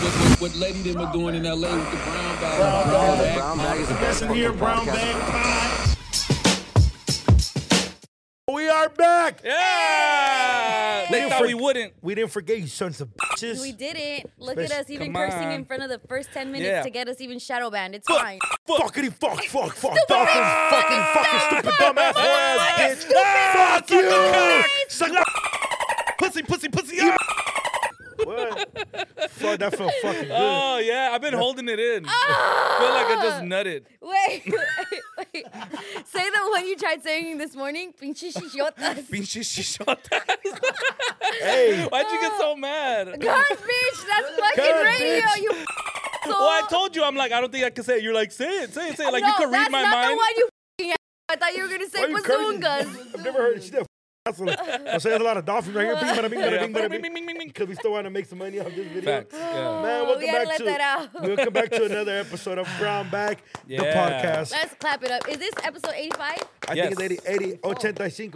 what, what, what Lady them were doing in LA with the brown bag. Brown, bag. Brown bag is the best Messing here, fucking brown podcast. bag pie. We are back. Yeah! They didn't thought for- we wouldn't. We didn't forget you sons of bitches. We didn't. Look at us even Come cursing on. in front of the first 10 minutes Yeah. to get us even shadow banned. It's fine. Fuckity fuck fuck fuck dolphin fucking fucking stupid dumbass whore ass bitch. Fuck you. Suck my Pussy, pussy, pussy. ah! What? Fuck that felt fucking good. Oh yeah, I've been holding it in. Ah. Feel like I just nutted. Wait, wait, wait. Say the one you tried saying this morning. Pinches idiotas. Bitch, she- she shot that. hey. Why'd you Ah. get so mad? God, bitch, that's fucking God, radio, bitch. you asshole. Well, I told you, I'm like, I don't think I can say it. You're like, say it, say it, say it. Like no, you could read that's my not the mind. one you fucking asshole. I thought you were going to say Why you cursing? bazungas. Oh, I've never heard she did I say there's a lot of dolphins right here. Bing, bada, bing, bada, bing, bada, bing. Because we still want to make some money off this video. Facts. Yeah. Man, Oh, welcome we gotta back let to that out. we'll come back to another episode of Brown Back the Yeah. podcast. Let's clap it up. Is this episode 85? I Yes. think it's oh, 80, 80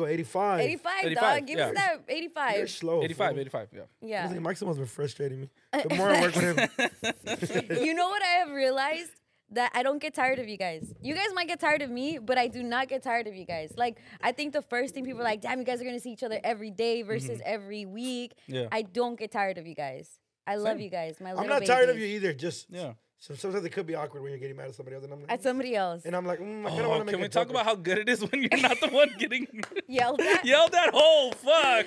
85, 85. 85, 85, dog. Give yeah. us that You're 85. slow. 85, fool. 85, yeah. Yeah. Listen, Maximo's been frustrating me. The more I work with him, you know what I have realized? That I don't get tired of you guys. You guys might get tired of me, but I do not get tired of you guys. Like, I think the first thing people are like, damn, you guys are gonna see each other every Mm-hmm. day versus every week. Yeah. I don't get tired of you guys. I love you guys. My I'm little not tired of you babies. either. Just Yeah. So sometimes it could be awkward when you're getting mad at somebody else, and I'm like, At somebody else. and I'm like, mm, I kind of want Oh, to make. can we it talk tougher. about how good it is when you're not the one getting Yelled at. yelled at? Oh, fuck.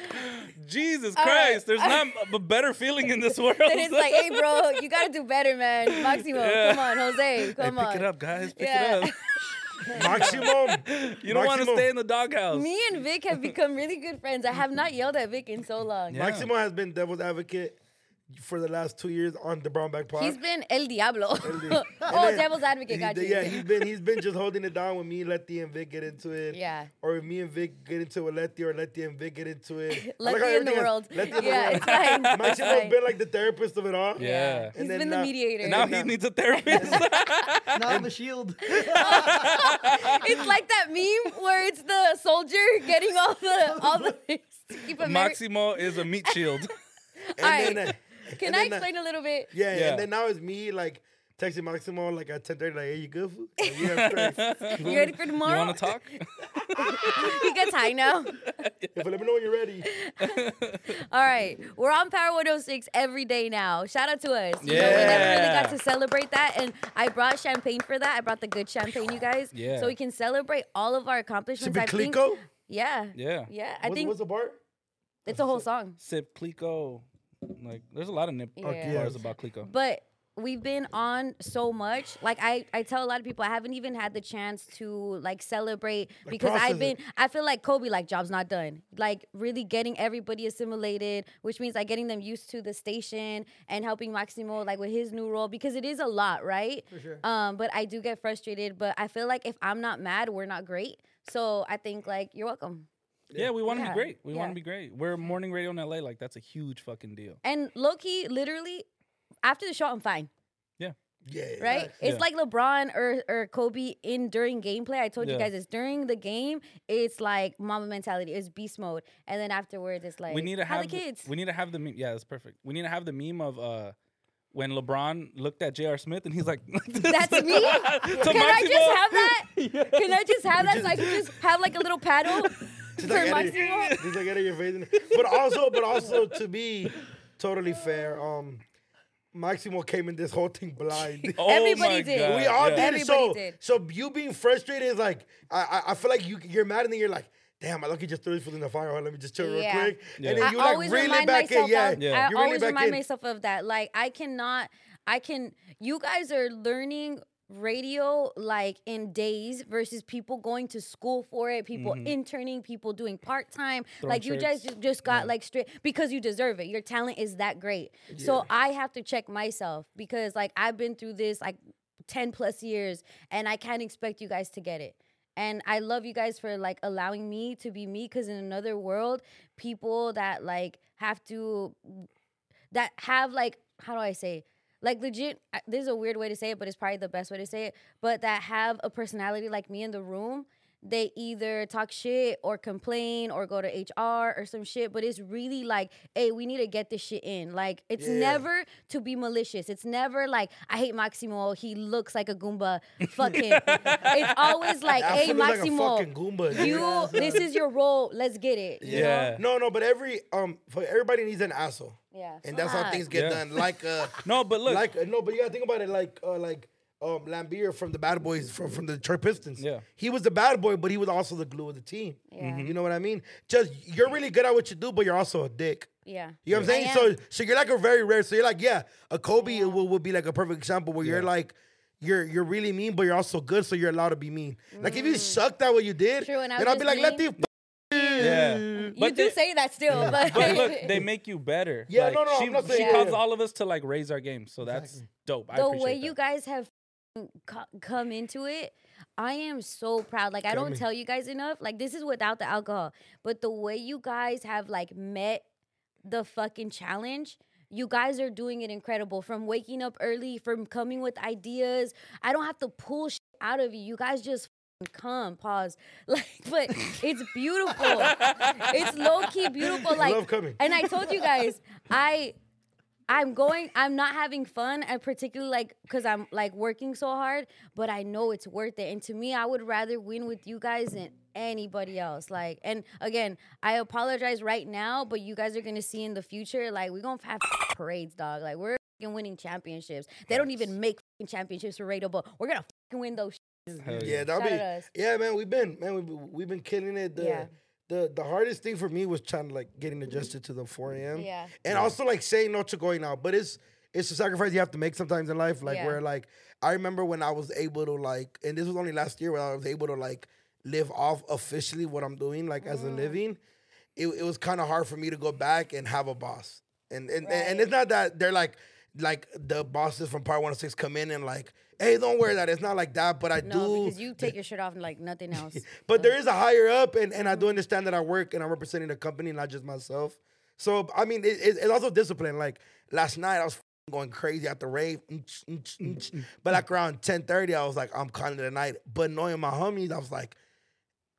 Jesus All right. Christ. There's not a better feeling in this world. And it's like, hey, bro, you gotta do better, man. Maximo, come on, Jose, come Pick on. it up, guys. Pick Yeah. it up. maximum? You don't want to Maximo- stay in the doghouse. Me and Vic have become really good friends. I have not yelled at Vic in so long. Yeah. Maximo has been devil's advocate for the last two years on the Brown Bag Pod. He's been El Diablo. And oh, then Devil's Advocate he- got you. Yeah, he's been he's been just holding it down when me, Letty, and Vic get into it. Yeah. Or if me and Vic get into it with Letty, or Letty and Vic get into it. I Let like me how in the everything has- world. Letty in the yeah, world. it's fine. It's Maximo's fine. been like the therapist of it all. Yeah. He's then been the now- mediator. And now he needs a therapist. Not on the shield. it's like that meme where it's the soldier getting all the all the things to keep Ameri- Maximo is a meat shield. And Alright. then, uh, Can and I then, uh, explain a little bit? Yeah, Yeah. and then now it's me like texting Maximo like at 10:30, like, "Hey, you good? fool?" Like, yeah, I'm straight. You ready for You tomorrow? want to talk? he gets high now. If let me know when you're ready. All right, we're on Power 106 every day now. Shout out to us. You know, we never really Yeah. got to celebrate that, and I brought champagne for that. I brought the good champagne, you guys. Yeah. So we can celebrate all of our accomplishments. I think. Clico? Yeah. Yeah. Yeah. I What's- think what's the part? it's a whole song. Sip Clico. Like, there's a lot of nip Yeah. bars about Clico. but we've been on so much like I, I tell a lot of people i haven't even had the chance to like celebrate because i've been process i feel like kobe like job's not done like really getting everybody assimilated which means like getting them used to the station and helping maximo like with his new role because it is a lot right For sure. um but i do get frustrated but i feel like if i'm not mad we're not great so i think like you're welcome Yeah, we want to Yeah. be great. We want Yeah. to be great. We're morning radio in LA. Like, that's a huge fucking deal. and low-key literally after the show i'm fine Yeah. right? It's Yeah. like LeBron or, or Kobe in during gameplay. I told you Yeah. guys it's during the game. It's like mama mentality. It's beast mode, and then afterwards it's like we need to how have the kids. We need to have the meme. Yeah, that's perfect. We need to have the meme of uh when LeBron looked at J.R. Smith and he's like, That's me. Can I just have that? Can I just have that so I can just have like a little paddle for He's like, "Edit it." Maximo? He's like, "Edit your face. in it." But also, but also to be totally fair, um, Maximo came in this whole thing blind. Oh Everybody my did. God, We all yeah. did it. So, Everybody did. so you being frustrated is like, I, I, I feel like you, you're mad and then you're like, damn, I lucky just threw this food in the fire. Hold on, Let me just chill Yeah. real quick. Yeah. And then I you always like really remind back myself in. Yeah. of, Yeah. I You always really back remind in. myself of that. Like I cannot, I can. You guys are learning radio like in days versus people going to school for it, people Mm-hmm. interning, people doing part time. Like you guys shirts. just, just got like straight because you deserve it. Your talent is that great. So I have to check myself because like I've been through this like ten plus years, and I can't expect you guys to get it. And I love you guys for like allowing me to be me because in another world, people that like have to that have like how do I say like legit I- this is a weird way to say it but it's probably the best way to say it but that have a personality like me in the room they either talk shit or complain or go to HR or some shit. But it's really like, hey, we need to get this shit in. Like, it's Yeah. never to be malicious. It's never like, I hate Maximo. He looks like a Goomba. Fuck him. it's always like, I hey, feel like a Maximo, fucking Goomba, dude." you, this is your role. Let's get it. you know? Yeah. No, no, but every um, for everybody needs an asshole. Yeah. And that's how Fuck. things get Yeah. done. Like uh, No, but look. like uh, no, but you gotta think about it. Like uh, like um, Lambeer from the Bad Boys from from the Detroit Pistons. Yeah. Mm-hmm. he was the bad boy, but he was also the glue of the team. Yeah. Mhm. you know what I mean. Just you're really good at what you do, but you're also a dick. Yeah. You know what I'm saying? I So am. so you're like a very rare. So you're like yeah, a Kobe would, would be like a perfect example where you're like. You're, you're really mean, but you're also good, so you're allowed to be mean. Like if you sucked at what you did, Mm. True, and I then was I'll be just like, let mean. the yeah. You do they- say that still, but, But look, they make you better. Yeah, Like, no, no, She, I'm not she saying- calls Yeah. all of us to like raise our game, so that's dope. I the appreciate way that. you guys have f***ing co- come into it, I am so proud. Like I don't tell you guys enough. Like this is without the alcohol, but the way you guys have like met the fucking challenge. You guys are doing it incredible. From waking up early, from coming with ideas. I don't have to pull shit out of you. You guys just f***ing come. Pause. Like, but it's beautiful. it's low key beautiful. Like, love coming. and I told you guys, I I'm going, I'm not having fun, and particularly like because I'm like working so hard, but I know it's worth it. And to me, I would rather win with you guys than anybody else. Like, and again, I apologize right now, but you guys are gonna see in the future, like, we're gonna have parades, dog. Like, we're fing winning championships. They don't even make fing championships rateable. We're gonna fing win those. Hell Yeah, that'll Shout be. out us. Yeah, man, we've been man, we've, we've been killing it. The, Yeah. the the hardest thing for me was trying to like getting adjusted to the 4 a.m. Yeah. and also like saying no to going out, but it's it's a sacrifice you have to make sometimes in life. Like Yeah. where like I remember when I was able to like, and this was only last year when I was able to like live off officially what I'm doing like as a Mm-hmm. living. It, it was kind of hard for me to go back and have a boss, and and, and it's not that they're like like the bosses from Part 106 come in and like, hey, don't worry that it's not like that, but I do No, because you take your shirt off and like nothing else. but there is a higher up, and, and I do understand that I work and I'm representing the company, not just myself. So I mean, it, it, it's also discipline. Like last night, I was f***ing going crazy at the rave, mm-ch, mm-ch, Mm, mm-ch. but like around 10:30, I was like, I'm calling it a night. But knowing my homies, I was like.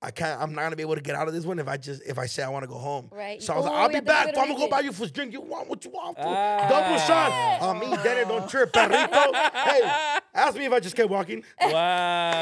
I can't. I'm not gonna be able to get out of this one if I just if I say I want to go home. Right. So I was like, Oh, I'll we be have to back. make it fool. I'm gonna go buy amazing. you for drink. You want what you want? fool. Ah. Double shot on me. Then it don't trip, perrito. hey, ask me if I just kept walking wow.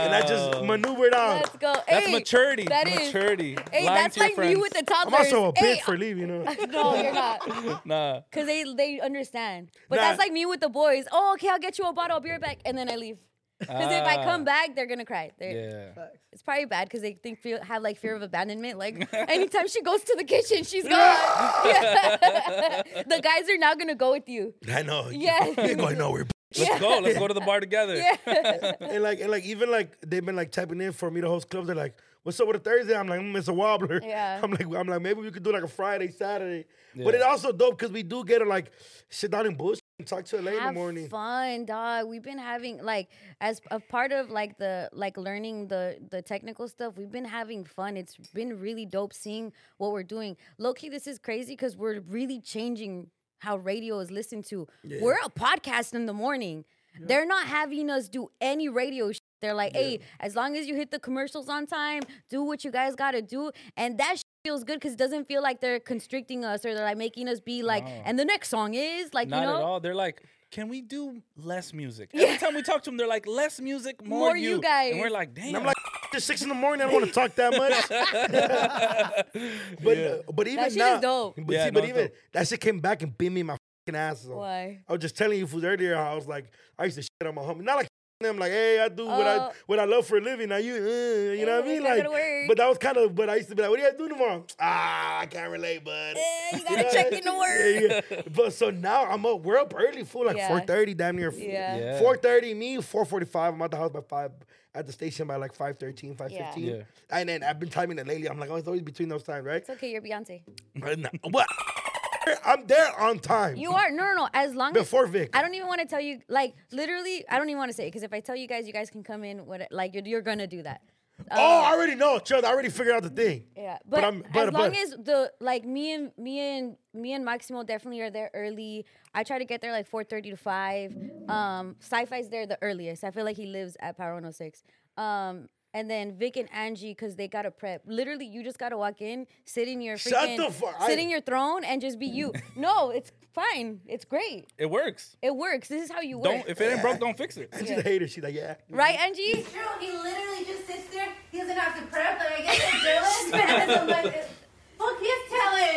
and I Oh. just maneuvered on. Let's go. That's Hey, maturity. That is. maturity. Hey, Lying that's to your like me with the friends. toddlers. I'm also a Hey, bitch for leaving. You know? No, you're not. nah. Because they, they understand. But Nah. that's like me with the boys. Oh, okay, I'll get you a bottle. I'll be right back. And then I leave. Because if I Ah. come back, they're going to cry. They're- Yeah. It's probably bad because they think feel, have like fear of abandonment. Like anytime she goes to the kitchen, she's gone. Yeah. the guys are now going to go with you. I know. you- Yeah. You ain't going nowhere. bitch. Let's go. Let's go to the bar together. and like, and like, even like they've been like typing in for me to host clubs. They're like, "What's up with a Thursday?" I'm like, mm, "It's a wobbler." Yeah. I'm like, I'm like, maybe we could do like a Friday, Saturday. But Yeah. it also dope because we do get to like sit down and bullshit and talk to her late in the have morning. fun, dog. We've been having like as a part of like the like learning the the technical stuff. We've been having fun. It's been really dope seeing what we're doing. Low key, this is crazy because we're really changing how radio is listened to. We're a podcast in the morning. They're not having us do any radio. Sh- They're like, hey, as long as you hit the commercials on time, do what you guys gotta do, and that. Sh- feels good because it doesn't feel like they're constricting us or they're like making us be like No. and the next song is like Not you know at all. They're like, can we do less music? Every time we talk to them, they're like, less music, more, More you guys. And we're like, damn. And I'm like, it's six in the morning. I don't want to talk that much. but uh, but even shit is now, dope. But, Yeah, see, no, but it's even dope. that shit came back and beat me in my fucking ass. off. Why? I was just telling you fools earlier. how I was like, I used to shit on my homie. Not like them, like, hey, I do what I Oh. what I love for a living. Now you, uh, you know what I Hey, mean? it's not Like, gonna work. but that was kind of. But I used to be like, what do you guys do tomorrow? Ah, I can't relate, bud. Eh, you gotta check in the word. Yeah, yeah. But so now I'm up. We're up early, fool. Like Yeah. four thirty, damn near. Yeah. Yeah. Four thirty, me. Four forty-five. I'm at the house by five. At the station by like 5.13, 5.15. Yeah. Yeah. And then I've been timing it lately. I'm like, oh, it's always between those times, right? It's okay, you're Beyonce. And I- What? I'm there on time. You are no, no, no. As long as Before Vic. I don't even want to tell you. Like literally, I don't even want to say it because if I tell you guys, you guys can come in. What like you're, you're gonna do that. Oh, I already know, Chud. I already figured out the thing. Uh, Yeah, but, I'm, but, as long but, as the like me and me and me and Maximo definitely are there early. I try to get there like four thirty to five. oh Um, Sci-Fi's there the earliest. I feel like he lives at Power One Hundred Six. Um, and then Vic and Angie because they gotta prep. Literally, you just gotta walk in, sit in your Shut freaking, the fuck- sit I- in your throne, and just be you. no, it's fine. It's great. It works. It works. This is how you work. Don't if it ain't broke, don't fix it. She's a hater. She's like, yeah. right, Angie? True, he literally just sits there. He doesn't have to prep. Like, I guess they're jealous. but I'm like, fuck his talent.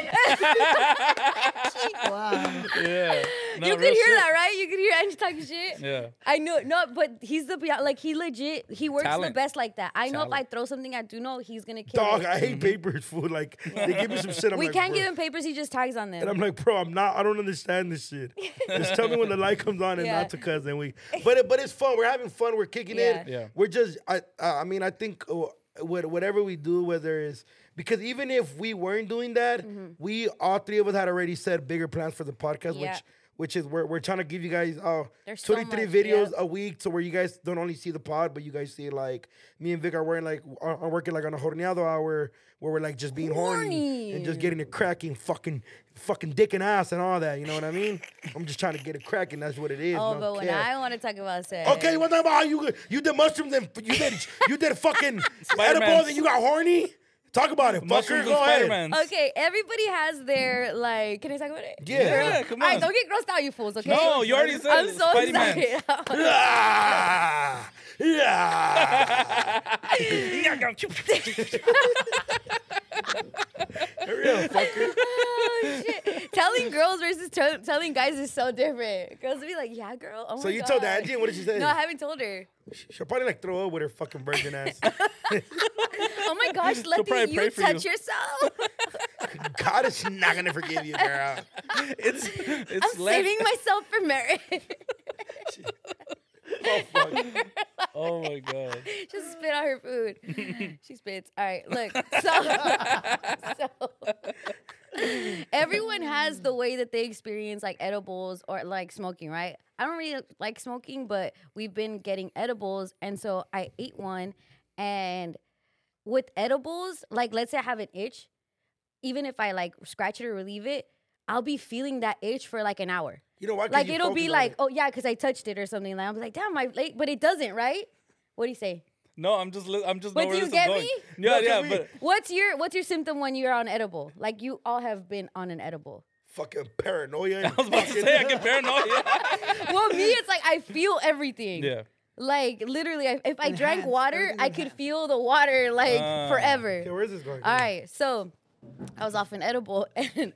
Wow. Yeah. No, you could real hear shit. that, right? You could hear Angie talking shit. Yeah. I know, no, but he's the like he legit he works the Talent. best like that. I know if I Talent. throw something at Duno, he's gonna kill. Dog, it. I hate papers, fool. Like, they give me some shit. I'm we like, can't bro. give him papers. He just tags on And them. I'm like, bro, I'm not. I don't understand this shit. Just tell me when the light comes on and Yeah. not to cuss. And we, but it, but it's fun. We're having fun. We're kicking it. Yeah. Yeah. We're just. I I I mean, I think uh, what- whatever we do, whether it's because even if we weren't doing that, Mm-hmm. we all three of us had already set bigger plans for the podcast, Yeah. which which is we're we're trying to give you guys uh There's so 23 much, videos yeah. a week to where you guys don't only see the pod, but you guys see like me and Vic are wearing like are, are working like on a horneado hour where we're like just being horny and just Horny. getting it cracking, fucking, fucking dick and ass and all that. You know what I mean? I'm just trying to get it cracking. That's what it is. Oh, no but when cap. I want to talk about sex, Okay, what about how you you did mushrooms and you did you did fucking Spider-Man. edibles and you got horny? Talk about it, fucker. Mushrooms and Go ahead. Spider-Man. Okay, everybody has their like. Can I talk about it? Yeah. Yeah, come All on. right, don't get grossed out, you fools. Okay. No, you already said I'm it. so Spider-Man. excited. Ah, yeah. For real, fucker. oh, shit. Telling girls versus tell telling guys is so different. Girls will be like, "Yeah, girl." Oh So my you told God." Angie, and what did she say? No, I haven't told her. She'll probably like throw up with her fucking virgin ass. Oh my gosh, She'll let probably you pray for you. touch yourself. God is not gonna forgive you, girl. It's it's I'm less- saving myself for marriage. Oh, fuck. Oh my god. Just spit out her food. she spits. All right, look. So, so everyone has the way that they experience like edibles or like smoking, right? I don't really like smoking, but we've been getting edibles, and so I ate one, and with edibles, like let's say I have an itch, even if I like scratch it or relieve it, I'll be feeling that itch for like an hour. You know why? 'Cause Like you it'll focus be on like, it. oh yeah, because I touched it or something. Like I'm like, damn, my like, but it doesn't, right? What do you say? No, I'm just li- I'm just. But know where do you this is get going. me? Yeah, No, 'cause yeah, we- but What's your what's your symptom when you're on edible? Like you all have been on an edible. fucking paranoia. and I was about to fucking- say I get paranoid. well, me, it's like I feel everything. Yeah. Like literally, I, if I drank Enhanced, water, everything's I could feel the water like Ah. forever. Okay, where is this going? All right, so I was off an edible and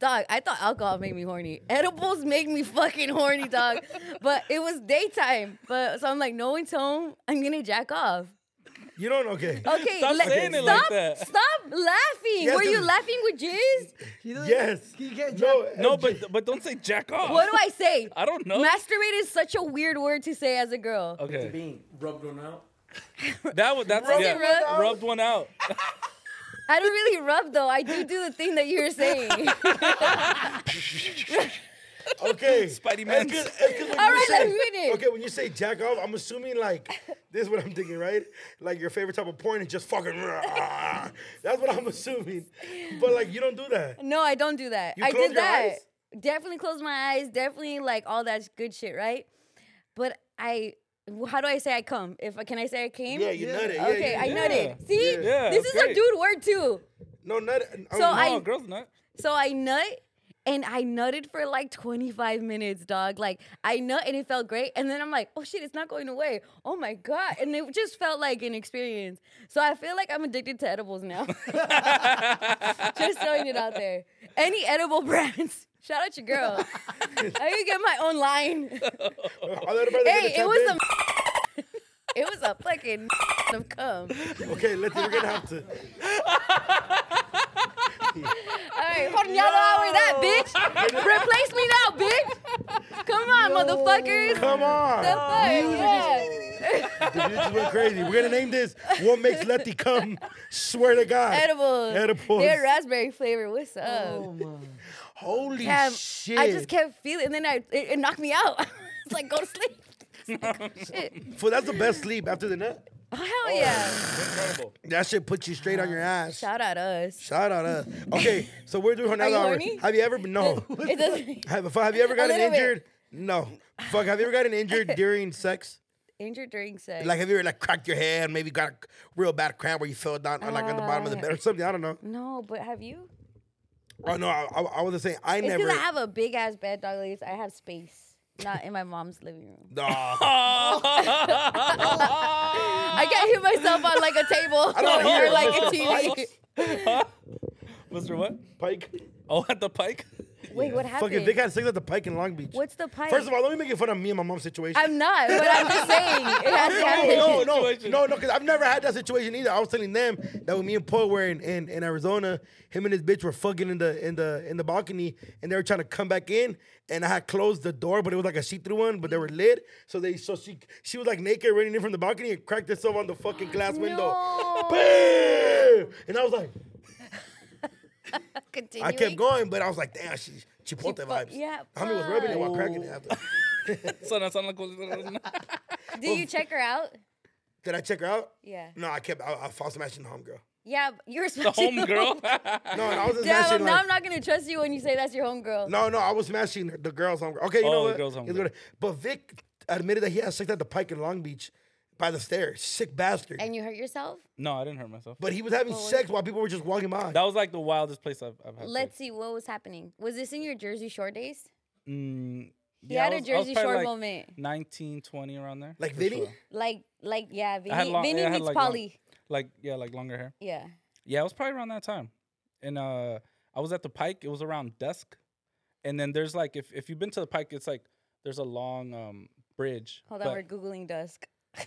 dog, I thought alcohol made me horny. Edibles make me fucking horny, dog. but it was daytime. But so I'm like, no one's home. I'm gonna jack off. You don't okay. Okay, Stop let- saying it like stop, that. Stop laughing. Yes, Were you dude. laughing with jizz? He doesn't- Yes. He can't No, eh, No, but but don't say jack off. What do I say? I don't know. Masturbate is such a weird word to say as a girl. okay. rubbed one out. That was that's Rubbed yeah. it rub? Rubbed one out. I don't really rub though. I do do the thing that you're saying. All okay. Spidey man. right, let me finish. Okay, when you say jack off, I'm assuming like this is what I'm thinking, right? Like your favorite type of porn is just fucking. That's what I'm assuming. But like you don't do that. No, I don't do that. You I close did your that. eyes? Definitely close my eyes. Definitely like all that good shit, right? But I, how do I say I come? If can I say I came? Yeah, you Yeah. nut it. Yeah, okay, yeah. I nutted. See, Yeah, this is a great. dude word too. No nut. it. So Um, I- No, girls not. So I nut and I nutted for like 25 minutes, dog. Like I nut and it felt great. And then I'm like, oh shit, it's not going away. Oh my God. And it just felt like an experience. So I feel like I'm addicted to edibles now. just throwing it out there. Any edible brands. Shout out your girl. I can get my own line. I'll let everybody get Hey, a it was tap a it was a fucking of cum. in. Okay, let's. We're gonna have to. All right, hold on, y'all hour that bitch. Replace me now, bitch. Come on, motherfuckers. Come on. The fuck? Yeah. Dude, you just went crazy. We're gonna name this "What Makes Letty Come." Swear to God. Edibles. Edibles. They're raspberry flavor. What's up? Oh my. Holy Damn, shit! I just kept feeling, and then I it, it knocked me out. it's like go to sleep. Shit. For that's the best sleep after the nut. Oh, hell yeah! Incredible. That shit puts you straight on your ass. Shout out us. Shout out us. Okay, so we're doing another you hour. horny? Have you ever been no? It doesn't. have, have you ever gotten little bit. injured? No. Fuck. Have you ever gotten injured during sex? injured during sex. Like, have you ever like cracked your head? Maybe got a real bad cramp where you fell down, or, like on the bottom of the Uh. bed or something. I don't know. no, but have you? Oh no, I, I, I was just saying I It's never. because I have a big ass bed, dog. Ladies. I have space, not in my mom's living room. No, Oh. I can't hit myself on like a table I don't hear or like a Mr. TV. Mr. What? Pike. Pike. Oh, at the Pike? Wait, what happened? Fucking, they got six at the Pike in Long Beach. What's the pipe? First of all, don't be making fun of me and my mom's situation. I'm not, but I'm just saying it has happened. no, no, Situation. no, no, because I've never had that situation either. I was telling them that when me and Paul were in, in, in Arizona, him and his bitch were fucking in the in the in the balcony, and they were trying to come back in, and I had closed the door, but it was like a see through one, but they were lit, so they so she she was like naked running in from the balcony and cracked herself on the fucking glass window, Bam! and I was like, Continuing. I kept going, but I was like, damn, she Chipotle Chipo- vibes. yeah, I mean, was rubbing it while cracking it. After. Son, I sound like- Did Oh. you check her out? Did I check her out? Yeah. No, I kept I, I false smashing the homegirl. Yeah, but you were the smashing home girl. No, and I was just Yeah, smashing, well, now like- I'm not gonna trust you when you say that's your homegirl. No, no, I was smashing the girls home. Okay, you Oh, know the what? girls' home It's girl. good. But Vic admitted that he had sex at the Pike in Long Beach by the stairs. Sick bastard. And you hurt yourself? no, I didn't hurt myself. but he was having sex while people were just walking by. That was like the wildest place I've, I've had. Let's sex. see what was happening. Was this in your Jersey Shore days? Mm, He yeah, I had a was- I was Jersey probably Shore like moment. 19, 20 around there. like for Vinny? sure. Like, like, yeah, Vinny, I had long, Vinny yeah, I had meets like long- Polly. like yeah, like longer hair. Yeah. Yeah, it was probably around that time. And uh I was at the Pike. It was around dusk. And then there's like if if you've been to the Pike, it's like there's a long um bridge. Hold on, but we're googling dusk.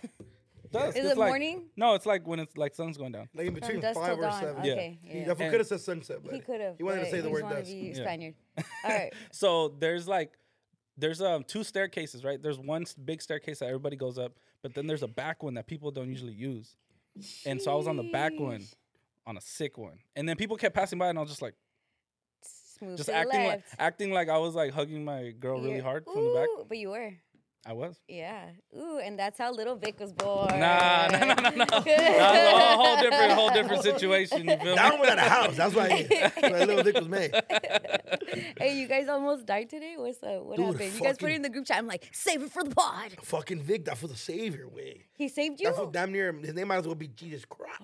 dusk, Is it's it like- morning? No, it's like when it's like sun's going down. Like in From between dusk till five or dawn. seven. Yeah. Okay. He yeah. definitely And- could have said sunset, but He could have. He wanted to say the word wanted to dusk. be Yeah. Spaniard. All right. So there's like there's um two staircases, right? There's one s- big staircase that everybody goes up, but then there's a back one that people don't usually use. And so I was on the back one, on a sick one. And then people kept passing by and I was just like Smooth just to the acting like left. acting like I was like hugging my girl really You're- hard from the back. Ooh, But you were. I was. Yeah. Ooh, and that's how little Vic was born. Nah, nah, nah, nah, nah. That's a whole different, whole different situation. You feel Down me? without a house. That's why, that's why little dick was made. Hey, you guys almost died today. What's up? What Dude, happened? You guys put it fucking- in the group chat. I'm like, save it for the pod. Fucking Vic, that for the savior way. He saved That fool you. Oh. damn near his name might as well be Jesus Christ.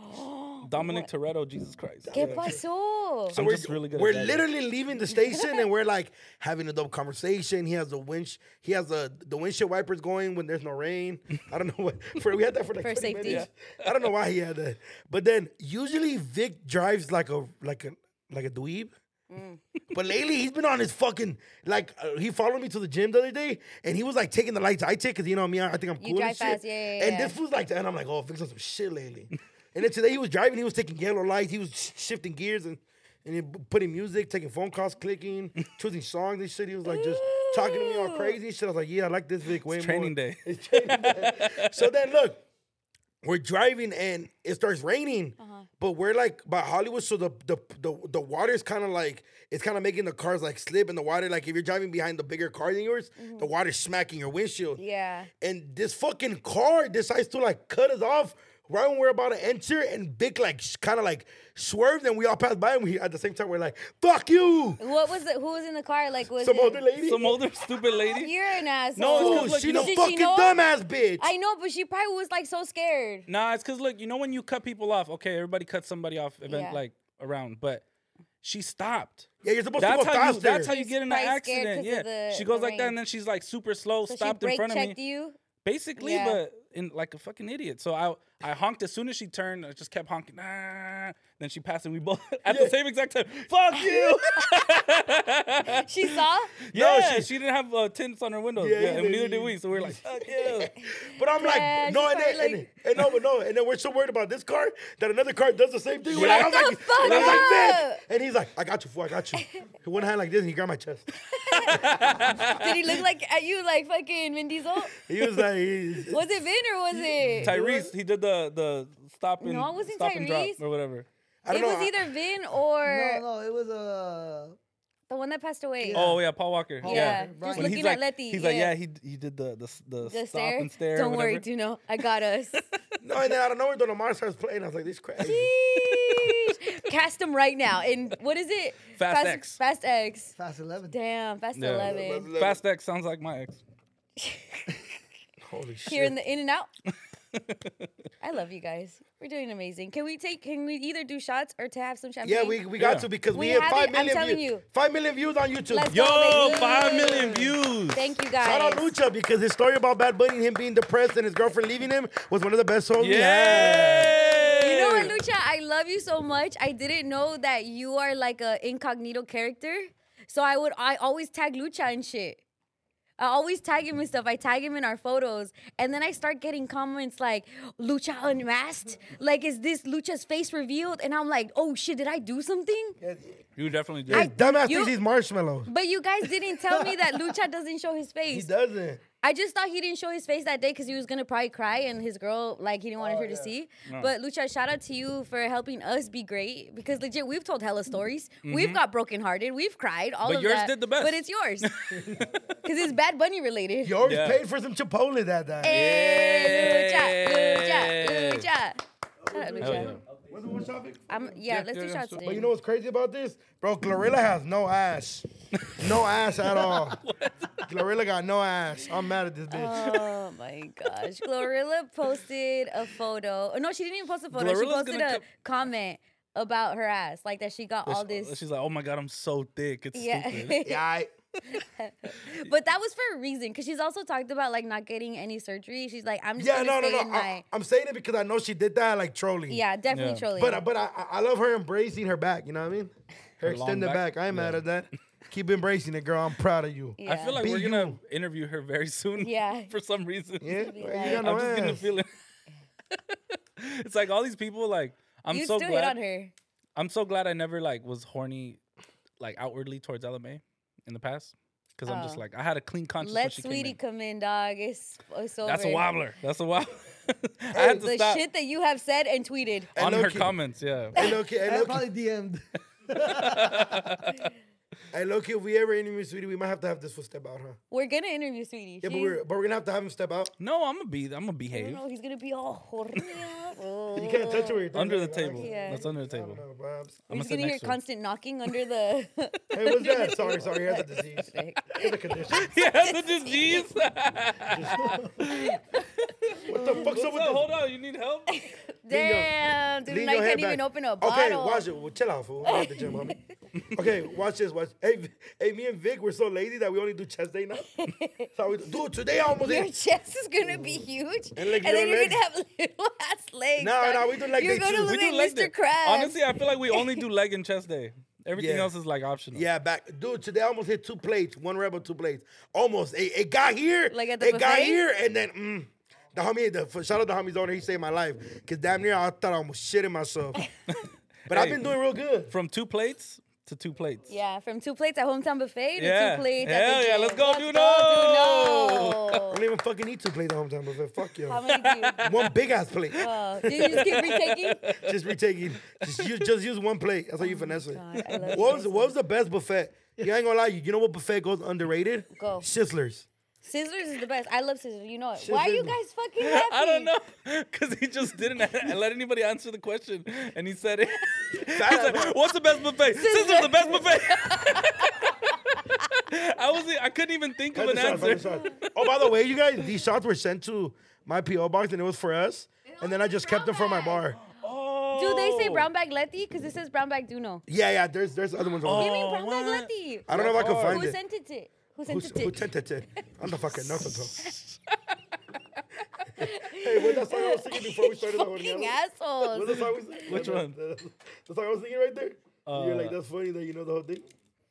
Dominic Toretto, Jesus Christ. ¿Qué pasó? I'm we're, just really good at we're that. literally leaving the station and we're like having a dope conversation. He has the winch, he has the the windshield wipers going when there's no rain. I don't know what for we had that for like For 20 safety. minutes. I don't know why he had that. But then usually Vic drives like a like a like a dweeb. Mm. But lately he's been on his fucking like uh, he followed me to the gym the other day and he was like taking the lights I take because you know me I I think I'm cool You and drive shit. fast, yeah, yeah, and yeah. this was like that and I'm like oh Vic's on some shit lately. and then today he was driving he was taking yellow lights he was sh- shifting gears and and then p- putting music taking phone calls clicking choosing songs and shit he was like just talking to me all crazy and shit I was like yeah I like this Vic way more Training day. so then look, we're driving and it starts raining, Uh-huh. but we're like by Hollywood, so the the the, the water's kind of like it's kind of making the cars like slip in the water. Like if you're driving behind the bigger car than yours, the Mm-hmm. water's smacking your windshield. Yeah. And this fucking car decides to like cut us off right when we're about to enter, and Big like kind of like swerved, and we all passed by, and we at the same time we're like, "Fuck you!" What was it? Who was in the car? Like, was Some it? other lady. Some older stupid lady. You're an asshole. No, Oh, it's 'cause, look, she you no know- Did she fucking know? dumbass bitch. I know, but she probably was like so scared. Nah, it's because look, you know when you cut people off. Okay, everybody cuts somebody off, event Yeah. like around, but she stopped. yeah, you're supposed That's to go how you. faster. That's how you She's get in an probably scared accident. 'cause Yeah, of the- she goes the like that, rain. and then she's like super slow, So stopped she in brake front of me. checked you. basically, Yeah. but in like a fucking idiot. So I I honked as soon as she turned. I just kept honking. Ah. Then she passed, and we both at the same exact time. Fuck you! She saw. yeah, she- she, didn't have uh, tints on her windows. Yeah, Yeah, either- and neither did we. So we were like, fuck you! But I'm Yeah, like, no, she's and then, probably and, like- and no, but no, and then we're so worried about this car that another car does the same thing. We're like, I'm the like, fuck and I'm like, man. up. and he's like, I got you, fool, I got you. He one hand like this, and he grabbed my chest. Did he look like at you like fucking Vin Diesel? He was like, he's- Was it Vin or was it? Tyrese, he did the the stop and No, it wasn't stop and drop Tyrese. or whatever. I don't it know. was I- either Vin or No, no, it was uh, the one that passed away. Oh yeah, Paul Walker. Yeah, yeah. just When looking he's at like, Letty, He's like, yeah. yeah, he d- he did the the, s- the, the stop stare. and stare. or Don't worry, whatever. Duno. I got us. No, and then out of nowhere, Don Omar starts playing. I was like, this crazy. Sheesh. Cast him right now. And what is it? Fast X. Fast X. Fast Eleven. Damn, Fast Yeah. Eleven. Fast X sounds like my ex. Oh, Holy here in shit. the in and out. I love you guys. We're doing amazing. Can we take? Can we either do shots or to have some champagne? Yeah, we, we got Yeah. to because we, We hit have five it, I'm million telling views. you. Five million views on YouTube. Let's go, Yo, baby. five million views. Oh, Thank you guys. Shout out Lucha because his story about Bad Bunny and him being depressed and his girlfriend leaving him was one of the best songs we had. Yeah. You know what, Lucha? I love you so much. I didn't know that you are like a incognito character. So I would I always tag Lucha and shit. I always tag him and stuff. I tag him in our photos. And then I start getting comments like, Lucha unmasked? Like, is this Lucha's face revealed? And I'm like, oh shit, did I do something? You definitely did. His dumbass you- thinks he's marshmallow. But you guys didn't tell me that Lucha doesn't show his face. He doesn't. I just thought he didn't show his face that day because he was gonna probably cry and his girl like he didn't Oh, want her to see. But Lucha, shout out to you for helping us be great because legit we've told hella stories. We've got brokenhearted. We've cried. All Mm-hmm. But of yours that. did the best. But it's yours because it's Bad Bunny related. He always Yeah. paid for some Chipotle that day. Hey, Yeah. Lucha, Lucha, Lucha. Shout out, Hell Lucha. Oh, yeah. Was it one topic? I'm, yeah, let's yeah, do shots. so- But you know what's crazy about this? Bro, Glorilla has no ass. No ass at all. Glorilla got no ass. I'm mad at this bitch. Oh my gosh. Glorilla posted a photo. Oh, No, she didn't even post a photo. she Glorilla's posted gonna a come- comment about her ass. Like that she got all this. She's like, oh my god, I'm so thick. It's stupid. yeah. yeah, I, but that was for a reason. Cause she's also talked about like not getting any surgery. She's like, I'm just yeah, no, gonna no, stay no. in I, my I'm saying it because I know she did that like trolling. Yeah, definitely Yeah. trolling. But um, I- but I I- I love her embracing her back. You know what I mean? Her, long extended back? back. I ain't mad at that. Keep embracing it, girl. I'm proud of you. yeah. I feel like Be we're gonna you. interview her very soon. Yeah. for some reason. Yeah, be Well, like- you got no I'm just getting a ass. feeling. it's like all these people. Like I'm you so still glad. hit on her. I'm so glad I never like was horny, like outwardly towards LMA in the past. Because I'm just Oh. like I had a clean conscience. when Let she came sweetie in. come in, dog. It's, it's over. That's a wobbler. That's a wobbler. I had to The stop shit that you have said and tweeted. on low her key- comments. Yeah. Hey, look, hey, I look, probably DM'd. hey, look, if we ever interview Sweetie, we might have to have this fool step out, huh? We're gonna interview sweetie. Yeah, but She's- we're, but we're gonna have to have him step out. No, I'm gonna be. I'm gonna I don't behave know. He's gonna be all Oh. horny. You can't touch her. with your under the thing, right? table. Yeah. That's under the I table. don't know, bro. I'm We're gonna just sit gonna hear next to him. constant knocking under the. Hey, what's that? Sorry, sorry. He has a disease. He has a condition. Yeah, the disease. What the fuck's up with this? Hold on, you need help. Damn, dude, Lean I your head can't even back. open a Okay, bottle. watch it. Well, chill out, fool. We're at the gym, homie. Okay, watch this. Watch. Hey, V- hey, me and Vic, we're so lazy that we only do chest day now. so we, dude, today I almost Your hit. chest is gonna be huge, and, And, like, then little you're gonna legs. have little ass legs. No, dog. no, we do leg You're day gonna too. look We do like leg Mr. day. Krabs. Honestly, I feel like we only do leg and chest day. Everything Yeah. else is like optional. Yeah, back, dude. Today I almost hit two plates, one rebel, two plates. Almost. It, it got here. Like at the It got buffet? here, and then. Mm, the homie, the, f- shout out the homie's owner, he saved my life. Cause damn near I thought I almost shitting myself. but I've Hey. been doing real good. From two plates to two plates. yeah, from two plates at hometown buffet to Yeah. two plates at Hell the yeah, gym. let's go, do Duno. I no. don't even fucking need two plates at hometown buffet. Fuck you. How many do you? One big ass plate. Oh, do you just keep retaking? just retaking. Just use, just use one plate. That's how you finesse it. God, I love What was, what was the best buffet? You ain't gonna lie, you know what buffet goes underrated? Go. Sizzlers. Scissors is the best. I love scissors. You know it. Why are you Sizzlers. guys fucking laughing? I don't know, cause he just didn't a- let anybody answer the question, and he said it. He's like, What's the best buffet? Scissors, the best buffet. I was e, I couldn't even think of an Find the answer. shot, find the shot. Oh, by the way, you guys, these shots were sent to my PO box and it was for us. And then I just kept them for my bar. Oh. Do they say brown bag Letty? Because it says brown bag Duno. Yeah, yeah. There's there's other ones. Give Over. me Oh, brown bag what? Letty. I don't know if I can Who find Who it. sent it? to- Who sent Who's, it? who to- sent it? to- I'm the fucking nothing. hey, what that song I was singing before we started the whole Fucking What's assholes. the song I was singing? Which one? The, the song I was singing right there. You're Uh, like, that's funny that you know the whole thing.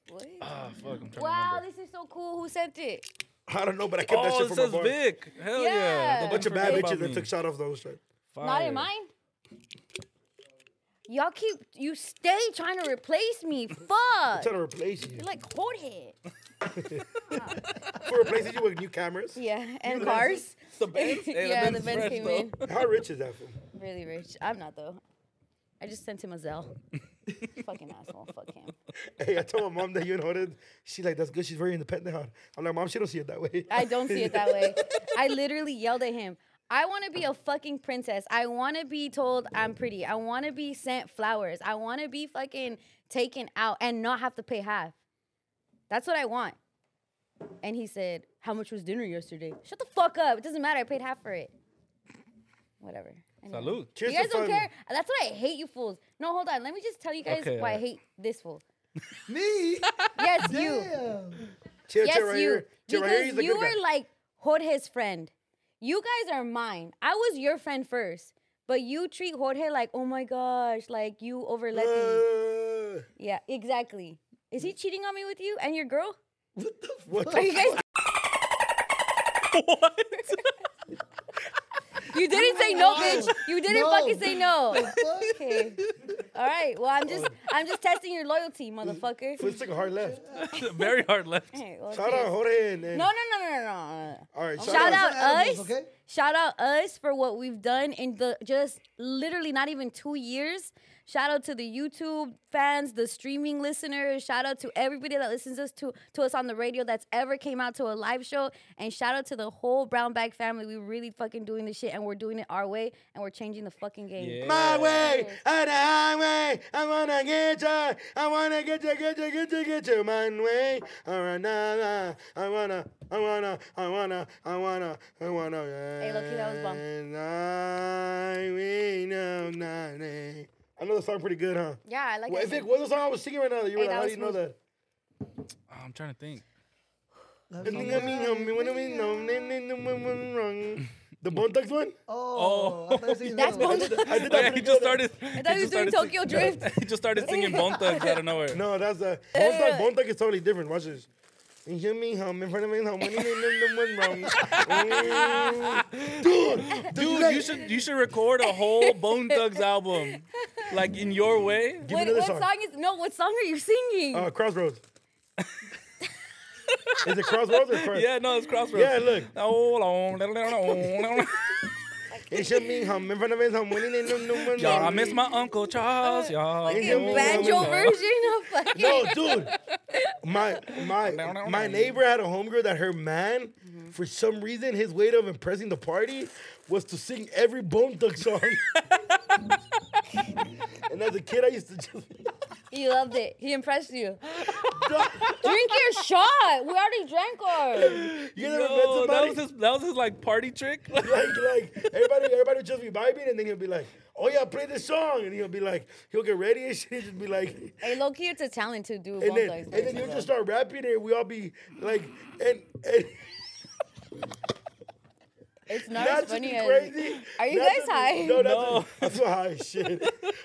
What? Ah, fuck, I'm trying to Wow, remember. this is so cool. Who sent it? I don't know, but I kept that Oh, shit it for my says bar. Vic. Hell yeah. Yeah. That bunch of didn't bad forget about bitches that me. took shot off those shit. Not Fire. in mine. Y'all keep you stay trying to replace me. Fuck. Trying to replace you. You're like Jorge. For replacing you with new cameras. Yeah, and You cars. The Benz? Hey, yeah, the Benz is Benz fresh, came though. in. How rich is that fool? Really rich. I'm not though. I just sent him a Zell. Fucking asshole. Fuck him. Hey, I told my mom that you and Hoda, she's like, that's good. She's very independent. Huh? I'm like, mom, she don't see it that way. I don't see it that way. I literally yelled at him. I want to be a fucking princess. I want to be told I'm pretty. I want to be sent flowers. I want to be fucking taken out and not have to pay half. That's what I want. And he said, how much was dinner yesterday? Shut the fuck up. It doesn't matter. I paid half for it. Whatever. Anyway. Salute. Cheers you guys to don't fun. care. That's what I hate, you fools. No, hold on. Let me just tell you guys Okay, why I alright. hate this fool. Me? Yes, you. Damn. Cheer, Yes, cheer right you. here. Cheer right here. He's Because the you good guy. were like Jorge's friend. You guys are mine. I was your friend first, but you treat Jorge like, oh my gosh, like you overlet me. Uh, Yeah, exactly. Is he cheating on me with you and your girl? what Are you the guys? What? You Oh didn't say no, bitch. You didn't No. fucking say no. Fuck. Okay. All right. Well, I'm just, I'm just testing your loyalty, motherfucker. fuck? took a hard left. Very hard left. Alright, well, Shout out cheers. Jorge and, and No, no, no, no, no, no. no. eh. all right, shout, Shout out. out Animals, us. okay? Shout out us for what we've done in the just literally not even two years. Shout out to the YouTube fans, the streaming listeners. Shout out to everybody that listens us to to us on the radio that's ever came out to a live show. And shout out to the whole Brown Bag family. We're really fucking doing this shit, and we're doing it our way, and we're changing the fucking game. Yeah. My way, on the highway, I wanna get ya, I wanna get ya, get ya, get ya, get ya, my way, or another. I wanna, I wanna, I wanna, I wanna, I wanna. Hey, low-key, that was bomb. And I we know not it. I know the song pretty good, huh? Yeah, I like Well, it. if it was the song I was singing right now, you were like, Hey, that how do was you know smooth. that? Oh, I'm trying to think. The Bone Thugs one? Oh, I thought you were saying That's the other Bone one. I did Yeah, that. he just started. thought he was doing Tokyo Drift. he just started singing Bone Thugs out of nowhere. No, that's a Bone Thug. Bone Thug is totally different. Watch this. You hear me hum in front of me hum. when you name them one wrong. Dude, you should you should record a whole Bone Thugs album, like in your way. me What, another what song. song. is no? What song are you singing? Uh, crossroads. is it Crossroads or Cross? Yeah, no, it's Crossroads. Yeah, look. Hold on. You hear me hum in front of me hum. when you name them one Y'all, I wrong. miss my uncle Charles. Y'all. Fucking Fucking no, banjo no. version of fucking. No, dude. My my my neighbor had a homegirl that her man, for some reason, his way of impressing the party was to sing every Bone Thug song. and as a kid, I used to just. He loved it. He impressed you. Drink your shot. We already drank ours. You never met Yo, that somebody was his that was his like party trick. like like everybody everybody would just be vibing and then he'll be like, oh yeah, play this song and he'll be like he'll get ready and shit and just be like Hey, low key, it's a talent to do. and then and then you just start rapping and we all be like and and It's not not as to be funny as. crazy. Are you not guys to be- high? No, no. No. I feel high as shit. But look,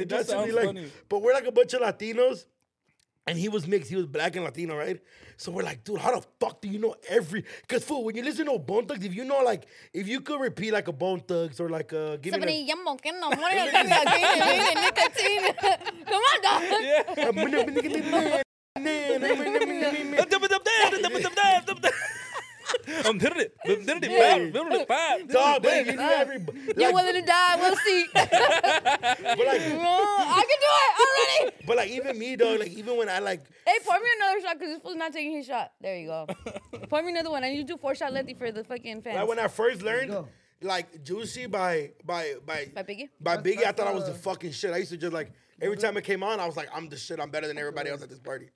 It that just should be sounds like, funny. but we're like a bunch of Latinos. And he was mixed. He was black and Latino, right? So we're like, dude, how the fuck do you know every? Cause fool, when you listen to Bone Thugs, if you know like, if you could repeat like a Bone Thugs or like a give me Somebody like, yum on, on, one of them, nicotine. Come on, dog. a minute, I'm Um, did it. Did it. Five. dog, but you know every You're like, willing to die? We'll see. Mm, but like, I can do it. I'm ready. but like even me, dog, like even when I like, Hey, pour me another shot because this fool's not taking his shot. There you go. pour me another one. I need to do four shot lefty for the fucking fans. like when I first learned, go. like Juicy by by by By Biggie? by Biggie, I that's thought I was the the- fucking shit. I used to just like every time it came on, I was like, I'm the shit. I'm better than everybody else at this party.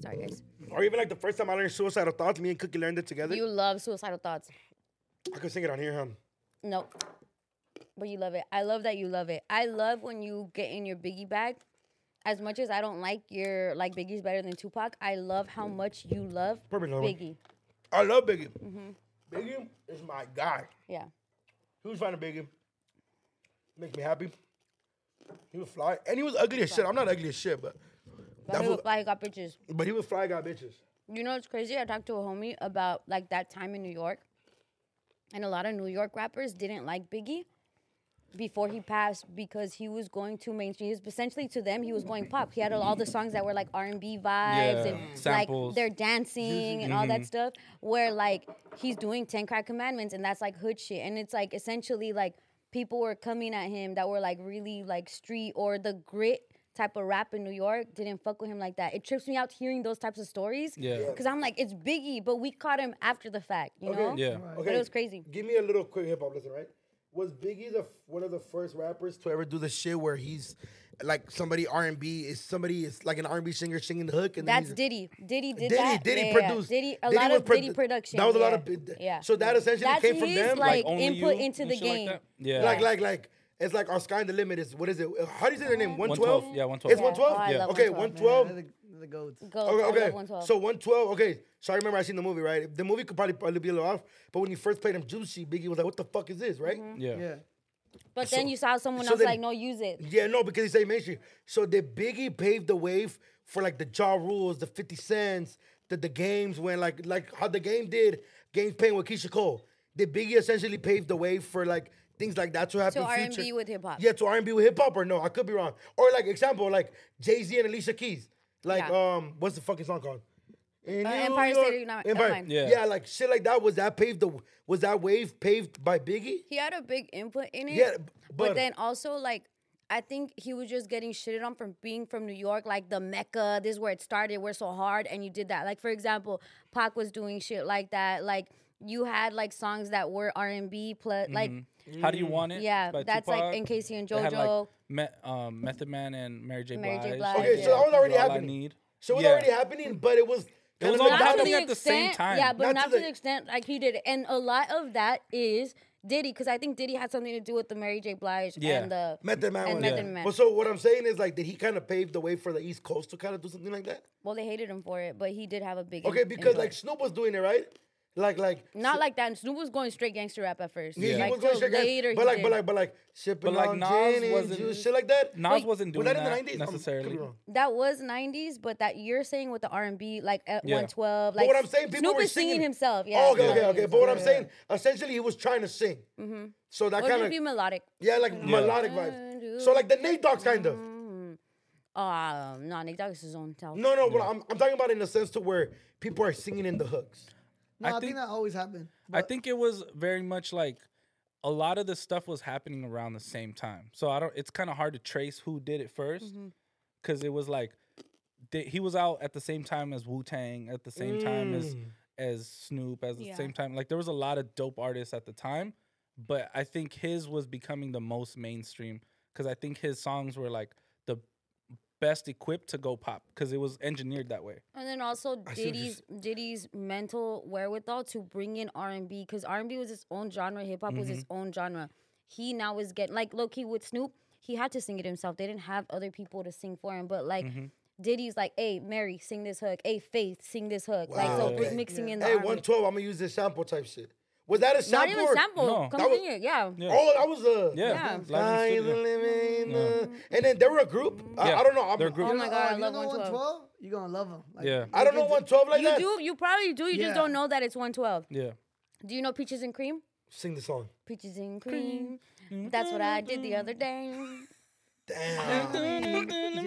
Sorry, guys. Or even like the first time I learned suicidal thoughts, me and Cookie learned it together. You love suicidal thoughts. I could sing it on here, huh? Nope. But you love it. I love that you love it. I love when you get in your Biggie bag. As much as I don't like your like Biggie's better than Tupac, I love how much you love Pour me another one. Biggie. I love Biggie. Mm-hmm. Biggie is my guy. Yeah. He was fine to Biggie. Make me happy. He was fly, and he was ugly as shit. I'm not ugly as shit, but But he fool- was fly, he got bitches. but he was fly guy bitches. You know what's crazy? I talked to a homie about like that time in New York, and a lot of New York rappers didn't like Biggie before he passed because he was going too mainstream. He was essentially to them, he was going pop. He had all the songs that were like R and B vibes Yeah, and like samples. they're dancing Mm-hmm. and all that stuff. Where like he's doing Ten Crack Commandments and that's like hood shit, and it's like essentially like people were coming at him that were like really like street or the grit. Type of rap in New York didn't fuck with him like that. It trips me out hearing those types of stories. Yeah. Cause I'm like, it's Biggie, but we caught him after the fact, you know? Yeah. But it was crazy. Give me a little quick hip hop lesson, right? Was Biggie the f- one of the first rappers to ever do the shit where he's like somebody R and B is somebody is like an R and B singer singing the hook and then That's he's- Diddy. Diddy did Diddy, that. Diddy Yeah, yeah, yeah. produced. Diddy, a Diddy lot was of pro- Diddy production. That was a lot yeah. of. big- Yeah. So that essentially That's came from his, them. Like, like, Only input You into and the shit like game. that? yeah. like, like, like, it's like our sky and the limit is what is it? How do you say their name? One 112? twelve. Yeah, 112. It's one Oh, I twelve. love Okay, 112, one man. twelve. They're the, they're the goats. Go. I love Okay, okay. 112. So 112, okay. So I remember I seen the movie, right? The movie could probably probably be a little off, but when you first played him Juicy, Biggie was like, what the fuck is this, right? Mm-hmm. yeah. Yeah. but then you saw someone so else then- like, no, use it. Yeah, no, because he said mainstream. So the Biggie paved the way f- for like the Jaw Rules, the 50 Cents, the, the games when like like how the game did, games playing with Keisha Cole. The Biggie essentially paved the way for like things like that to happen. R&B future- with hip hop. Yeah, to R and B with hip hop or no, I could be wrong. Or like example, like Jay Z and Alicia Keys. Like Yeah. um, what's the fucking song called? In Uh, New Empire State of Uni- never Empire. mind. Yeah. Yeah. like shit like that. Was that paved the? Was that wave paved by Biggie? he had a big input in it. Yeah, b- but, but- then also like I think he was just getting shitted on from being from New York, like the Mecca. This is where it started. We're so hard, and you did that. Like for example, Pac was doing shit like that. Like you had like songs that were R and B plus like Mm-hmm. How do you want it? yeah, by that's like Tupac. in Casey and They JoJo. had, like, Me- um, Method Man and Mary J. Mary J. Blige. Blige, Okay, so yeah. that was already All I happening. Need. So it was Yeah. already happening, but it was. It was kinda all like- about not to happening the at the same extent- time. Yeah, but not, Not to to the, the- extent like he did. it. And a lot of that is Diddy, because I think Diddy had something to do with the Mary J. Blige Yeah. and the Method Man. and was- Method Man. Well, so what I'm saying is like, did he kind of pave the way for the East Coast to kind of do something like that? Well, they hated him for it, but he did have a big Okay, in- because input. like Snoop was doing it right. Like like. Not like that. And Snoop was going straight gangster rap at first. he- he like was going till straight guys, later. but he like, did. but like, but like, shipping like, on Nas gin and wasn't- juice, shit like that. Nas Wait, wasn't was doing that in that, the 90s? I'm- could be necessarily. wrong. that was '90s, but that you're saying with the R&B, like at Yeah. 112, But like what I'm saying, people Snoop were is singing, singing- himself. Yeah. Mm-hmm. Oh, okay, okay, Snoop is okay. singing But what I'm himself. saying, essentially, he was trying to sing. So that or kind just of be melodic. yeah, like melodic vibes. So like the Nate Dogs kind of. Mm-hmm. Um, no, Nick Dogg is his own self. No, no, but I'm, I'm talking about in the sense to where people are singing in the hooks. No, I, think, think- that always happened. I But think it was very much like a lot of the stuff was happening around the same time. So I don't. It's kind of hard to trace who did it first, because it was like they, he was out at the same time as Wu Tang, at the same time as as Snoop, as the Yeah. same time. Like there was a lot of dope artists at the time, but I think his was becoming the most mainstream because I think his songs were like the best equipped to go pop because it was engineered that way. And then also see what you're Diddy's Diddy's mental wherewithal to bring in R and B because R and B was its own genre, hip hop was its own genre. He now is getting like low key with Snoop. He had to sing it himself. They didn't have other people to sing for him. But like Diddy's like, hey Mary, sing this hook. Hey Faith, sing this hook. Like so Wow, okay. mixing in the Hey, R&B. 112, I'm gonna use this sample type shit. Was that a not sample? even or- sample. No. Come That was- sing it. Yeah. Oh, that was a. Yeah, Yeah. live in the Sky's the studio. limit, uh, And then they were a group. I, Yeah, I don't know. I'm, they're a group. Oh my god, I if uh, you love know 112. 112, you're going to love them. Like, Yeah. I don't know 112 like You that. do. You probably do. You Yeah. just don't know that it's 112. Yeah. Do you know Peaches and Cream? Sing the song. Peaches and cream. That's what I did the other day. Damn.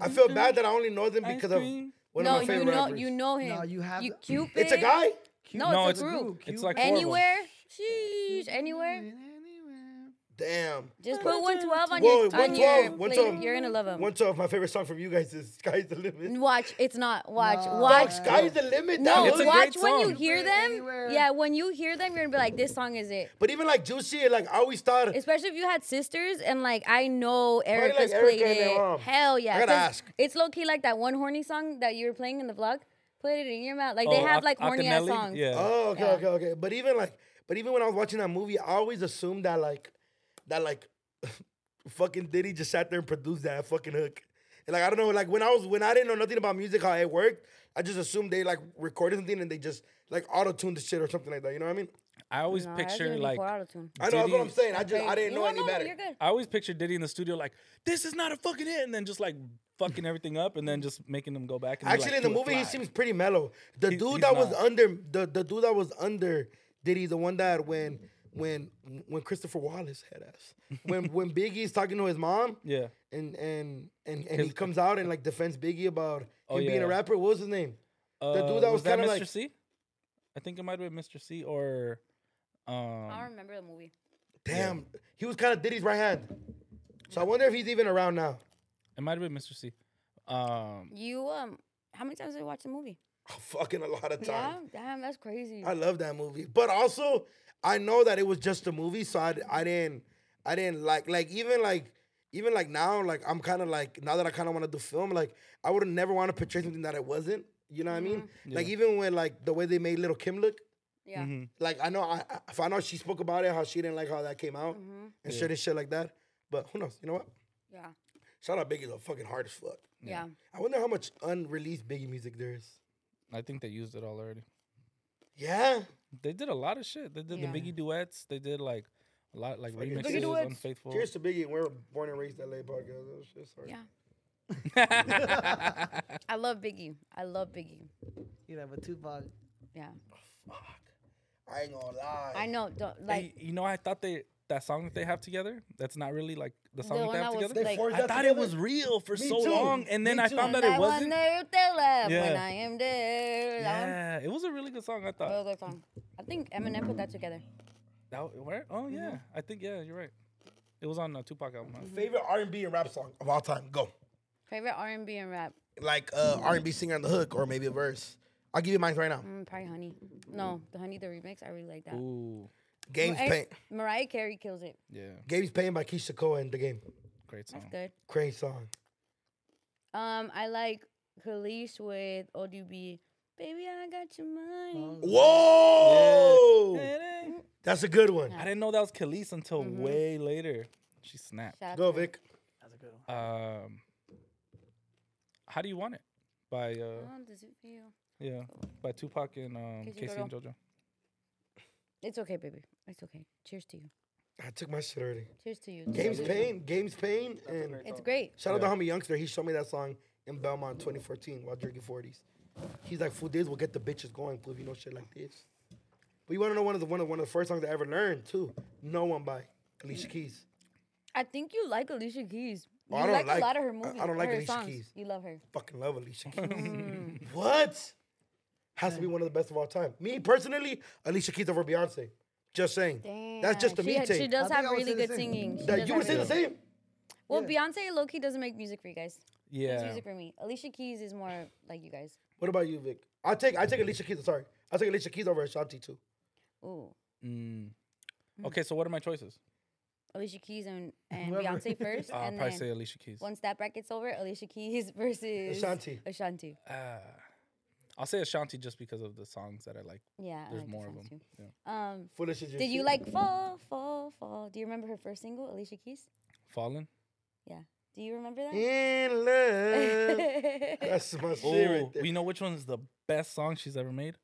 I feel bad that I only know them because of cream. one no, of my you favorite know rappers. you know him. No, you have you the- Cupid. It's a guy. No, No, Oh, it's, it's a a group. group. It's like four of 'em. Anywhere. Sheesh. Anywhere. Damn. Just put 112 on Whoa, your on 112, your 112. plate. You're gonna love him. 112, my favorite song from you guys is "Sky's the Limit." Watch. It's not. Watch. No. Watch. Fuck, "Sky's the Limit." No, that It's a hook- watch great when you song. hear Anywhere, them. anywhere. Yeah, when you hear them, you're gonna be like, this song is it. But even like Juicy, like I always thought. Especially if you had sisters and like I know Erica's Erica played and it. their mom. Hell yeah. I gotta 'cause ask. It's low key like that one horny song that you were playing in the vlog. Put it in your mouth. Like they Oh, have Ac- like horny ass Acanelli? songs. Yeah. Oh, okay, Yeah. okay, okay. But even like, but even when I was watching that movie, I always assumed that like, that like, fucking Diddy just sat there and produced that fucking hook. And, like I don't know, like when I was when I didn't know nothing about music how it worked, I just assumed they like recorded something and they just like auto tuned the shit or something like that. You know what I mean? I always No, that's picture gonna be like for auto-tune. I know that's what Diddy- I'm saying. I just I didn't know No, any no, better. You're good. I always picture Diddy in the studio like, this is not a fucking hit, and then just like fucking everything up, and then just making them go back. And be Actually, like, in the "Do it movie, he fly." seems pretty mellow. The He's- dude he's that was not. under the, the dude that was under Diddy, the one that when when when Christopher Wallace had us when when Biggie's talking to his mom, Yeah. and and and, and he comes out and like defends Biggie about him Oh, being yeah. a rapper. What was his name? the Uh, dude that was, that kind of Mr. like C. I think it might have been Mr. C or I um, don't remember the movie. damn, he was kind of Diddy's right hand. So I wonder if he's even around now. it might have been Mr. C. Um, You um, how many times did you watch the movie? Fucking a lot of Yeah, times. damn, that's crazy. I love that movie, but also I know that it was just a movie, so I, I didn't I didn't like like even like even like now, like I'm kind of like now that I kind of want to do film, like I would have never want to portray something that I wasn't. You know what I mean? Like even when like the way they made Little Kim look, Yeah. Mm-hmm. like I know I, I if I know she spoke about it, how she didn't like how that came out and shit and shit like that. But who knows? You know what? Mm-hmm. Yeah. Shout out Biggie's a fucking hard as fuck. Yeah. I wonder how much unreleased Biggie music there is. I think they used it all already. Yeah. They did a lot of shit. They did Yeah. the Biggie duets. They did like a lot like remixes. duets. Unfaithful. Cheers to Biggie. We're born and raised LA podcast. Oh, shit, sorry. Yeah. I love Biggie. I love Biggie. You'd have a Tupac. Yeah. I ain't gonna lie. I know. Don't Oh. Hey, like you know, I thought they that song that they have together. That's not really like the song The that one they have that was, together. like- forged I that thought it together. was real for Me so too. long, and then Me I too. found out I it wasn't. wonder if they laugh when Yeah. I am there. That one. Yeah, it was a really good song. I That was a thought. good song. I think Eminem put that together. That, w- where? mm-hmm. Oh yeah, I think yeah, you're right. It was on a Tupac album. huh? Favorite R and B and rap song of all time. Go. Favorite R and B and rap. Like uh, R and B singer on the hook or maybe a verse. I'll give you mine right now. Mm, probably Honey. No, the Honey the remix. I really like that. Ooh, Game's Mar- pain. Mariah Carey kills it. yeah, Game's pain by Keisha Cole and the game. great That's song. good. Crazy song. Um, I like Khalees with ODB. Baby, I got your Um, money. Whoa. Mm-hmm. Yeah. That's a good one. I didn't know that was Khalees until way later. She snapped. Shout out Go to her. Vic. That's a good one. Um, how do you want it? By uh, Oh, does it feel- yeah, by Tupac and um, Casey Casey and JoJo. It's okay, baby. It's okay. Cheers to you. I took my shit already. Cheers to you. Game's pain. Game's pain. And It's great. shout out to homie Youngster. He showed me that song in Belmont 2014 while drinking 40s. He's like, fool, this will get the bitches going, fool, if you know shit like this. But you want to know one of the one of one of the first songs I ever learned too. No one by Alicia Keys. I think you like Alicia Keys. Oh, you I don't like, like- a lot of I- I her movies. don't like her Alicia songs. Keys. You love her. Fucking love Alicia Keys. what? Has to be one of the best of all time. Me personally, Alicia Keys over Beyonce. Just saying. That's just a she, me ha- She take. does I have think I would really say the good same. singing. She That does you have would say the really- same. Well, Beyonce low-key doesn't make music for you guys. It's Yeah, music for me. Alicia Keys is more like you guys. What about you, Vic? I take I take Alicia Keys. Sorry, I take Alicia Keys over Ashanti too. Ooh. Mm. Okay, so what are my choices? Alicia Keys and, and Beyonce first. I'll and probably then say Alicia Keys. once that bracket's over, Alicia Keys versus Ashanti. Ashanti. Uh, Ah, I'll say Ashanti just because of the songs that I like. Yeah. I There's like more of songs them. too. Yeah. Um, Foolish is your did you shit. like Fall, Fall, Fall? Do you remember her first single, Alicia Keys? Fallen. Yeah. Do you remember that? in love? That's my shit right Oh, there. you know which one is the best song she's ever made?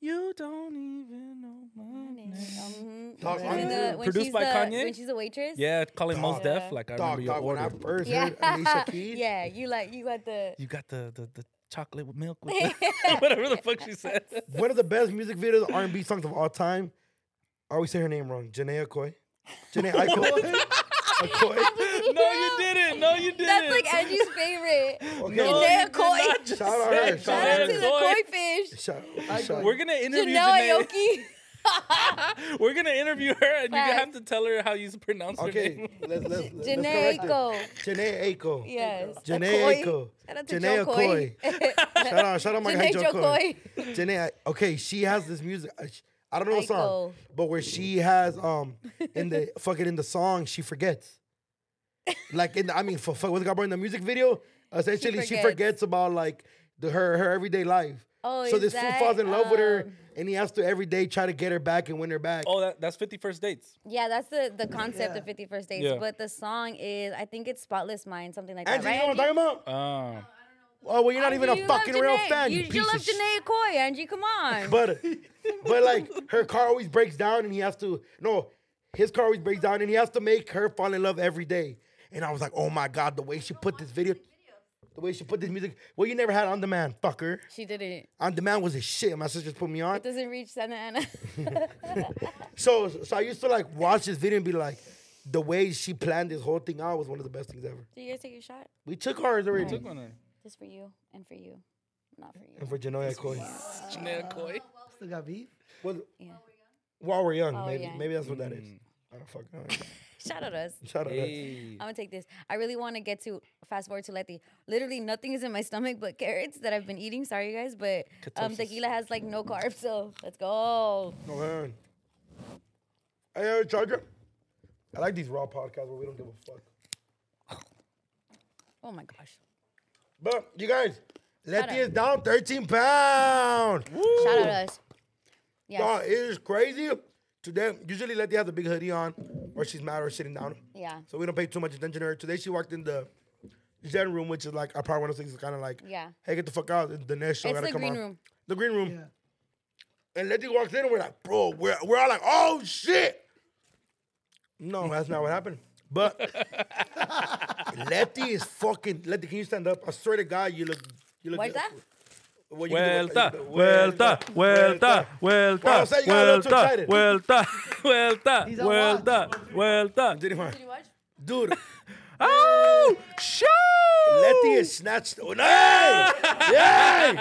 You don't even know my name. Mhm. Dog, When she's I'm- the- when Produced she's by the- Kanye? When she's a waitress. Yeah, calling most Yeah. deaf. Like I Dog, remember your dog. When I order. first Yeah. heard Alicia Keys, Yeah, You like you got the. You got the the, the chocolate with milk, with whatever the fuck she said. one of the best music videos, R and B songs of all time. I always say her name wrong. Janae Akoy. Janae Akoy. Akoy. no, you didn't. No, you didn't. That's like Angie's favorite. Okay. No, Janae you did Koi. not just Shout out her. say Shout out to Janae the Koi. koi fish. Shout, shout, We're gonna interview Janae. Janelle Aoki. We're gonna interview her, and you're gonna have Facts. to tell her how you pronounce her okay, name. let's let's let's Janae correct it. Aiko. Janae Aiko. Yes. Janae Koi. Aiko. Shout out to Janae Joe Koi. Aiko. Shout out, shout out my guy Janae Joe Joe Coy. Coy. Janae, I- okay, she has this music. I sh- I don't know the song, Aiko. but where she has um in the fucking in the song, she forgets. Like in the, I mean, for fuck, what's got in the music video? Essentially, she forgets, forgets. about like the, her her everyday life. Oh, so is this that, fool falls in love with her, um, and he has to every day try to get her back and win her back. Oh, that, that's Fifty First Dates. Yeah, that's the, the concept of 51st Dates. Yeah. But the song is, I think it's Spotless Mind, something like that. Angie, right? you know what I'm talking about? Um, Oh, well, you're not Angie, even a you love fucking real Janae. fan. You, You, you piece love of shit. Janae Coy, Angie. Come on. But but like her car always breaks down and he has to no, his car always breaks down and he has to make her fall in love every day. And I was like, oh my god, the way she put this video, the way she put this music. Well, you never had on demand, fucker. she didn't. On demand was a shit. My sisters put me on. It doesn't reach Santa Ana. So so I used to like watch this video and be like, the way she planned this whole thing out was one of the best things ever. Do you guys take your shot? We took ours already. took one already. This for you and for you, not for you. And for Janoya Coy. Janae Coy. Still got beef? Was, Yeah. While we're young, Oh, maybe yeah. Mm. maybe that's what that is. Oh, I don't fucking know. Shout out us. Shout out. Hey. I'm gonna take this. I really want to get to fast forward to Letty. Literally nothing is in my stomach but carrots that I've been eating. Sorry, you guys, but um, Ketosis. tequila has like no carbs, so let's go. No Oh, man. Hey, yo, Charger. I like these raw podcasts where we don't give a fuck. Oh my gosh. But you guys, Letty is up. down 13 pounds. Shout out to us. Yes. Dog, it is crazy. Today, usually Letty has a big hoodie on, or she's mad or sitting down. Yeah. So we don't pay too much attention to her. Today she walked in the gen room, which is like our part one of things is kind of like, Yeah. hey, get the fuck out. It's the next show. It's gotta the come green on. room. The green room. Yeah. And Letty walks in and we're like, bro, we're, we're all like, oh shit. No, that's not what happened. But Letty is fucking Letty, can you stand up? I swear to God, you look you look What's that? Well, you can do Vuelta, what- vuelta, vuelta, Well, vuelta, I said you got a little too vuelta, excited. vuelta, vuelta, He's on vuelta, vuelta. Anyway, you watch? Dude, Oh, show! Letty is snatched. Oh, no! Yay!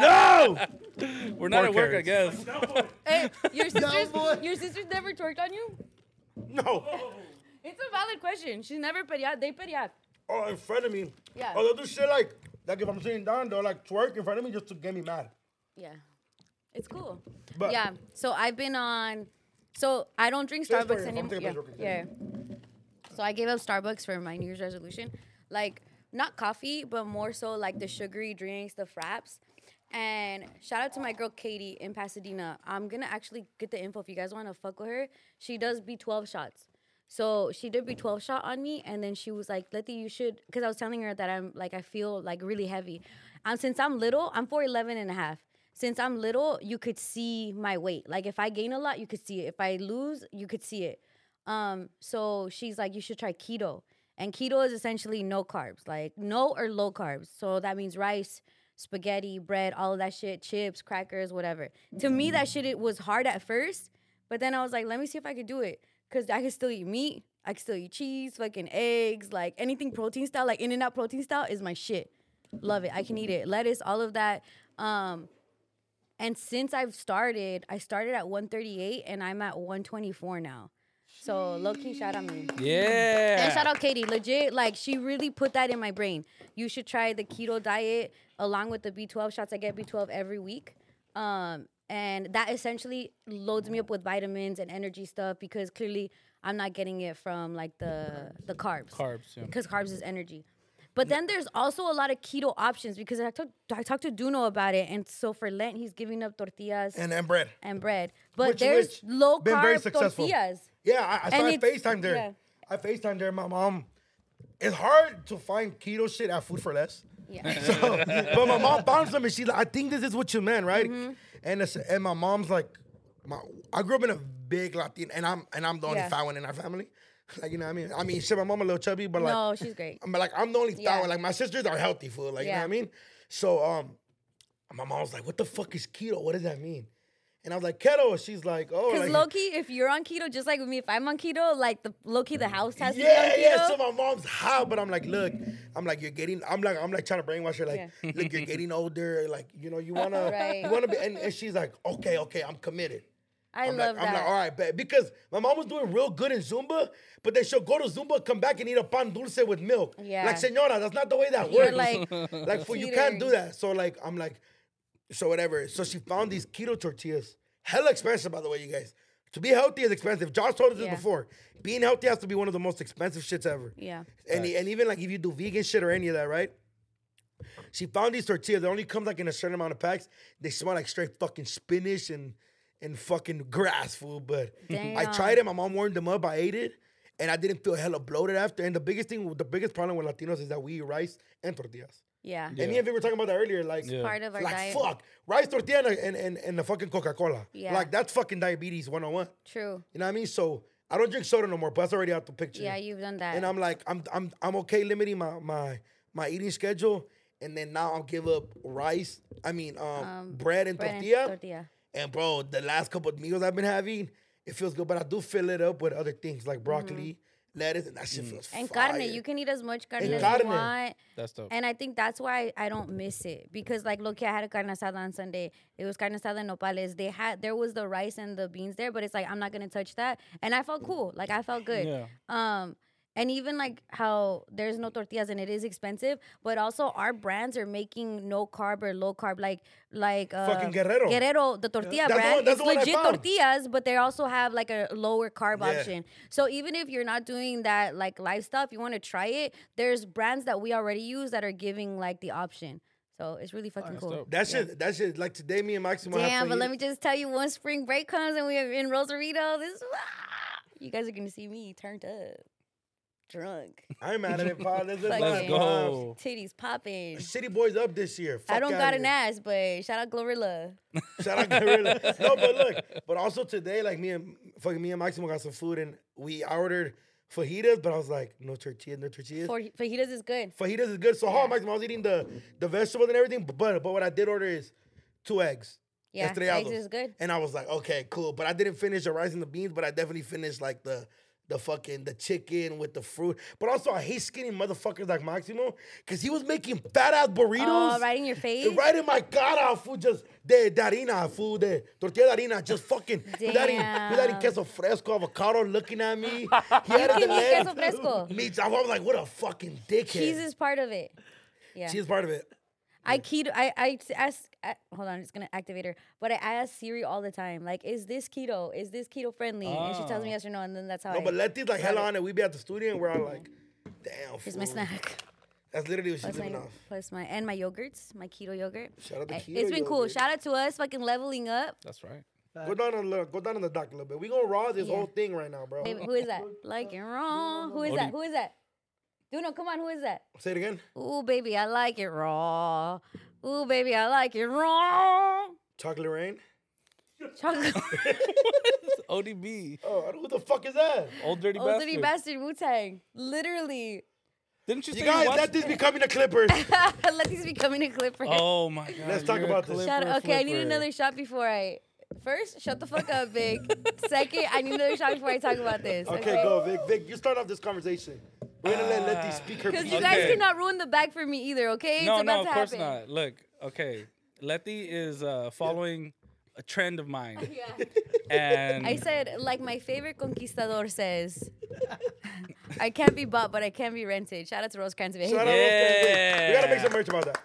No! We're not at work, I carrots. guess. Hey, your sisters, boy. your sisters never twerked on you? No! It's a valid question. She's never pediat. They pediat. Oh, in front of me. Yeah. Oh, they'll do shit like, like if I'm sitting down, they'll like twerk in front of me just to get me mad. Yeah. It's cool. But- yeah. So I've been on. So I don't drink Thanks for Starbucks your- I'm anymore. taking a Yeah, picture, okay, yeah. So I gave up Starbucks for my New Year's resolution. Like, not coffee, but more so like the sugary drinks, the fraps. And shout out to my girl Katie in Pasadena. I'm gonna actually get the info if you guys wanna fuck with her. She does B12 shots. So she did B12 shot on me, and then she was like, Letty, you should, because I was telling her that I'm like, I feel like really heavy. Um, since I'm little, I'm 4'11 and a half. Since I'm little, you could see my weight. Like if I gain a lot, you could see it. If I lose, you could see it. Um, so she's like, you should try keto. And keto is essentially no carbs, like no or low carbs. So that means rice, spaghetti, bread, all of that shit, chips, crackers, whatever. To me, that shit it was hard at first, but then I was like, let me see if I could do it. Cause I could still eat meat, I could still eat cheese, fucking eggs, like anything protein style, like in and out protein style is my shit. Love it. I can eat it. Lettuce, all of that. Um, and since I've started, I started at 138 and I'm at 124 now. So low key shout out me. And shout Yeah. out Katie. Legit, like she really put that in my brain. You should try the keto diet along with the B12 shots. I get B12 every week. Um, and that essentially loads me up with vitamins and energy stuff because clearly I'm not getting it from like the the carbs. Carbs, yeah. Because carbs is energy. But then there's also a lot of keto options because I talked I talked to Duno about it, and so for Lent he's giving up tortillas And then bread. and bread. But Which- there's which low been very carb successful. tortillas. Yeah, I, I saw And I it's- FaceTime there. yeah. I FaceTime there. My mom. It's hard to find keto shit at Food for Less. Yeah. So, but my mom found some and she's like, I think this is what you meant, right? Mm-hmm. And it's, and my mom's like, my I grew up in a big Latin and I'm and I'm the only Yeah. fat one in our family. Like you know what I mean? I mean, shit, my mom a little chubby, but like No, she's great. I'm like I'm the only Yeah. fat one. Like my sisters are healthy food. Like you know Yeah. what I mean? So um, my mom was like, what the fuck is keto? What does that mean? And I was like, keto. And She's like, oh, Because like, low key, if you're on keto, just like with me, if I'm on keto, like the low key, the house has Yeah, to be on keto. yeah. So my mom's high, but I'm like, look, I'm like, you're getting. I'm like, I'm like trying to brainwash her. Like, look, you're getting older. Like, you know, you wanna, Right. you wanna be. And, and she's like, okay, okay, I'm committed. I am love like, I'm that. like, all right, bet. Because my mom was doing real good in Zumba, but then she'll go to Zumba, come back and eat a pan dulce with milk. Yeah. Like, senora, that's not the way that You're works. like, like for you can't do teetering. that. So like, I'm like, so whatever. So she found these keto tortillas. Hella expensive, by the way, you guys. To be healthy is expensive. Josh told us Yeah. this before. Being healthy has to be one of the most expensive shits ever. Yeah. And, and even like if you do vegan shit or any of that, right? She found these tortillas. They only come like in a certain amount of packs. They smell like straight fucking spinach and and fucking grass food. But I Damn. tried it. My mom warmed them up. I ate it, and I didn't feel hella bloated after. And the biggest thing, the biggest problem with Latinos is that we eat rice and tortillas. yeah. And me and Vic were talking about that earlier. Like, Yeah. Part of our like diet. fuck, rice tortilla and, and, and, and the fucking Coca Cola. Yeah. Like, that's fucking diabetes 101. True. You know what I mean? So, I don't drink soda no more, but that's already out the picture. Yeah, you've done that. And I'm like, I'm I'm I'm okay limiting my my my eating schedule, and then now I'll give up rice. I mean, um, bread and Bread and tortilla. tortilla. And bro, the last couple of meals I've been having, it feels good, but I do fill it up with other things like broccoli, lettuce, and that shit feels. Mm-hmm. And fire. carne, you can eat as much carne And as carne. you want. That's dope. And I think that's why I don't miss it because like look, I had a carne asada on Sunday. It was carne asada and nopales. They had there was the rice and the beans there, but it's like I'm not gonna touch that. And I felt cool. Like I felt good. Yeah. Um, And even like how there's no tortillas and it is expensive, but also our brands are making no carb or low carb, like like uh, Fucking Guerrero. Guerrero, the tortilla That's the brand, one- that's it's the one I legit found. tortillas, but they also have like a lower carb Yeah. option. So even if you're not doing that like lifestyle, if you want to try it, there's brands that we already use that are giving like the option. So it's really fucking cool. dope. That shit, that shit, like today, me and Maximo. have Damn, fajitas. but let me just tell you, once spring break comes and we are in Rosarito, this ah, you guys are gonna see me turned up, drunk, I ain't mad at it, Paul. Let's, Fuck let's it. Oh. go. titties popping. City boys up this year. I Fuck don't outta got an here. ass, but shout out Glorilla. Shout out Gorilla. No, but look, but also today, like me and fucking me and Maximo got some food and we I ordered fajitas, but I was like, no tortillas, no tortillas. For fajitas is good. fajitas is good. So how Maximo, I was eating the the vegetables and everything, but but, but what I did order is two eggs. Yeah, estrellados. eggs is good. And I was like, okay, cool. But I didn't finish the rice and the beans, but I definitely finished like the the fucking the chicken with the fruit. But also I hate skinny motherfuckers like Maximo, because he was making fat ass burritos. Oh, right in your face. Right in my cara, food just de, de harina, food de tortilla de harina, just fucking without any, without any Damn. queso fresco, avocado looking at me. He had the can eat leg. queso fresco. Me, I was like, what a fucking dickhead. Cheese is part of it. Yeah. She's part of it. I keto. I I ask. I, hold on, it's gonna activate her. But I ask Siri all the time, like, is this keto? Is this keto friendly? And she tells me Oh. yes or no, and then that's how. Ah. No, I, but Letty's like hella on it. We be at the studio and we're all like, damn. here's my fool. snack. That's literally what she's Plus living my, off. plus my and my yogurts, my keto yogurt. Shout out to I- keto eh, It's been cool. yogurt. Shout out to us, fucking leveling up. That's right. Go down on the go down on the dock a little bit. We gonna raw this Yeah. whole thing right now, bro. Hey, who is that? Like it raw. Who is that? Who is that? Duno, come on, who is that? Say it again. Ooh, baby, I like it raw. Ooh, baby, I like it raw. Chocolate rain. Chocolate ODB, Oh, I don't- who the fuck is that? old dirty old bastard. dirty bastard Wu Tang. Literally, Didn't you, You say guys, you watched- that is becoming the Clippers. let these be coming a clip for Oh my god. Let's talk you're a about this. Shut clipper up. Okay, I need flipper. another shot before I. First, shut the fuck up, Big. Second, I need another shot before I talk about this. okay, go, Vic. Vic, you start off this conversation. We're gonna let Letty speak her Because piece. you guys Okay. cannot ruin the bag for me either, okay? no, it's about no, of to course happen. not. Look, okay, Letty is uh, following a trend of mine, Yeah. and I said, like my favorite conquistador says, I can't be bought, but I can be rented. Shout out to Rosecrans of Shout out, Yeah. We gotta make some merch about that.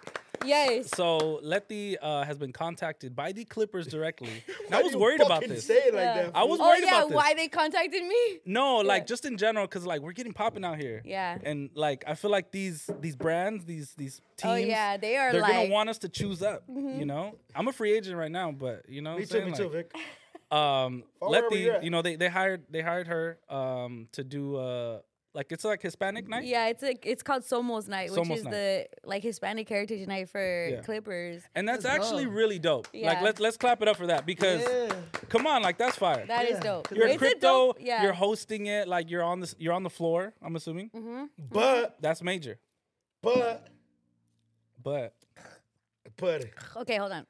Yes. so Letty uh, has been contacted by the Clippers directly. And Why I do was you worried about fucking this. Say it like Yeah. that. I fool? was Oh, worried yeah, about this. why they contacted me? No, like Yeah. just in general, because like we're getting popping out here. Yeah. And like I feel like these these brands, these these teams. Oh, yeah, they are They're like- Mm-hmm. gonna want us to choose up. You know, I'm a free agent right now, but you know, what Me I'm too, saying? me too, Like, Vic. um Or wherever Letty, you're at. you know, they they hired they hired her um to do uh like it's like Hispanic night. Yeah, it's like it's called Somos Night, which Somos is Night. the like Hispanic Heritage Night for Yeah. Clippers. And that's Let's actually go. really dope. Like Yeah. let's let's clap it up for that because Yeah. come on, like that's fire. That is Yeah. dope. You're you're It's a crypto, dope- yeah. you're hosting it, like you're on this you're on the floor, I'm assuming. Mm-hmm. But That's major. but But but okay, hold on.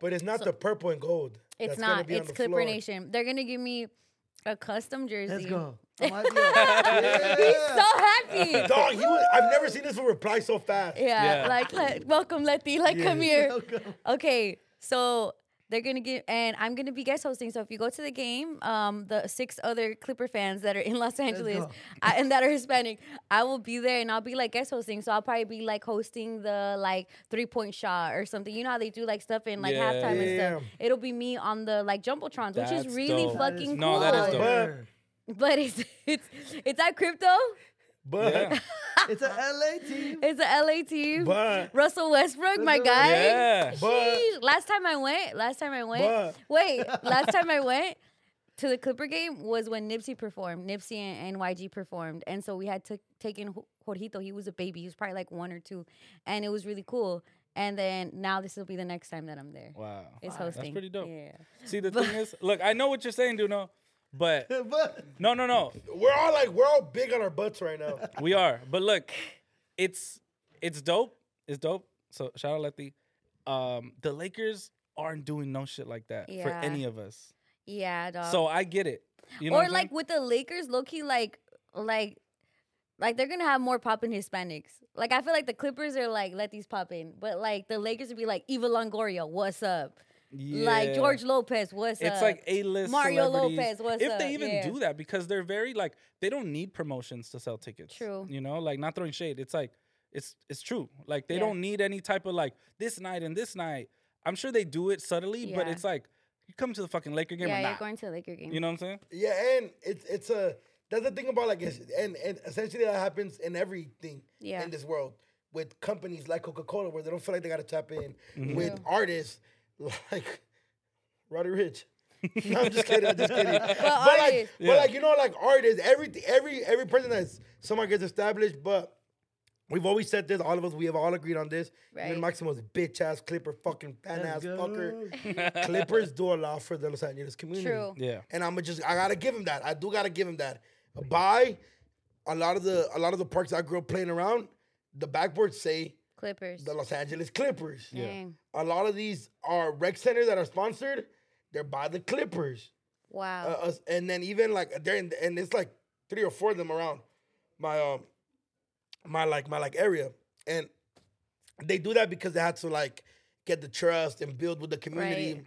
but it's not the purple and gold. It's that's gonna not. be on It's the Clipper floor. Nation. They're gonna give me a custom jersey. Let's go. I might be- Yeah. So happy. Dog, he was, I've never seen this one reply so fast. Yeah, Yeah. like let, welcome Letty, like come here. Welcome. Okay, so they're gonna give, and I'm gonna be guest hosting. So if you go to the game, um, the six other Clipper fans that are in Los Angeles go. I, and that are Hispanic, I will be there and I'll be like guest hosting. So I'll probably be like hosting the like three point shot or something. You know how they do like stuff in like Yeah. halftime and Yeah. stuff. It'll be me on the like jumbotrons, which That's is really dope. That That fucking cool. is No, that is dope. fire. But it's it's it's at crypto. But yeah. It's a LA team. It's a LA team. But- Russell Westbrook, my guy. yeah. But- Sheesh. last time I went, last time I went, But- wait, last time I went to the Clipper game was when Nipsey performed. Nipsey and, and YG performed, and so we had to taken Ju- Jorgito. He was a baby. He was probably like one or two, and it was really cool. And then now this will be the next time that I'm there. Wow. It's hosting. That's pretty dope. Yeah. See the thing is, look, I know what you're saying, Duno, but But no no no. we're all like we're all big on our butts right now. We are. But look, it's it's dope. It's dope. So shout out Letty. Um, the Lakers aren't doing no shit like that for Yeah. any of us. Yeah, dog. So I get it. You know what or I'm like saying? with the Lakers, low key, like like like they're gonna have more poppin' Hispanics. Like I feel like the Clippers are like let these pop in, but like the Lakers would be like Eva Longoria, what's up? Like Yeah. George Lopez, what's up? It's like A list Mario Lopez, what's if up? they even Yeah. do that, because they're very like they don't need promotions to sell tickets. True. You know, like not throwing shade. It's like it's it's true. Like they Yeah. don't need any type of like this night and this night. I'm sure they do it subtly, but Yeah. it's like you come to the fucking Laker game yeah, or you're not. going to the Laker game. you know what I'm saying? Yeah, and it's it's a that's the thing about like it's, and and essentially that happens in everything Yeah. in this world with companies like Coca Cola where they don't feel like they gotta tap in Mm-hmm. with artists like Roddy Rich. no, I'm just kidding. I'm just kidding. But, like, artists- but like you know, like artists, every every every person that's someone gets established, but we've always said this. All of us, we have all agreed on this. Right. Even Maximo's bitch ass Clipper, fucking fan ass Let's go. fucker. Clippers do a lot for the Los Angeles community. True. Yeah. And I'm just I gotta give him that. I do gotta give him that. By a lot of the a lot of the parks I grew up playing around, the backboards say Clippers. the Los Angeles Clippers. Dang. A lot of these are rec centers that are sponsored. They're by the Clippers. Wow. Uh, us- and then even like they're in, and it's like three or four of them around my um my like my like area, and they do that because they had to like get the trust and build with the community. Right.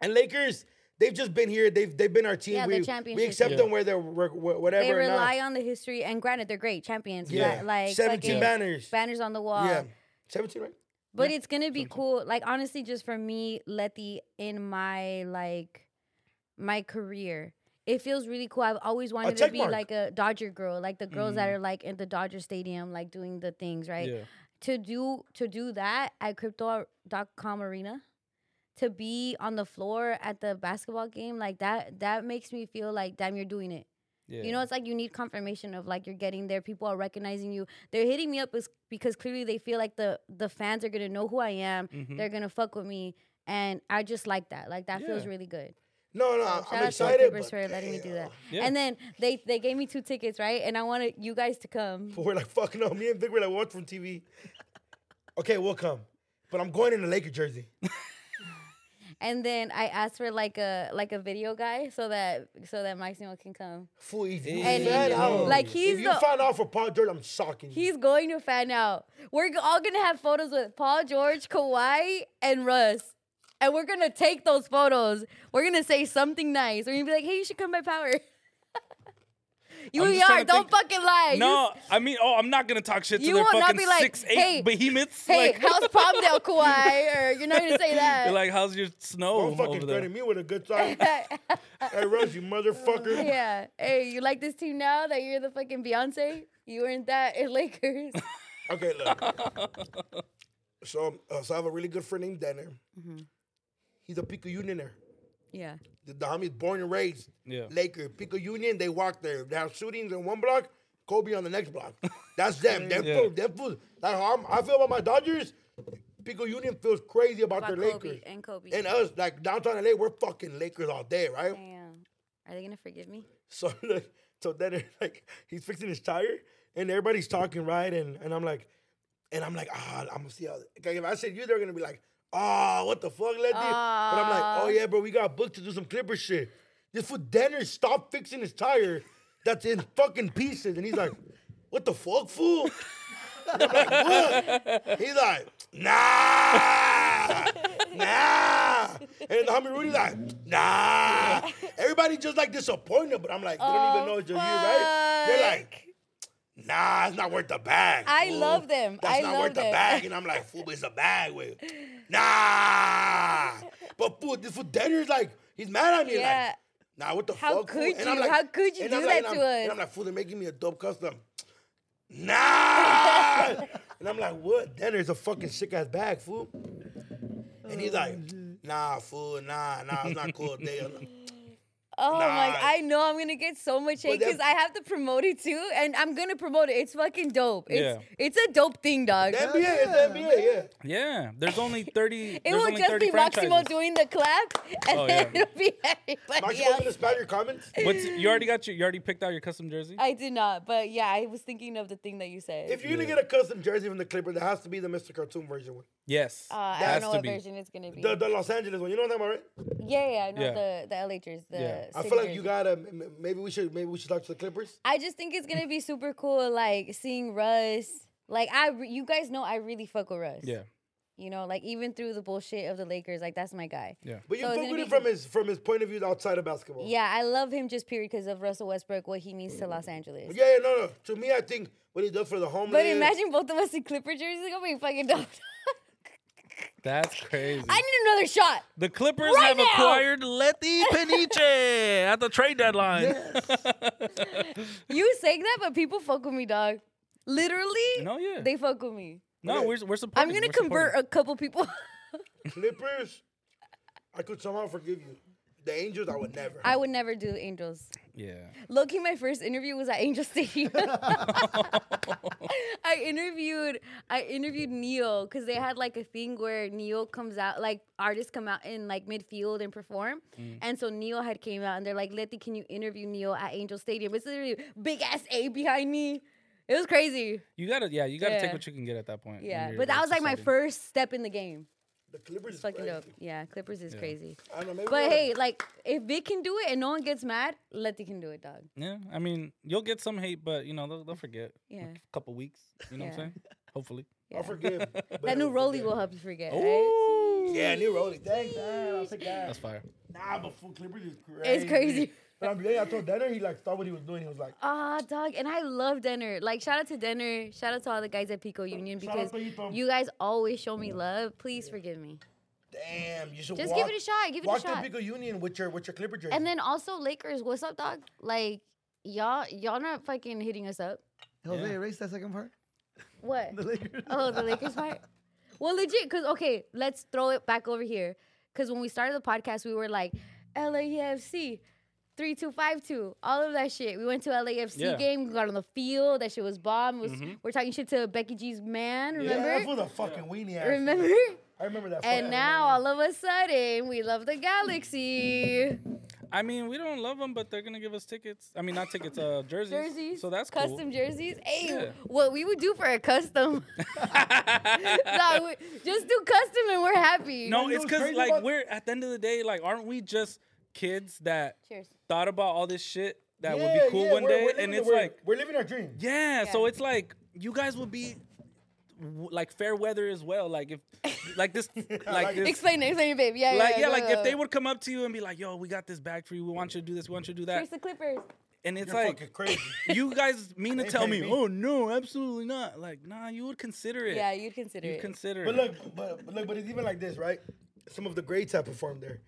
And Lakers, they've just been here. They've they've been our team. Yeah, the we, we championship accept team. them where they're where, where- whatever. they and rely now. on the history, and granted, they're great champions. Yeah. but, like 17 fucking banners. banners on the wall. yeah, seventeen, right? But it's gonna be cool. Like honestly, just for me, Letty in my like my career. It feels really cool. I've always wanted to check be mark. Mm-hmm. like a Dodger girl, like the girls that are like in the Dodger Stadium, like doing the things, right? Yeah. To do to do that at crypto.com arena, to be on the floor at the basketball game, like that that makes me feel like damn you're doing it. Yeah. You know, it's like you need confirmation of like you're getting there. People are recognizing you. They're hitting me up is because clearly they feel like the the fans are gonna know who I am. Mm-hmm. Mm-hmm. They're gonna fuck with me, and I just like that. Like that feels Yeah. really good. No, no, So I'm- shout I'm out to the excited. Clippers but for letting me do that. Yeah. And then they they gave me two tickets, right? And I wanted you guys to come. But we're like, fuck no. Me and Vic were like, watch from TV. okay, we'll come. But I'm going in a Laker jersey. And then I asked for like a like a video guy so that so that Maximo can come. Full easy. And Man, he- I- like, he's if you the- find out for Paul George, I'm shocking. you. He's going to fan out. We're g- all gonna have photos with Paul George, Kawhi, and Russ. And we're gonna take those photos. We're gonna say something nice. We're gonna be like, hey, you should come by power. you I'm just are, trying to don't think- fucking lie. You No, I mean, oh, I'm not gonna talk shit to You their will not fucking be like, six eight "Hey, behemoths. s- hey, uh, like, how's Palmdale, Kawhi? Or you're not gonna say They're that. like, how's your snow Don't over fucking there? threaten me with a good time. hey, Russ, you motherfucker. yeah. Hey, you like this team now that you're the fucking Beyonce? You weren't that in Lakers. Okay, look. so, uh, so I have a really good friend named Denner. Mm-hmm. He's a Pico Unioner. yeah. The, the homie is born and raised. Yeah. Laker, Pico Union, they walk there. They have shootings in one block, Kobe on the next block. That's them. They're Yeah. fools. They're fools. Like how I'm, I feel about my Dodgers, Pico Union feels crazy about, About their Kobe Lakers. and Kobe. And us, like downtown LA, we're fucking Lakers all day, right? Damn. Are they gonna forgive me? So like, so then it, like he's fixing his tire and everybody's talking right and and I'm like and I'm like ah I'm gonna see how like, if I said you they're gonna be like ah what the fuck let this but I'm like oh yeah bro we got booked to do some Clipper shit this fool Denner stopped fixing his tire that's in fucking pieces and he's like what the fuck fool He's like, nah, nah. And the homie Rudy's like, nah. Everybody just like disappointed, but I'm like, they don't even know it's just you, right? They're like, nah, it's not worth the bag. I fool. love them. That's I not love worth the them. bag. And I'm like, fool, but it's a bag with. Nah. But fool, this fool Denner's like, he's mad at me. Yeah. Like, Nah, what the How fuck? fool?" could And I'm you? like- How could you and do I'm like- that and to I'm- us? And I'm like, fool, they're making me a dope custom. Nah! and I'm like, what? Denner's a fucking sick ass bag, fool. And he's like, nah, fool, nah, nah, it's not cool. They, Oh my! Nah. I know I'm gonna get so much hate that- because I have to promote it too, and I'm gonna promote it. It's fucking dope. It's Yeah. it's a dope thing, dog. the NBA, it's the NBA, yeah. Yeah, there's only thirty. it there's will only just 30 be Maximo franchises. doing the clap, and Oh, then yeah. it'll be everybody Maximo's gonna else. spam your comments. What's you already got your you already picked out your custom jersey? I did not, but yeah, I was thinking of the thing that you said. If you're gonna get a custom jersey from the Clipper, there has to be the Mr. Cartoon version one. yes. uh, I has don't know to what be. version it's gonna be. The, the Los Angeles one, you know what I'm talking about, right? yeah, yeah, I know Yeah. the the LHers. The Yeah. I city feel like you jersey. gotta m- m- maybe we should maybe we should talk to the Clippers. I just think it's gonna be super cool, like seeing Russ. Like I, re- you guys know I really fuck with Russ. Yeah. You know, like even through the bullshit of the Lakers, like that's my guy. Yeah. But you So fuck it's with gonna it be- from his from his point of view outside of basketball. Yeah, I love him just period because of Russell Westbrook, what he means to Los Angeles. Yeah, yeah, no, no. To me, I think what he does for the homeless. But imagine both of us in Clipper jerseys. Like, oh my fucking dog. That's crazy. I need another shot. the Clippers Right have now! acquired Letty Peniche at the trade deadline. You saying that, but people fuck with me, dog. Literally, No, yeah. they fuck with me. No, we're we're I'm supporting. gonna we're convert supporting. a couple people. Clippers, I could somehow forgive you. The Angels, I would never. I would never do Angels. yeah. Loki, my first interview was at Angel Stadium. I interviewed I interviewed Neo because they had like a thing where Neo comes out, like artists come out in like midfield and perform. And so Neo had came out and they're like, Letty, can you interview Neo at Angel Stadium? It's literally big ass A behind me. It was crazy. You gotta yeah, you gotta Yeah. take what you can get at that point. when Yeah. you're But that was like my deciding. first step in the game. the Clippers is Fucking crazy. dope. Yeah, Clippers is crazy. I don't know, maybe But we're- hey, like if Vic can do it and no one gets mad, Letty can do it, dog. Yeah, I mean, you'll get some hate, but you know they'll, they'll forget. in Yeah. a couple weeks. You know what Yeah. I'm saying? Hopefully. I'll forgive. but I That new won't Rolly forget. will help you forget. right? Oh, Yeah, new Rolly. Thanks. Man, I'll take that. that's fire. Nah, but full Clippers is crazy. It's crazy. But I'm yeah, I told Denner he like thought what he was doing. He was like, Ah, dog, and I love Denner. Like, shout out to Denner. Shout out to all the guys at Pico Union Shout out because to you, Tom. you guys always show me love. Please forgive me. damn, you should Just walk, give it a shot. Give it a Walk the shot. Pico Union with your with your Clipper jersey. And then also Lakers, what's up, dog? Like, y'all, y'all not fucking hitting us up. Jose, Yeah. erase that second part. What? The Lakers. Oh, the Lakers part. Well, legit, cause okay, let's throw it back over here. Cause when we started the podcast, we were like LAFC, three two five two, all of that shit. We went to LAFC Yeah. Mm-hmm. game, we got on the field. That shit was bomb. Was, We're talking shit to Becky G's man. Yeah, Remember? that was a fucking weenie ass. remember? I remember that. And fucking now all of a sudden, we love the Galaxy. I mean, we don't love them, but they're gonna give us tickets. I mean, not tickets, uh, jerseys. jerseys. So that's Cool. custom jerseys. Hey, Yeah. what we would do for a custom? no, we, just do custom and we're happy. No, know it's what's because crazy like about- we're at the end of the day, like, aren't we just kids that Cheers. thought about all this shit that weenie. would be cool yeah, one we're- day, we're and living- it's we're- like, we're living our dream. yeah, Yeah. So it's like you guys would be w- like fair weather as well. Like if like this, like like it. this. Explain it, explain it, babe. Yeah, like yeah, go, like go, if they go. would come up to you and be like, "Yo, we got this bag for you. We want you to do this. We want you to do that," Here's the Clippers. and it's You're like, fucking crazy. you guys mean to They tell pay me, me. "Oh no, absolutely not." Like, nah, you would consider it. Yeah, you'd consider you it. consider But it. look, but, but look, but it's even like this, right? Some of the greats have performed there.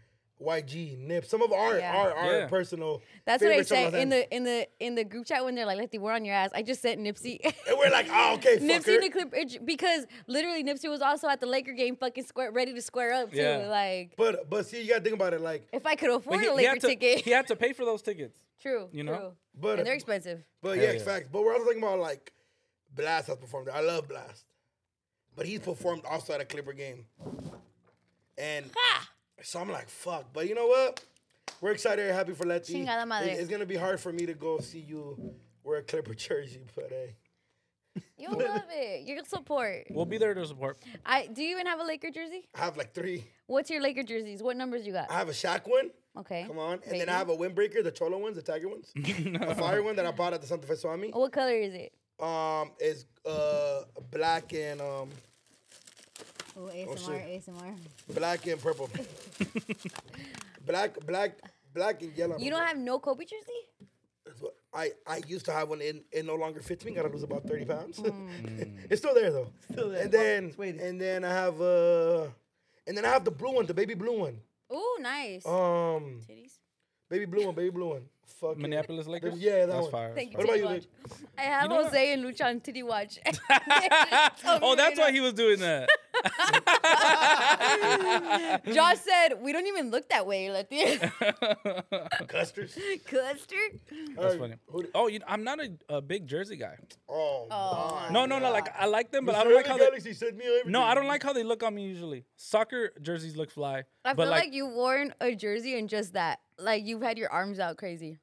YG, Nip, some of our Yeah. our, our Yeah. personal. That's what I favorites from said Los in Angeles. the in the in the group chat when they're like, "Letty, we're on your ass." I just said Nipsey. And we're like, oh, okay, Nipsey fucker. and the Clippers because literally Nipsey was also at the Laker game, fucking square, ready to square up too. Yeah. Like, But but see, you gotta think about it, like, if I could But afford he, a he Laker had to, ticket, he had to pay for those tickets. true, you know? true. But- and they're expensive. but Hell yeah, yeah. facts. But we're also thinking about like, Blast has performed there. I love Blast, but he's performed also at a Clipper game, and so I'm like, fuck. But you know what? We're excited, and happy for Letty. Chingada madre. It- it's gonna be hard for me to go see you wear a Clipper jersey, but eh, hey, You'll love it. You'll support. We'll be there to support. I do. You even have a Laker jersey? I have like three. What's your Laker jerseys? What numbers you got? I have a Shaq one. Okay. Come on. And then baby. I have a windbreaker, the Cholo ones, the Tiger ones. A fire one that I bought at the Santa Fe Swami. What color is it? Um, is uh black and um Oh, ASMR, shit. ASMR. black and purple. black, black, black and yellow. You don't have no Kobe jersey? That's what- I, I used to have one and it no longer fits me. Gotta lose about thirty pounds. it's still there though. Still there. And then It's waiting. and then I have uh and then I have the blue one, the baby blue one. Ooh, nice. Oh, Um Titties. baby blue one, baby blue one. Fuck it. Minneapolis Lakers. Yeah, that that's one. fire. Thank you. What about Titty you, watch. Vic? I have know what? Jose and Lucha on Titty Watch. Oh, that's why he was doing that. he. Josh said, "We don't even look that way, Letty." Custers. Custer. That's funny. Oh, you, I'm not a, a big jersey guy. Oh, my No, no, no. Like I like them, but I Mr. don't like how they. Galaxy sent me everything. No, I don't like how they look on me usually. Soccer jerseys look fly. I but feel like, you've worn a jersey and just that. Like you've had your arms out crazy.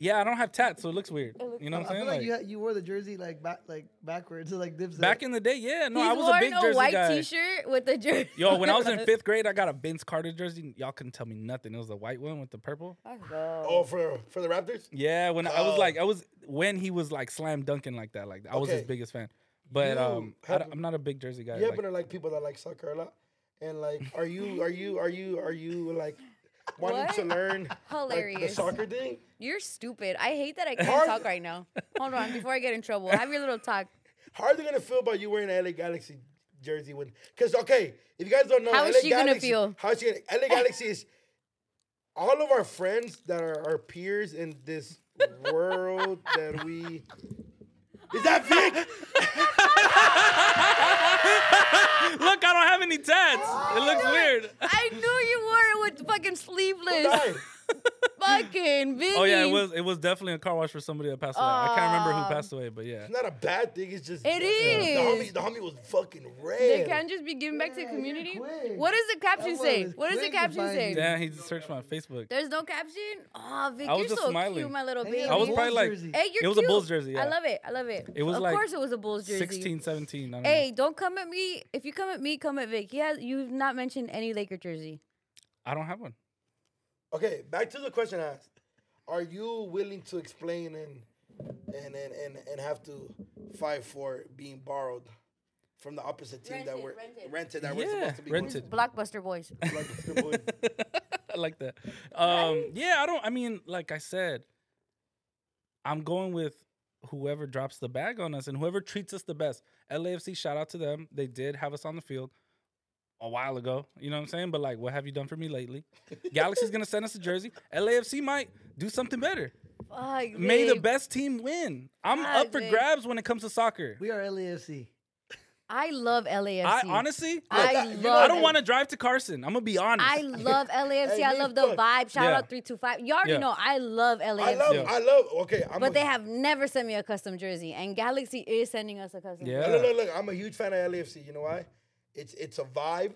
yeah, I don't have tats, so it looks weird. you know I what I'm saying? feel like Like, you ha- you wore the jersey like back like backwards, like Dipset. back in the day, yeah, no, He's I was a worn big jersey white guy. T-shirt with a jersey. Yo, when I was in fifth grade, I got a Vince Carter jersey. Y'all couldn't tell me nothing. It was the white one with the purple. Oh, for for the Raptors. Yeah, when I was Oh. like, I was when he was like slam dunking like that. Like I was his Okay. biggest fan. But You um, I, have- am not a big Jersey guy. Yeah, like- but uh, they're like people that like soccer a lot. And like, are you, are you, are you, are you like wanting to What? learn like, the Hilarious. soccer thing? You're stupid. I hate that I Are can't talk you- right now. Hold on, before I get in trouble, have your little talk. How are they gonna feel about you wearing an LA Galaxy jersey when? Because okay, if you guys don't know, How LA is she gonna Galaxy, feel? How is she gonna? LA Galaxy is all of our friends that are our peers in this world that we. Is that Vic? Look, I don't have any tats. it looks weird. I knew you were with fucking sleeveless. Hi. Fucking Vinny. Oh yeah, it was it was definitely a car wash for somebody that passed away. I can't remember who passed away, but yeah. It's not a bad thing. It's just It The homie, is. the homie was fucking red. They can't just be giving back to the Yeah, community. you're quick. What does the caption That say? one is What does the quick to caption find say? you. Yeah, he searched my Facebook. There's no caption. Oh, Vic, I was you're just so smiling. cute, my little And he baby. had I a was probably Bulls like- jersey. Hey, you're It was a cute. Bulls jersey, yeah. I love it. I love it. It was of like course it was a Bulls jersey. 16, 17. I don't know. Hey, don't come at me. If you come at me, come at Vic. He has you've not mentioned any Laker jersey. I don't have one. Okay, back to the question I asked. Are you willing to explain and and and and, and have to fight for being borrowed from the opposite team that Rented, we're rented. rented that we're Yeah, supposed to be rented. Blockbuster boys. Going to, like, boy. I like that. Um, yeah, I don't. I mean, like I said, I'm going with whoever drops the bag on us and whoever treats us the best. LAFC, shout out to them. They did have us on the field a while ago. You know what I'm saying? But like, what have you done for me lately? Galaxy's gonna send us a jersey. LAFC might do something better. Fuck, May the Vic. best team win. I'm Ah, up for Vic. grabs when it comes to soccer. We are LAFC. I love LAFC. I honestly, I I, love don't want to drive to Carson. I'm gonna be honest. I love LAFC. I Hey, love the look. vibe. Shout Yeah. out 325. You already Yeah. know I love LAFC. I love Yeah. I love okay, I'm a, but they have never sent me a custom jersey, and Galaxy is sending us a custom. Yeah. look, look, look, I'm a huge fan of LAFC, you know why? It's it's a vibe.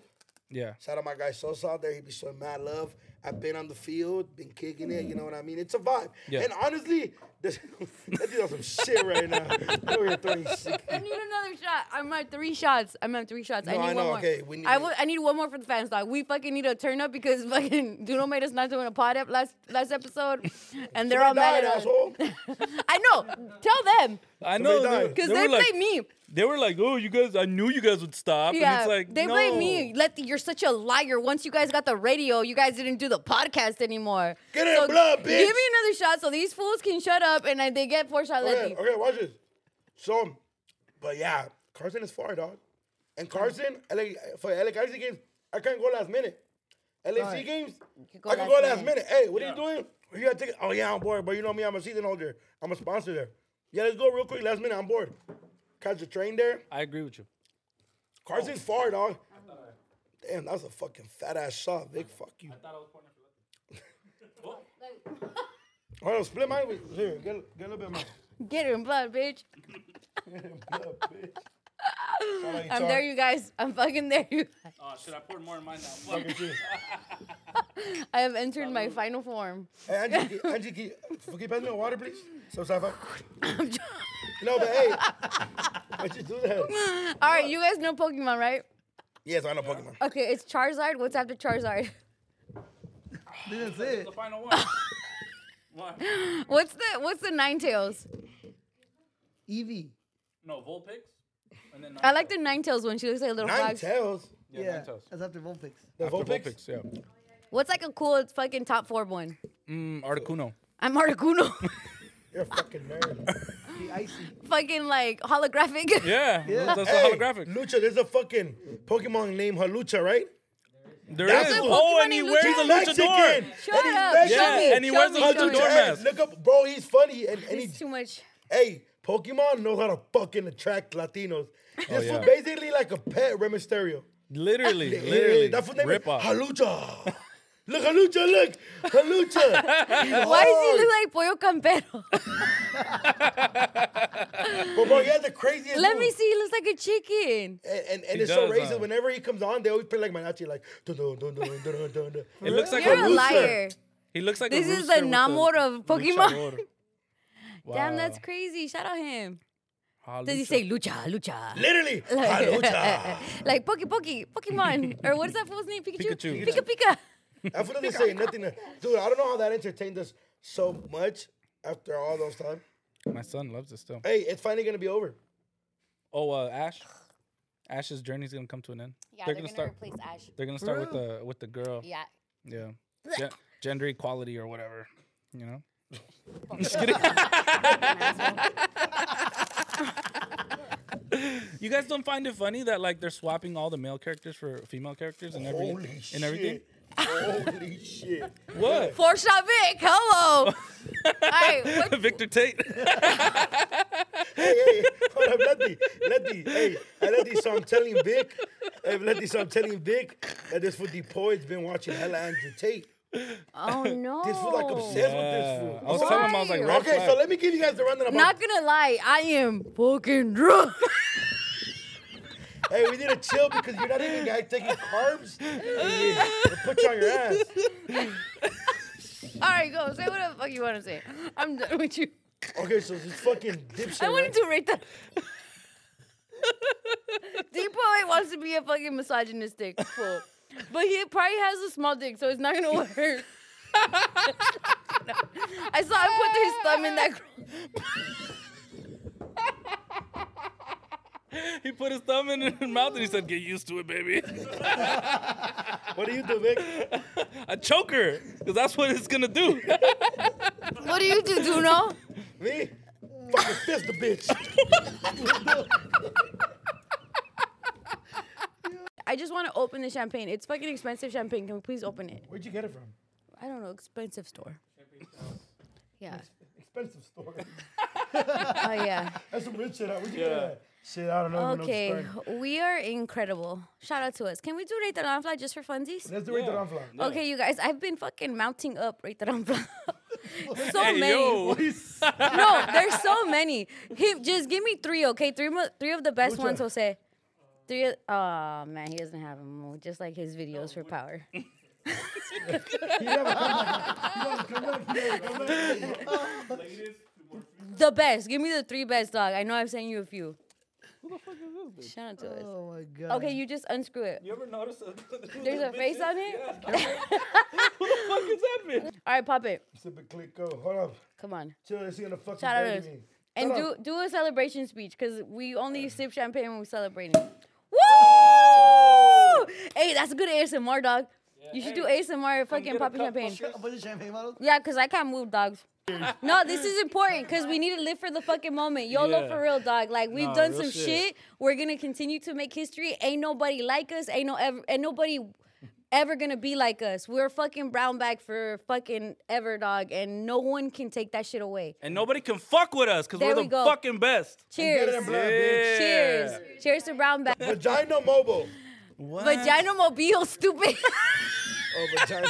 yeah. Shout out my guy Sosa out there. He be showing mad love. I've been on the field, been kicking it. You know what I mean? It's a vibe. Yeah. And honestly, this, that dude on some shit right now. I'm over here throwing shit. I need another shot. I'm at three shots. I'm at three shots. I No, need I know. one more. Okay, we need- I, w- I need one more for the fans. Dog, we fucking need a turn up because fucking Duno made us not doing a pod up last last episode, and they're all mad Died, at us. asshole. I know. Tell them I know died. dude. because were they, like- blame me. They were like, "Oh, you guys! I knew you guys would stop." and Yeah, it's like they no. blame me. Let the, you're such a liar. Once you guys got the radio, you guys didn't do the podcast anymore. Get in blood, bitch. Give me another shot so these fools can shut up and I, they get four shot Okay, Lefty. okay, watch this. So, but yeah, Carson is far, dog. And Carson, LA, for LA Galaxy games, I can't go last minute. LAC Right. games, go I can last go last minute. minute. Hey, what are you doing? Are you got ticket? Oh yeah, I'm bored. But you know me, I'm a season holder. I'm a sponsor there. Yeah, let's go real quick. Last minute, I'm bored. Catch the train there. I agree with you. Carson's far, dog. Damn, that was a fucking fat ass shot, Vic. Fuck you. All right, split mine. With, here, get, get a little bit of mine. Get in blood, bitch. Sorry, I'm sorry. Um, there, you guys. I'm fucking there, you guys. Oh, should I pour more in mine now? Fuck you. I have entered my final form. Hey, Angie, can, Angie, can you, can you pass me a water, please? So, Safa. No, but hey, what you do that? All right, you guys know Pokemon, right? Yes, I know Pokemon. Okay, it's Charizard. What's after Charizard? Didn't say it. final one. one. What's the What's the Nine Tails? Evie. No Vulpix, and then I like the Nine Tails one. She looks like a little Nine fox. tails. Yeah, Ninetales. that's after Vulpix. The After Vulpix. Vulpix, yeah. What's like a cool fucking top four one? Mm, Articuno. I'm Articuno. You're a fucking nerd. The icy. fucking like holographic. Yeah, Yeah. that's Hey, a holographic. Lucha, there's a fucking Pokemon named Halucha, right? There That's is. a Oh, Pokemon and he in wears Lucha. a luchador. he's Shut up. Mexican. Show me. Yeah, and he show wears me, a show luchador me. mask. Hey, look up, bro. He's funny, and, and It's he, too much. hey, Pokemon knows how to fucking attract Latinos. This was Oh, yeah. basically like a pet Remisterio. Literally, Literally, literally. that's what they Rip off. Halucha. Look, Halucha, look. Halucha. He's Why does hard. he look like Pollo Campero? But bro, he has the craziest. Let me moves. see. He looks like a chicken. And, and, and He it's so does, racist. huh? Whenever he comes on, they always play like mariachi, like. Dun, dun, dun, dun, dun, dun, dun, dun. It looks like You're a a rooster. liar. He looks like This a is rooster. the Namor of Pokemon. Damn, that's crazy. crazy. Shout out him. Does Does he say lucha, lucha? Literally, halucha. like Poke Poke, Pokemon. or what is that fool's name? Pikachu? Pikachu. Pika Pika. That fool doesn't say nothing. to- Dude, I don't know how that entertained us so much after all those time. My son loves it still. Hey, it's finally gonna be over. Oh, uh, Ash. Ash's journey's gonna come to an end. Yeah, They're they're, gonna gonna, start- replace Ash. They're gonna For start with the with the girl. Yeah. Yeah. Gen- gender equality or whatever. You know. fuck Just it. kidding. Fucking asshole. You guys don't find it funny that like they're swapping all the male characters for female characters and everything Holy and everything. shit. Holy shit. What? Four shot Vic, hello. All right, what, Victor Tate. Hey, hey, hold up, Letty. Letty, hey, hey, Letty, so I'm telling Vic, hey, Letty, so I'm telling Vic that this fool Depoyed's been watching hella Andrew Tate. oh no. This fool like obsessed Yeah. with I was this fool. telling him I was like, Why? red okay, flag. so let me give you guys the rundown about Not gonna lie, I am fucking drunk. Hey, we need to chill because you're not even guy taking carbs. It'll put you on your ass. All right, go say what the fuck you want to say. I'm done with you. Okay, so this fucking dipshit. I wanted right? to rate that. Depoy wants to be a fucking misogynistic fool, but he probably has a small dick, so it's not gonna work. I saw him put his thumb in that. gr- he put his thumb in his mouth and he said, "Get used to it, baby." What do you do, Vic? A choker, because that's what it's gonna do. What do you do, Duno? Me? Fucking fist the bitch. I just want to open the champagne. It's fucking expensive champagne. Can we please open it? Where'd you get it from? I don't know, expensive store. Yeah. Expensive store. Oh yeah. That's some rich shit. Where'd you get that? Shit, I don't know. even know the Okay, story. we are incredible. Shout out to us. Can we do Rate the Fly just for funsies? Let's do it yeah. Yeah. Okay, you guys, I've been fucking mounting up Rate the Fly. so Hey, many. yo. No, there's so many. He, just give me three, okay? Three, mo- three of the best Which ones, one? Jose. Three. Of, oh man, he doesn't have them. Just like his videos Oh, for power. He never come back. He never come back. He never come back. The best. Give me the three best, dog. I know I've sent you a few. Who the fuck is this? Shout out to us. Oh my god. Okay, you just unscrew it. You ever notice a, There's a face on it? What is happening? All right, pop it. Sip and click go. Hold up. Come on. Chill. It's gonna fucking Shout out dirty to us. me. And do Hold do a celebration speech because we only sip champagne when we're celebrating. Woo! Hey, that's a good ASMR, dog. you should do ASMR get fucking a popping cup, champagne. fucker. A bunch of champagne bottles. Yeah, because I can't move, dogs. no, this is important because we need to live for the fucking moment. YOLO Yeah. for real, dog. Like, we've Nah, done real some shit. shit. We're going to continue to make history. Ain't nobody like us. Ain't, no ever, ain't nobody ever going to be like us. We're fucking brown bag for fucking ever, dog. And no one can take that shit away. And nobody can fuck with us because There we're the we go. fucking best. Get it Cheers. in blood, bitch. Cheers. Cheers to brown bag. Vagina mobile. What? Vagina mobile, stupid. Oh, vagina.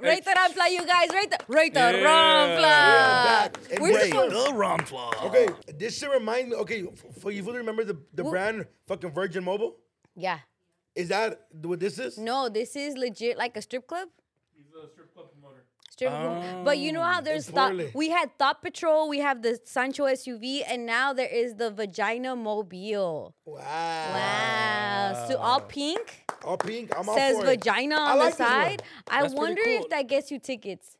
right there, I fly, you guys. Right there. Right there, Yeah. wrong fly. back and We're great. supposed The rum flaw. Okay, this shit reminds me. Okay, f- for you fully remember the, the brand fucking Virgin Mobile? Yeah. Is that what this is? No, this is legit like a strip club. He's a strip club promoter. Strip club. But you know Oh, how there's thought, poorly. we had Thought Patrol, we have the Sancho SUV, and now there is the Vagina Mobile. Wow. Wow. So all pink All pink. I'm all says for it. vagina I on like this the one. side. I That's pretty wonder cool. if that gets you tickets.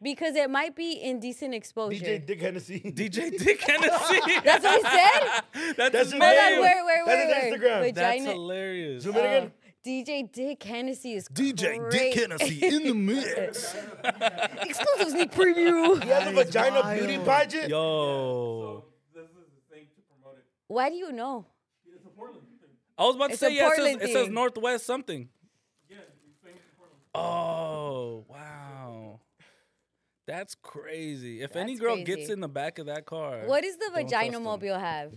Because it might be indecent exposure. DJ Dick Hennessy. DJ Dick Hennessy. That's what he said? That's, That's his his name. Hold Damn. on, where, where, That's where, on where? Instagram. That's Vagina. hilarious. Zoom in again. DJ Dick Hennessy is DJ Uh, great. Dick Hennessy in the mix. Exclusive sneak preview. He has a vagina beauty wild. pageant. Yo. Why do you know? I was about to It's a say, yeah, it says, Portland it says thing. Northwest something. Yeah, Oh, wow. That's crazy. If any That's girl gets crazy. in the back of that car. What does the Uh, don't vagina trust 'em. mobile have?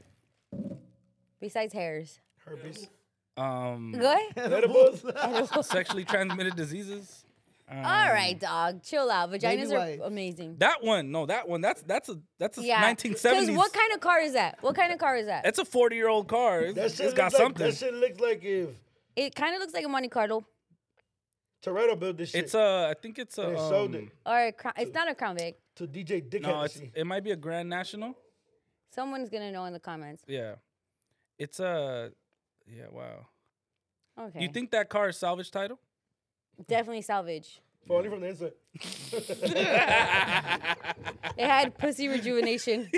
Besides hairs. Herpes. Um, Good? Edibles. sexually transmitted diseases. Um, All right, dog. Chill out. Vaginas Baby are wipes. amazing. That one, no, that one. That's that's a that's a Yeah. 1970s. what kind of car is that? What kind of car is that? That's a 40 year old car. It's- That shit it's got looks like, something. That shit looks like if It kind of looks like a Monte Carlo Toretto built this shit. it's a. I think it's a. and sold um, it or a Crown. It's not a Crown Vic. to DJ Dick no, it's, Hennessy. it might be a Grand National. Someone's gonna know in the comments. Yeah, it's a. Yeah, wow. Okay. You think that car is salvage title? Definitely salvage. But only from the inside. It had pussy rejuvenation.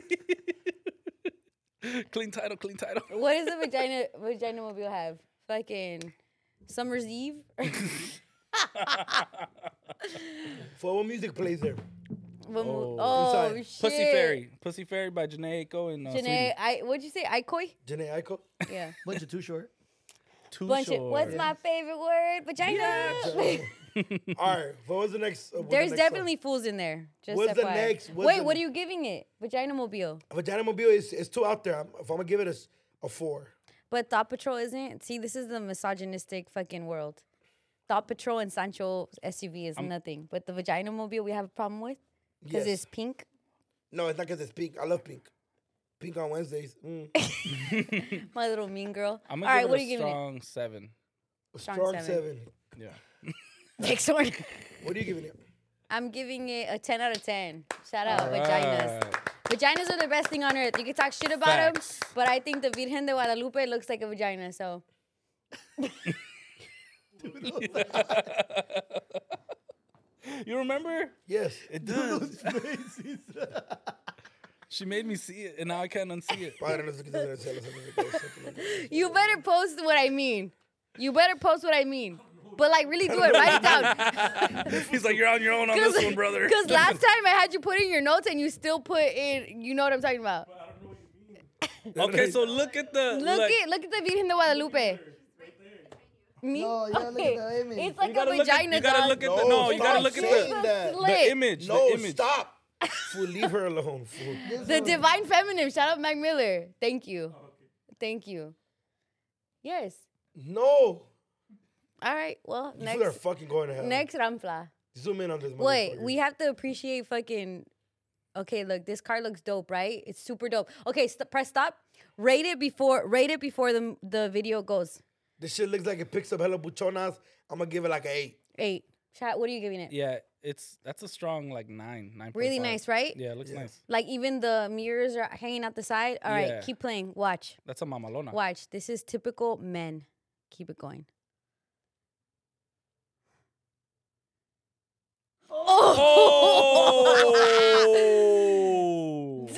clean title, clean title. What does the vagina vagina mobile have? Fucking Summer's Eve. For what music plays there? When we- Oh. oh Inside. shit. Pussy Fairy, Pussy Fairy by Janae Aiko and uh, Sweetie. Janae, I what'd you say? Ikoi? Janae Aiko? Yeah. Bunch of too short. Too Bunch of, short. what's my favorite word? Vagina. All right. What was the next? Uh, what's the next There's song? definitely fools in there. Just What's the FYI. next- what's Wait, the- what are you giving it? Vagina mobile. Vagina Mobile is, is two out there. I'm, if I'm gonna give it a, s- a four. But Thought Patrol isn't. See, this is the misogynistic fucking world. Thought Patrol and Sancho SUV is nothing. But the vagina mobile we have a problem with because Yes. it's pink. No, it's not because it's pink. I love pink. Pink on Wednesdays. Mm. My little mean girl. I'm All gonna right, give what are it you a giving it? strong seven. Strong Strong seven. seven. Yeah. Next one. What are you giving it? I'm giving it a 10 out of 10. Shout out, vaginas. Alright. Vaginas are the best thing on earth. You can talk shit about Facts. them, but I think the Virgen de Guadalupe looks like a vagina, so. You remember? Yes. It does. Faces. She made me see it, and now I can't unsee it. Padre, no sé qué te voy a decir, no sé qué te voy a decir, no sé qué te voy a decir. You better post what I mean. You better post what I mean. But like, really do it. Write it down. He's like, you're on your own on this one, brother. Because last time I had you put in your notes and you still put in. You know what I'm talking about. okay, so look at the Look like, at look at the Virgen de Guadalupe. Me? No, yeah, look at the image. It's you like gotta a look at, vagina. you gotta dog. look at No, the no, you gotta stop look at saying the, that. the Slit. image. No, the image. stop. Fool, leave her alone, fool. The Divine Feminine. Shout out Mac Miller. Thank you. Oh, Thank you. Yes. No. All right. Well, You fools are next fucking going to hell. next Ramfla. Zoom in on this Wait, motherfucker. we have to appreciate fucking. Okay, look, this car looks dope, right? It's super dope. Okay, st- press stop. Rate it before. Rate it before the the video goes. This shit looks like it picks up hella buchonas. I'm gonna give it like an eight. Eight. Chat. What are you giving it? Yeah, it's that's a strong like nine, nine. Really nice, right? Yeah, it looks nice. Like even the mirrors are hanging out the side. All right, Yeah. keep playing. Watch. That's a mamalona. Watch. This is typical men. Keep it going. Oh, Damn!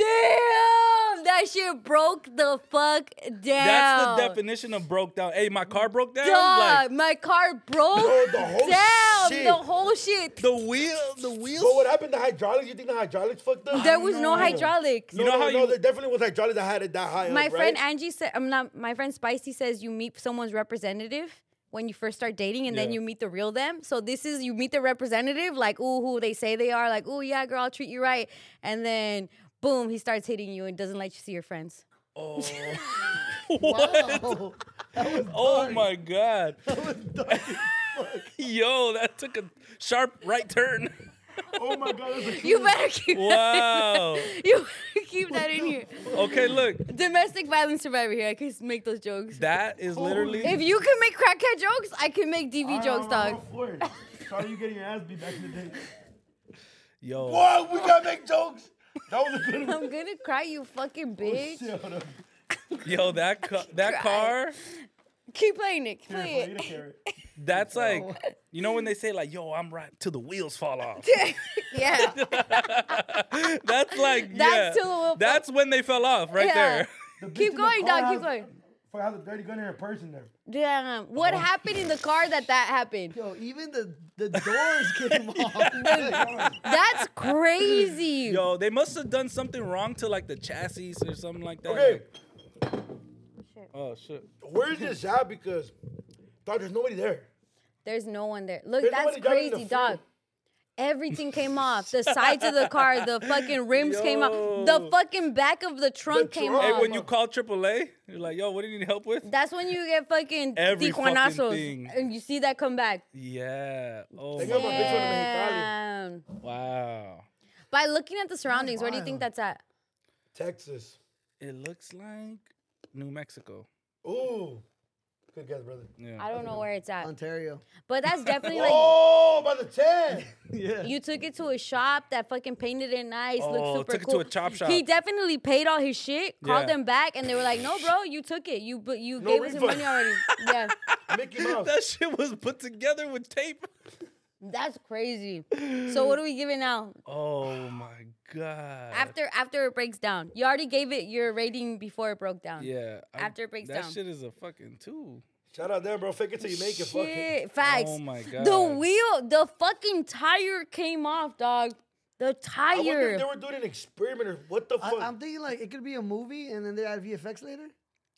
That shit broke the fuck down. that's the definition of broke down. Hey, my car broke down. Dog, Like my car broke Bro, the whole down. shit. The whole shit. the wheel, the wheels. But what happened? The hydraulics? You think the hydraulics fucked up? there was no know. hydraulics. No, You know no, how no, you- there definitely was hydraulics that had it that high. my up, friend right? Angie said, "I'm not." My friend Spicy says you meet someone's representative when you first start dating, and then Yeah. you meet the real them. So this is you meet the representative, like ooh, who they say they are, like ooh, yeah, girl, I'll treat you right, and then boom, he starts hitting you and doesn't let you see your friends. What? Oh, that was Oh dark. my god. That was dark. Yo, that took a sharp right turn. Oh my god, that's a You better keep. Wow. You better keep that in here. Okay, look. Domestic violence survivor here. I can make those jokes. That is literally if you can make crackhead jokes, I can make DV jokes, dog. Sorry you getting your ass beat back in the day. yo. Boy, we gotta make jokes. That was a good one. I'm gonna cry, you fucking bitch. Shit, hold up. Yo, that ca- that Cry. car, Keep playing it. Keep Careful, playing eat a carrot. that's like you know when they say like, "Yo, I'm right till the wheels fall off." it. yeah. That's like That's yeah, till the wheel fall- That's when they fell off right Yeah. there. The bitch Keep in the going, car dog. Keep has- going. Fuck, has a dirty gun in her purse in there. Damn. Oh. What happened in the car that that happened? Yo, even the the doors came off. That's crazy. Yo, they must have done something wrong to like the chassis or something like that. Okay, Like, oh shit. where's this at? Because, dog, there's nobody there. There's no one there. Look, There's that's nobody driving the crazy, floor. dog. Everything came off. The sides of the car, the fucking rims came off. The Yo. fucking fucking back of the trunk came trunk. Hey, off. when you call AAA, you're like, "Yo, what do you need help with?" that's when you get fucking Every fucking tijuanazos thing. and you see that come back. Yeah. Oh They my- got my bitch on Mexicali, Damn. wow. By looking at the surroundings, where do you think that's at? Texas. It looks like New Mexico. Ooh, good guess, brother. Yeah. I don't know where it's at. Ontario. But that's definitely like Oh, by the ten. Yeah. You took it to a shop that fucking painted it nice, Oh, looked super took it to cool. a chop shop. He definitely paid all his shit, called Yeah. them back, and they were like, "No, bro, you took it. You but you gave us your refund." money already." yeah, Mickey Mouse. That shit was put together with tape. That's crazy. So what are we giving now? Oh my god. After after it breaks down, you already gave it your rating before it broke down. yeah. I- after it breaks that down. shit is a fucking two. Shout out there, bro. Fake it till you make it. Fuck it. Shit, facts. Oh my The God. wheel, the fucking tire came off, dog. The I wonder if tire. they were doing an experiment or what the fuck. I, am thinking like it could be a movie and then they add VFX later.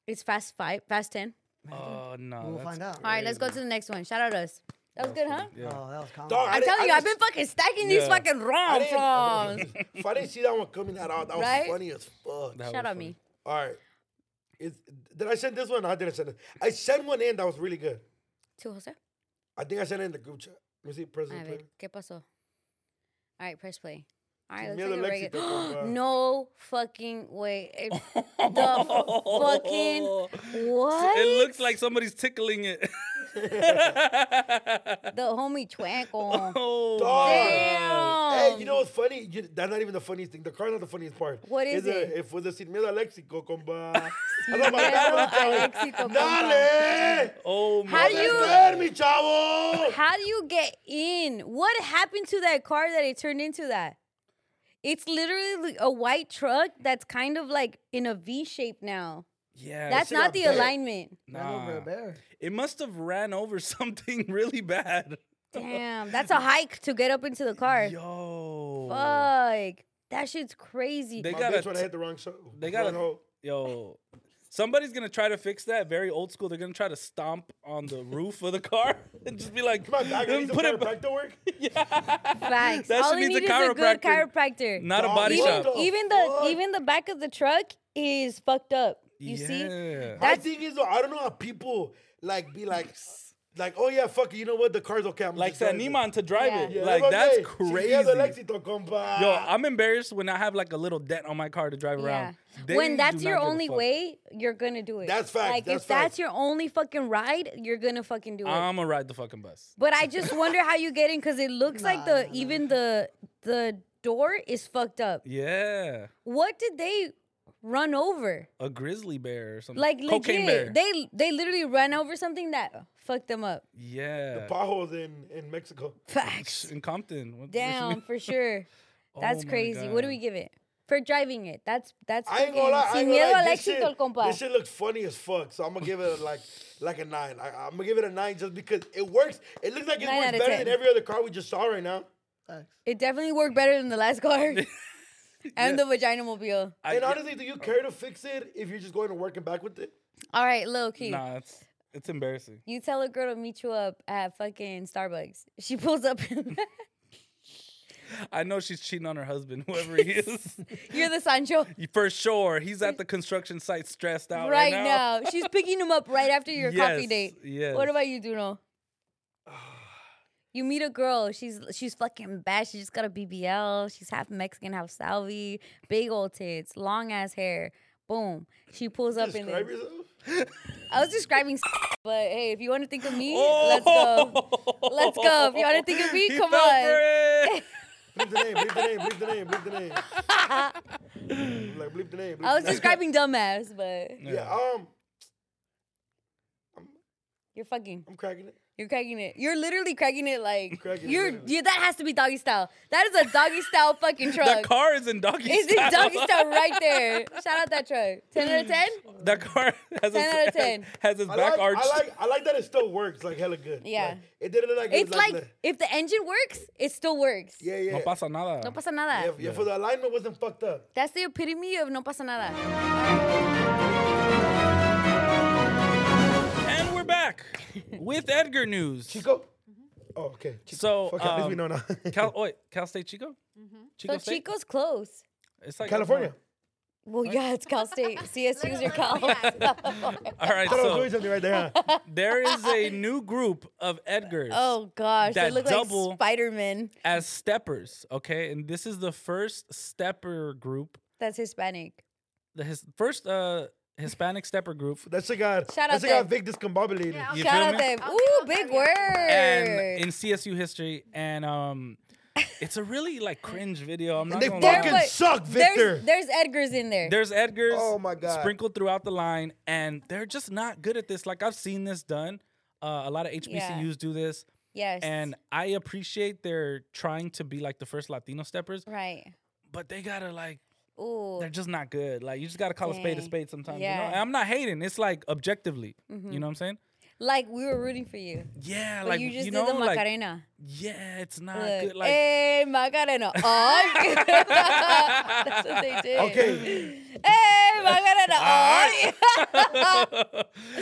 It's fast five, fast ten. Oh no. We'll that's find out. All right, let's go to the next one. Shout out us. That was good, huh? Yeah. Oh, that was common. Dog, I I'm didn't- telling I you, I've been didn't- fucking stacking these Yeah. fucking I wrong froms. didn't- if I didn't see that one coming at all, that was Right? funny as fuck. That Shout was out funny. me. All right. Is, did I send this one? No, I didn't send it. I sent one in that was really good. To Jose. I think I sent it in the group chat. Let me see, A President. ver, Player. ¿qué pasó? All right, press play. All right, let's Miedo take a Lexi break. tocó, bro. no fucking way. It- the fucking what? It looks like somebody's tickling it. the homie twankle. oh, Dog. Damn. Hey, you know what's funny? You, that's not even the funniest thing. The car's not the funniest part. Um, What is It's a- it? It was the Sin Miedo a Léxico, compa. Sin That's what miedo my dad a was léxico, telling me. compa. Dale! oh my How do you- Ver, mi chavo! How do you get in? What happened to that car that it turned into that? It's literally like a white truck that's kind of like in a V shape now. Yeah, That's shit not up the there. alignment. Ran over a nah. bear. It must have ran over something really bad. Damn, that's a hike to get up into the car. Yo. Fuck. That shit's crazy. They My got bitch a when I hit the wrong show. They got wrong to hole. yo. Somebody's gonna try to fix that. Very old school. They're gonna try to stomp on the roof of the car and just be like, Come on, dog. I and need some put it. back. chiropractor work. Facts. That All shit you needs need a is a good chiropractor. chiropractor. Not a Dog, body what shop. the- even the fuck? even the back of the truck is fucked up. You see? Yeah. My That's- thing is, though, I don't know how people like be like, s- like, oh yeah, fuck it. You know what? The car's okay. I'm Like just driving. Saniman to drive it. Yeah. Like that's okay. crazy. Sin miedo al éxito, compa. Yo, I'm embarrassed when I have like a little dent on my car to drive Yeah. around. They when that's do not your give a only fuck. way, you're gonna do it. That's fact, Like that's if fact. that's your only fucking ride, you're gonna fucking do it. I'ma ride the fucking bus. but I just wonder how you get in because it looks like the even the the door is fucked up. Yeah, What did they run over? a grizzly bear or something. Like cocaine bear. legit, they they literally ran over something that fucked them up. yeah, potholes in in Mexico. Facts. in Compton. What- Damn, for sure. That's Oh my crazy. What do God. we give it for driving it? That's that's I ain't gonna fucking lie. I sin ain't gonna miedo lie. al This, shit, éxito, el compa. this shit looks funny as fuck. So I'm gonna give it like like a nine. I, I'm gonna give it a nine just because it works. It looks like it Nine works out of better 10. than every other car we just saw right now. Thanks. It definitely worked better than the last car and the vagina mobile. I- and honestly, do you care to fix it if you're just going to work and back with it? All right, Lil Key. Nah, it's it's embarrassing. You tell a girl to meet you up at fucking Starbucks. She pulls up. I know she's cheating on her husband, whoever he is. You're the Sancho For sure, he's at the construction site, stressed out right, right, now. She's picking him up right after your coffee Yes, date. yes. What about you, Duno? You meet a girl, she's she's fucking bad. She just got a BBL. She's half Mexican, half Salvi. Big old tits, long ass hair. Boom. She pulls up in Describe there. yourself. I was describing, but hey, if you want to think of me, let's go. Let's go. If you want to think of me, Oh! He come fell on. for it. Bleep the name. Bleep the name. Bleep the name. Bleep the name. like bleep the name. bleep I was the name. describing dumbass, but Yeah. Um, you're fucking. I'm cracking it. You're cracking it. You're literally cracking it like cracking it, you're. literally. you- that has to be doggy style. That is a doggy style fucking That truck. car is in doggy It's in style. doggy style right there. Shout out that truck. Ten out of ten. That car has 10 out of his, 10. has his I back like, arched. I like. I like that it still works. Like hella good. Yeah. Like, it didn't look like it It's was like. like if the engine works, it still works. yeah, yeah. No pasa nada. No pasa nada. If, if the alignment wasn't fucked up. That's the epitome of no pasa nada. And we're back with Edgar news. Chico. Oh, okay. Chico. So, Fuck, at least we um, know now. Cal, wait, Cal State Chico? Chico So State? Mm-hmm. Chico's close. It's like California. Well, yeah, it's Cal State. CSU's your Cal. All right, Shout out to so doing something right there. huh? there is a new group of Edgars Oh gosh, they That look double- like Spider Man. as steppers, okay? And this is the first stepper group, That's Hispanic. the his, first uh, Hispanic stepper group. That shit got. Shout that out shit got to- big discombobulated. Yeah, I'll- You Shout feel out me? them. I'll- Ooh, I'll big have you. word. And in CSU history, and um, it's a really like cringe video. I'm not they gonna lie. fucking but suck, Victor. There's, there's Edgar's in there. There's Edgar's. Oh, my God. Sprinkled throughout the line, and they're just not good at this. Like I've seen this done. Uh, a lot of HBCUs Yeah. do this. Yes. And I appreciate they're trying to be like the first Latino steppers, right. but they gotta like Ooh. they're just not good. Like you just gotta call a spade a Dang. spade sometimes. You know? Yeah. And I'm not hating. It's like objectively. You know what I'm saying? Like we were rooting for you. Yeah, But like you just know, did the like, Macarena. yeah, it's not Look, Ah, eh. good. Like hey, Macarena. Oh, that's what they did. Okay. Hey, Macarena. Oh,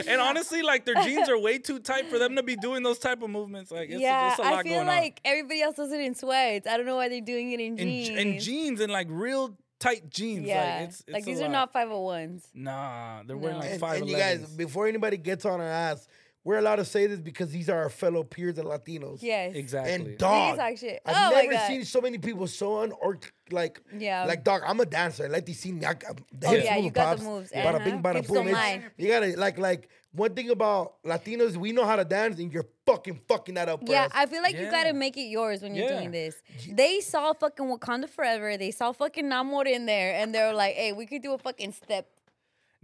and honestly, like their jeans are way too tight for them to be doing those type of movements. Like it's, yeah, it's a lot I feel going like everybody else does it in sweats. I don't know why they're doing it in on. jeans. And, and jeans and like real tight jeans. Yeah, Like, it's, it's a these are lot. not 501s. Nah, they're wearing No. like And, five. and you guys, before anybody gets on our ass, we're allowed to say this because these are our fellow peers and Latinos. Yes. exactly. And dog, talk shit. I've Oh my never God. seen so many people so un or like Yeah. like dog. I'm a dancer. Let these see me. I, got- the Oh, hips yeah, you moving, got the pops. moves, Bada bing, uh-huh. bada Hips boom. don't It's- lie. You gotta like like one thing about Latinos, we know how to dance, and you're fucking fucking that up. For Yeah, us. I feel like you Yeah. gotta make it yours when you're Yeah. doing this. They saw fucking Wakanda Forever. They saw fucking Namor in there, and they're like, "Hey, we could do a fucking step.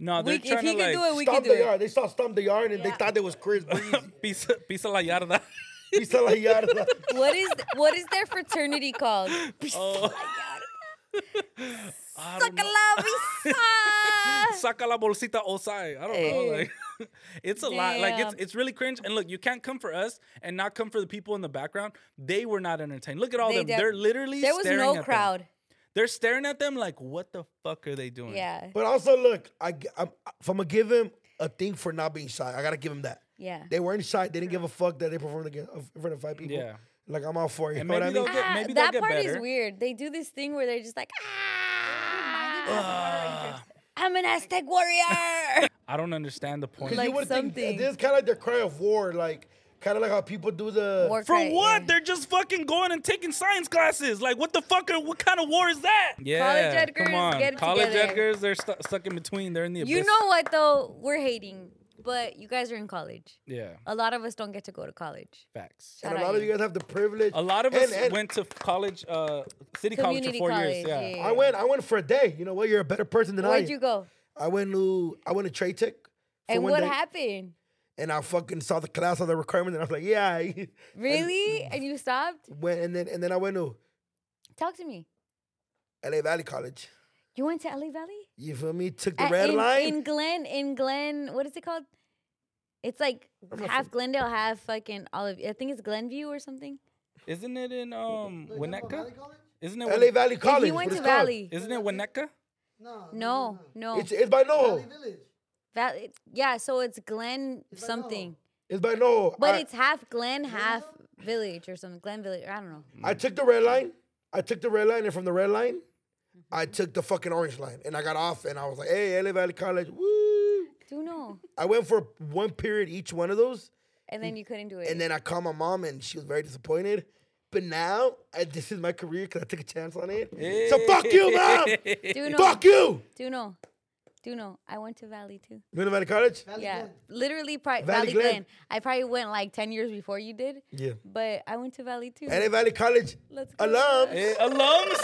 no, We, they're if he trying to can like do it, we can Stomp do the it." yard. They saw stomp the yard, and they Yeah. thought it was Chris Breeze. pizza, pizza la yarda. He said like yard. What is what is their fraternity called? Oh. I don't know. Sakalabisa. Saca la bolsita osai. I don't know. Like, it's a lot. Like it's Eh. Damn. it's really cringe. And look, you can't come for us and not come for the people in the background. They were not entertained. Look at all They them. def- They're literally There was staring at no them. crowd. They're staring at them like, what the fuck are they doing? Yeah, But also, look, I, g- I'm, if I'm gonna give him a thing for not being shy, I gotta give him that. yeah. They weren't shy. They didn't give a fuck that they performed against, in front of five people. Yeah. Like I'm all for it. You And know what I maybe mean? they'll get- Ah, maybe they'll that get part is better. weird. They do this thing where they're just like, ah, Ah, I'm an Aztec warrior. I don't understand the point. Because Like you would something. think this is kind of like the cry of war, like kind of like how people do the. War for cry, what? yeah. They're just fucking going and taking science classes. Like, what the fuck? Are, what kind of war is that? Yeah, College come Edgars, on. get it College together. Edgars, they're stu- stuck in between. They're in the abyss. You know what though? We're hating, but you guys are in college. Yeah, A lot of us don't get to go to college. facts. and Shout a out lot of you guys have the privilege. A lot of and- us and went to college, uh, city college for Community four years. college, Yeah. yeah. I went. I went for a day. You know what? You're a better person than I. Where'd am. you go? I went to. I went to trade tech. for And one what day, happened? And I fucking saw the class, saw the requirements, and I was like, yeah. I Really? And you stopped? went and then and then I went to Talk to me. L.A. Valley College. You went to LA Valley? You feel me? Took the At- red in, line. In Glen, in Glen, what is it called? It's like not half Glendale, half fucking Olive. I think it's Glenview or something. Isn't it in um Winnetka? Isn't it? L.A. Win- Valley College. he went what to it's called. Valley. isn't it Winnetka? No, no. It's, it's by NoHo. Valley Village. Valley, yeah, so it's Glen something. It's by NoHo. But I, it's half Glen, half Village or something. Glen Village, I don't know. I took the red line. I took the red line, and from the red line, I Mm-hmm. took the fucking orange line, and I got off, and I was like, "Hey, LA Valley College, woo!" Do know. I went for one period each one of those, And then you couldn't do it. and then I called my mom, and she was very disappointed. But now I, this is my career because I took a chance on it. So fuck you, mom. do know. fuck you. Do know. Do know. I went to Valley too. Luna Valley College. yeah. Literally pri- Valley Valley, Glen. Glen. I probably went like 10 years before you did. Yeah. But I went to Valley too. LA Valley College Let's go. alum. Eh, alums.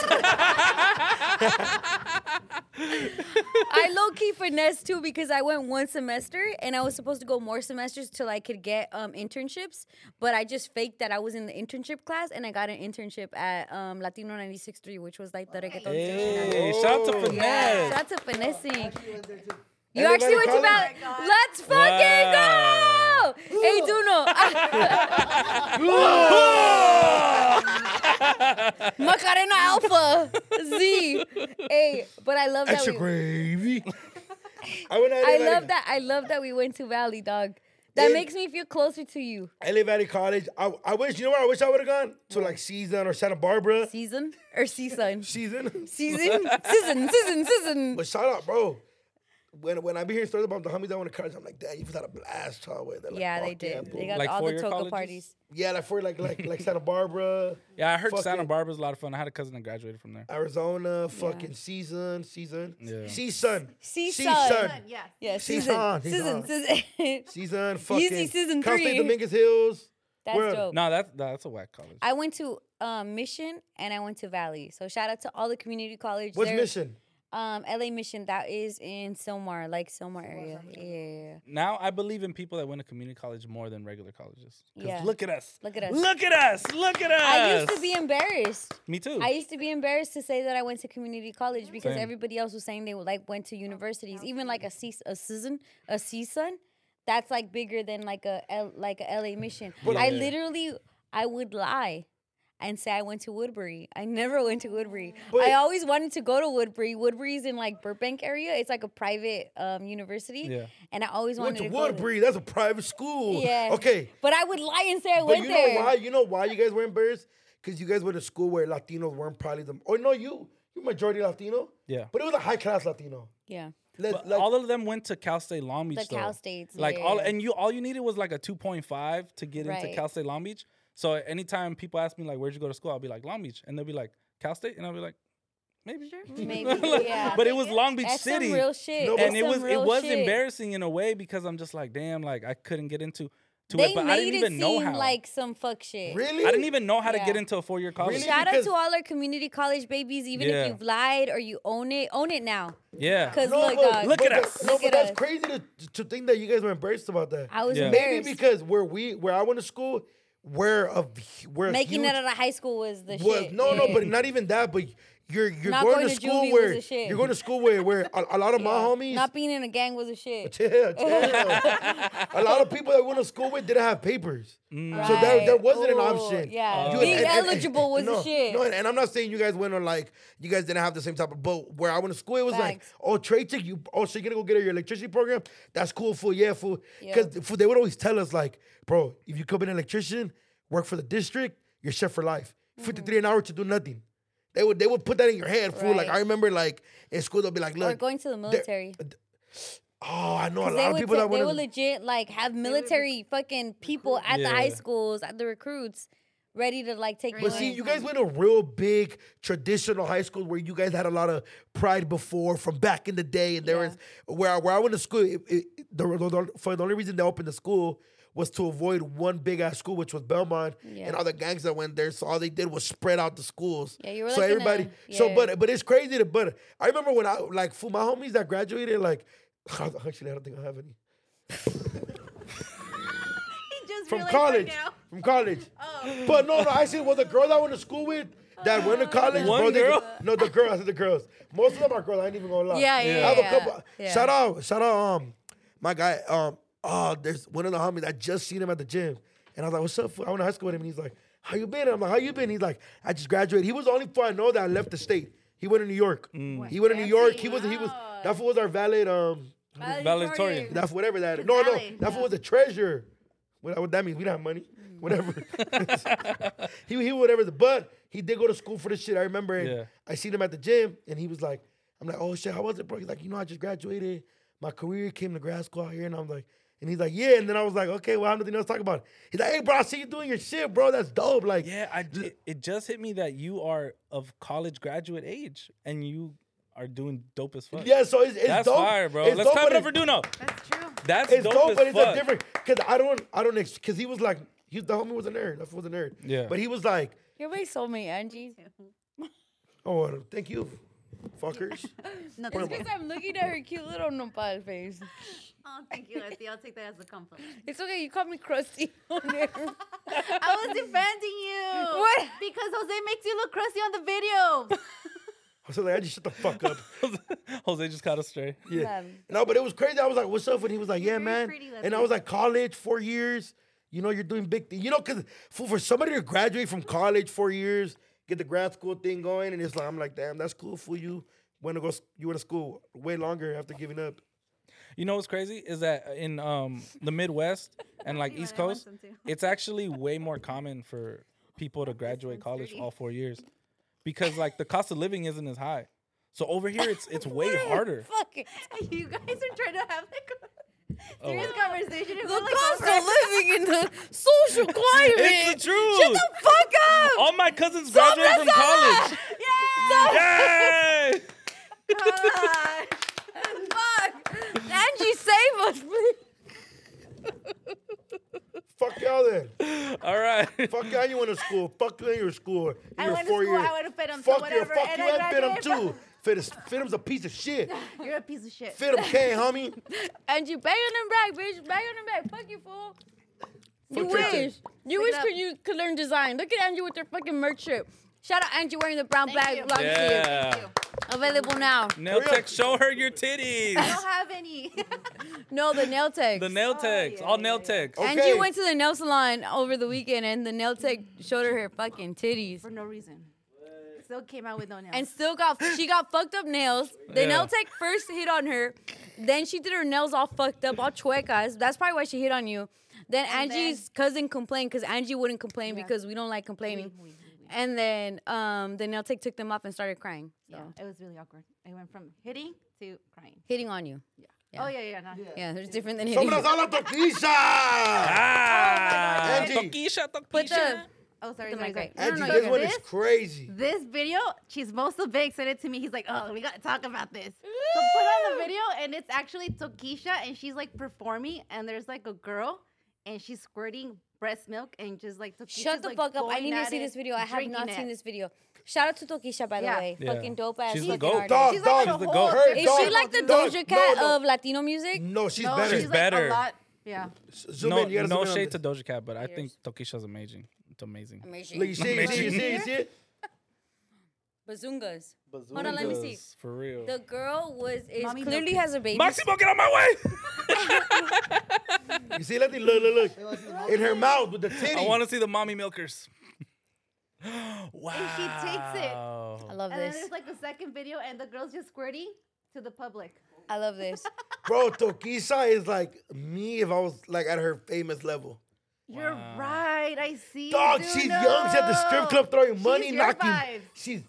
I low key finessed too because I went one semester and I was supposed to go more semesters till I could get um, internships. But I just faked that I was in the internship class and I got an internship at um, Latino 96.3, which was like the reggaeton station. hey, shout out to Finesse. Yeah, that's a finessing. You Everybody actually went to calling? Valley. Let's fucking Wow. go! Hey, Duno. Macarena Alpha Z. Hey, but I love that. Extra We, gravy. I went to LA I Valley love that. I love that we went to Valley, dog. That It- makes me feel closer to you. LA Valley College. I, I wish, you know where I wish I would have gone? To like Season or Santa Barbara. Season or season? Season. Season, season, season, season. But shout out, bro. When when I be hearing stories about the homies that went to college, I'm like, damn, you had a blast, huh? Like, Yeah, they fuck yeah, did. bro. They got Like all the four-year toga colleges? parties. yeah, like for like like like Santa Barbara, Yeah, I heard Fuck Santa it. Barbara's a lot of fun. I had a cousin that graduated from there. Arizona, fucking season, season, Yeah. season, Season. season, Yeah. Yeah, She's season, on, she's season, on. season. season, fucking season Cal State three. Dominguez Hills. That's Where? dope. No, that's that's a whack college. I went to um, Mission and I went to Valley. So shout out to all the community colleges. What's They're- mission? Um, LA Mission, that is in Silmar, like Silmar area. Yeah. Now I believe in people that went to community college more than regular colleges. 'Cause Yeah. Look at us. Look at us. Look at us. Look at us. I used to be embarrassed. Me too. I used to be embarrassed to say that I went to community college because Same. everybody else was saying they like went to universities, even like a C a season a season. That's like bigger than like a L, like a LA mission. I Yeah. literally I would lie and say I went to Woodbury. I never went to Woodbury. I But- always wanted to go to Woodbury. Woodbury's in like Burbank area. It's like a private um, university. Yeah. And I always Went wanted to to go to- Woodbury. That's a private school. Yeah. Okay. But I would lie and say I But went you know there. why? You know why you guys were embarrassed? Because you guys went to school where Latinos weren't probably the. Or no, you you majority Latino. Yeah. But it was a high class Latino. Yeah. Let's, But like, all of them went to Cal State Long Beach. The though. Cal States, Like all, yeah. and you all you needed was like a 2.5 to get Right. into Cal State Long Beach. So anytime people ask me like, "Where'd you go to school?" I'll be like, "Long Beach," and they'll be like, "Cal State," and I'll be like, "Maybe." Maybe, Like, yeah. But it was Long Beach That's City. some real shit. No, but- That's and it some was it real was shit. embarrassing in a way because I'm just like, damn, like I couldn't get into to They it, but made I didn't it even seem know how. like some fuck shit. really? I didn't even know how to Yeah. get into a four year college. Really? Shout out Because- to all our community college babies, even Yeah. if you've lied or you own it, own it now. Yeah, Cause No, look, but- dog, Look but at that- us. No, Look but at that's us. crazy to, to think that you guys were embarrassed about that. I was Yeah. Maybe embarrassed. because where we where I went to school, where of where Making huge, it out of high school was the was shit. no no, Yeah. but not even that. But you're you're Not going, going to to school juvie was where the shit. you're going to school where where a, a lot of my homies. Not being in a gang was a shit. Yeah, damn. a lot of people that went to school with didn't have papers. Mm. So there, Right. there wasn't an Ooh, option. yeah. Uh, You- Being eligible was the no, shit. No, and, and I'm not saying you guys went on like you guys didn't have the same type of boat. Where I went to school, it was like, Facts. oh, trade tech, you oh, so you're gonna go get your electricity program? That's cool, fool. Yeah, fool. Because Yep. they would always tell us like, bro, if you come an electrician, work for the district, you're set for life. 53 an hour to do nothing. They would they would put that in your head, fool. Like I Right. remember like in school they'll be like, look, Or going to the military. oh, I know a They lot of would, people ta- that they went. would to- legit like have military fucking people at the high Yeah. schools, at the recruits, ready to like take But away. see, you guys went to real big traditional high school where you guys had a lot of pride before from back in the day, and there Yeah. was where I, where I went to school. It, it, the, the- the- for the only reason they opened the school was to avoid one big ass school, which was Belmont, and Yeah. all the gangs that went there. So all they did was spread out the schools. Yeah, you were so like in everybody. a- So yeah. but but it's crazy. To, but I remember when I like for my homies that graduated, like actually I don't think I have any He just from realized right college. now. From college. But no, no, I said, well, the girls I went to school with that went to college, One bro, they- girl? no, the girls, I said the girls. Most of them are girls. I ain't even gonna lie. Yeah, yeah, I have yeah, a couple. yeah. Shout out, shout out, um, my guy, um, oh, there's one of the homies. I just seen him at the gym, and I was like, what's up? fool?" I went to high school with him, and he's like, how you been? I'm like, how you been? He's like, I just graduated. He was the only fool I know that left the state. He went to New York. Mm. He went to New York. He was, he was. That fool was our valet. Um, Uh, Valedictorian. that's whatever that is. No, no, Valley, that fool was a treasure. What, what that means? We don't have money. Whatever. he he whatever. the- But he did go to school for this shit. I remember. and Yeah. I seen him at the gym, and he was like, "I'm like, oh shit, how was it, bro?" He's like, "You know, I just graduated. My career came to grad school out here," and I'm like. And he's like, yeah. And then I was like, okay, well, I have nothing else to talk about. He's like, hey, bro, I see you doing your shit, bro. That's dope. Like, yeah. I ju- it just hit me that you are of college graduate age and you are doing dope as fuck. yeah. So it's, it's that's dope. fire, bro. It's Let's dope, clap it but up for Duno. That's true. That's It's dope, dope, as but it's fuck. a different. Cause I don't, I don't, ex- cause he was like, he the homie was a nerd. That fool was a nerd. Yeah. But he was like, Your way so many Angie. Oh, well, thank you, fuckers. No, What thank about- you. I'm looking at her cute little nopal face. Oh, thank you, Leslie. I'll take that as a compliment. It's okay, you call me crusty on there. I was defending you. What? Because Jose makes you look crusty on the video. I was like, I just shut the fuck up. Jose just caught us straight. Yeah. Man. No, but it was crazy. I was like, what's up? And he was like, yeah, very man. pretty, And I Leslie. was like, college, four years. You know, you're doing big things. You know, because for, for somebody to graduate from college four years, get the grad school thing going, and it's like, I'm like, damn, that's cool for you. When to go, s- you went to school way longer after giving up. You know what's crazy is that in um, the Midwest and like You East wanna- I want Coast, some too. it's actually way more common for people to graduate college dirty. all four years because like the cost of living isn't as high. So over here, it's it's way harder. Fuck it. you guys are trying to have like a Oh, serious conversation. The cost of living in the social climate. It's the truth. Shut the fuck up. All my cousins graduated from college. Oh. Yay! God. fuck. Angie, save us, please. Fuck y'all then. All right. Fuck y'all, you went to school. Fuck you in your school. In I your went to four school, years. I went to Fenham, so Fuck your whatever, fuck and you I and Benham too. graduated Fit Fitum's a piece of shit. You're a piece of shit. Fitum can't, homie. And you bang on them back, bitch. Bang on them back. Fuck you, fool. Fuck You you. wish. You Pick it wish up. could you could learn design. Look at Angie with her fucking merch shirt. Shout out Angie wearing the brown Thank bag you. long sleeve. Yeah. You. Available now. Nail tech, show her your titties. I don't have any. No, the nail tech. The nail techs, yeah, all yeah, nail yeah. techs. Oh. Angie Okay. went to the nail salon over the weekend and the nail tech showed her her fucking titties. For no reason. Still came out with no nails. And still got she got fucked up nails. The Yeah. nail tech first hit on her. Then she did her nails all fucked up, all chuecas. That's probably why she hit on you. Then And then- Angie's cousin complained because Angie wouldn't complain Yeah. because we don't like complaining. We- we- we- we- And then um, the nail tech took them off and started crying. So yeah, it was really awkward. I went from hitting to crying. hitting on you. Oh yeah, yeah, not Yeah, there's different than hitting. Somebody else, you. all up to Keisha. Ah, Angie. Tokisha, But Tokisha. the Oh, sorry, The sorry, sorry. mic, right. Angie, no, this you're one good. is crazy. This video, Chismoso Big sent it to me. He's like, oh, we gotta talk about this. So put on the video, and it's actually Tokisha, and she's like performing, and there's like a girl, and she's squirting breast milk, and just like Tokisha's, Shut the like, fuck up. I going need to at see it, this video. I have drinking not seen it. this video. Shout out to Tokisha, by the Yeah. way. Yeah. Fucking dope ass. She's the fucking goat. artist. Dog, She's dog. like a the whole goat. Her different- Is dog. she like the Dog, Doja no, Cat no. of Latino music? No, she's No, better. She's she's better. Like a lot. Yeah. Zoom no, in. You gotta no zoom in on shade to this. Doja Cat, but I think Tokisha's amazing. It's amazing. Look, you Amazing. see, it, you see, it, you see, it, you see it. Bazungas. Hold on, let me see. For real. The girl was is Mommy clearly has a baby. Maximo, get out my way! You see, let me look, look, look. In her mouth with the titty. I want to see the mommy milkers. wow. I love And then this. there's like a second video, and the girl's just squirting to the public. I love this. Bro, Tokisa is like me if I was like at her famous level. You're right. I see. Dog, dude, she's young. She's at the strip no. club throwing money, your knocking. vibe. She's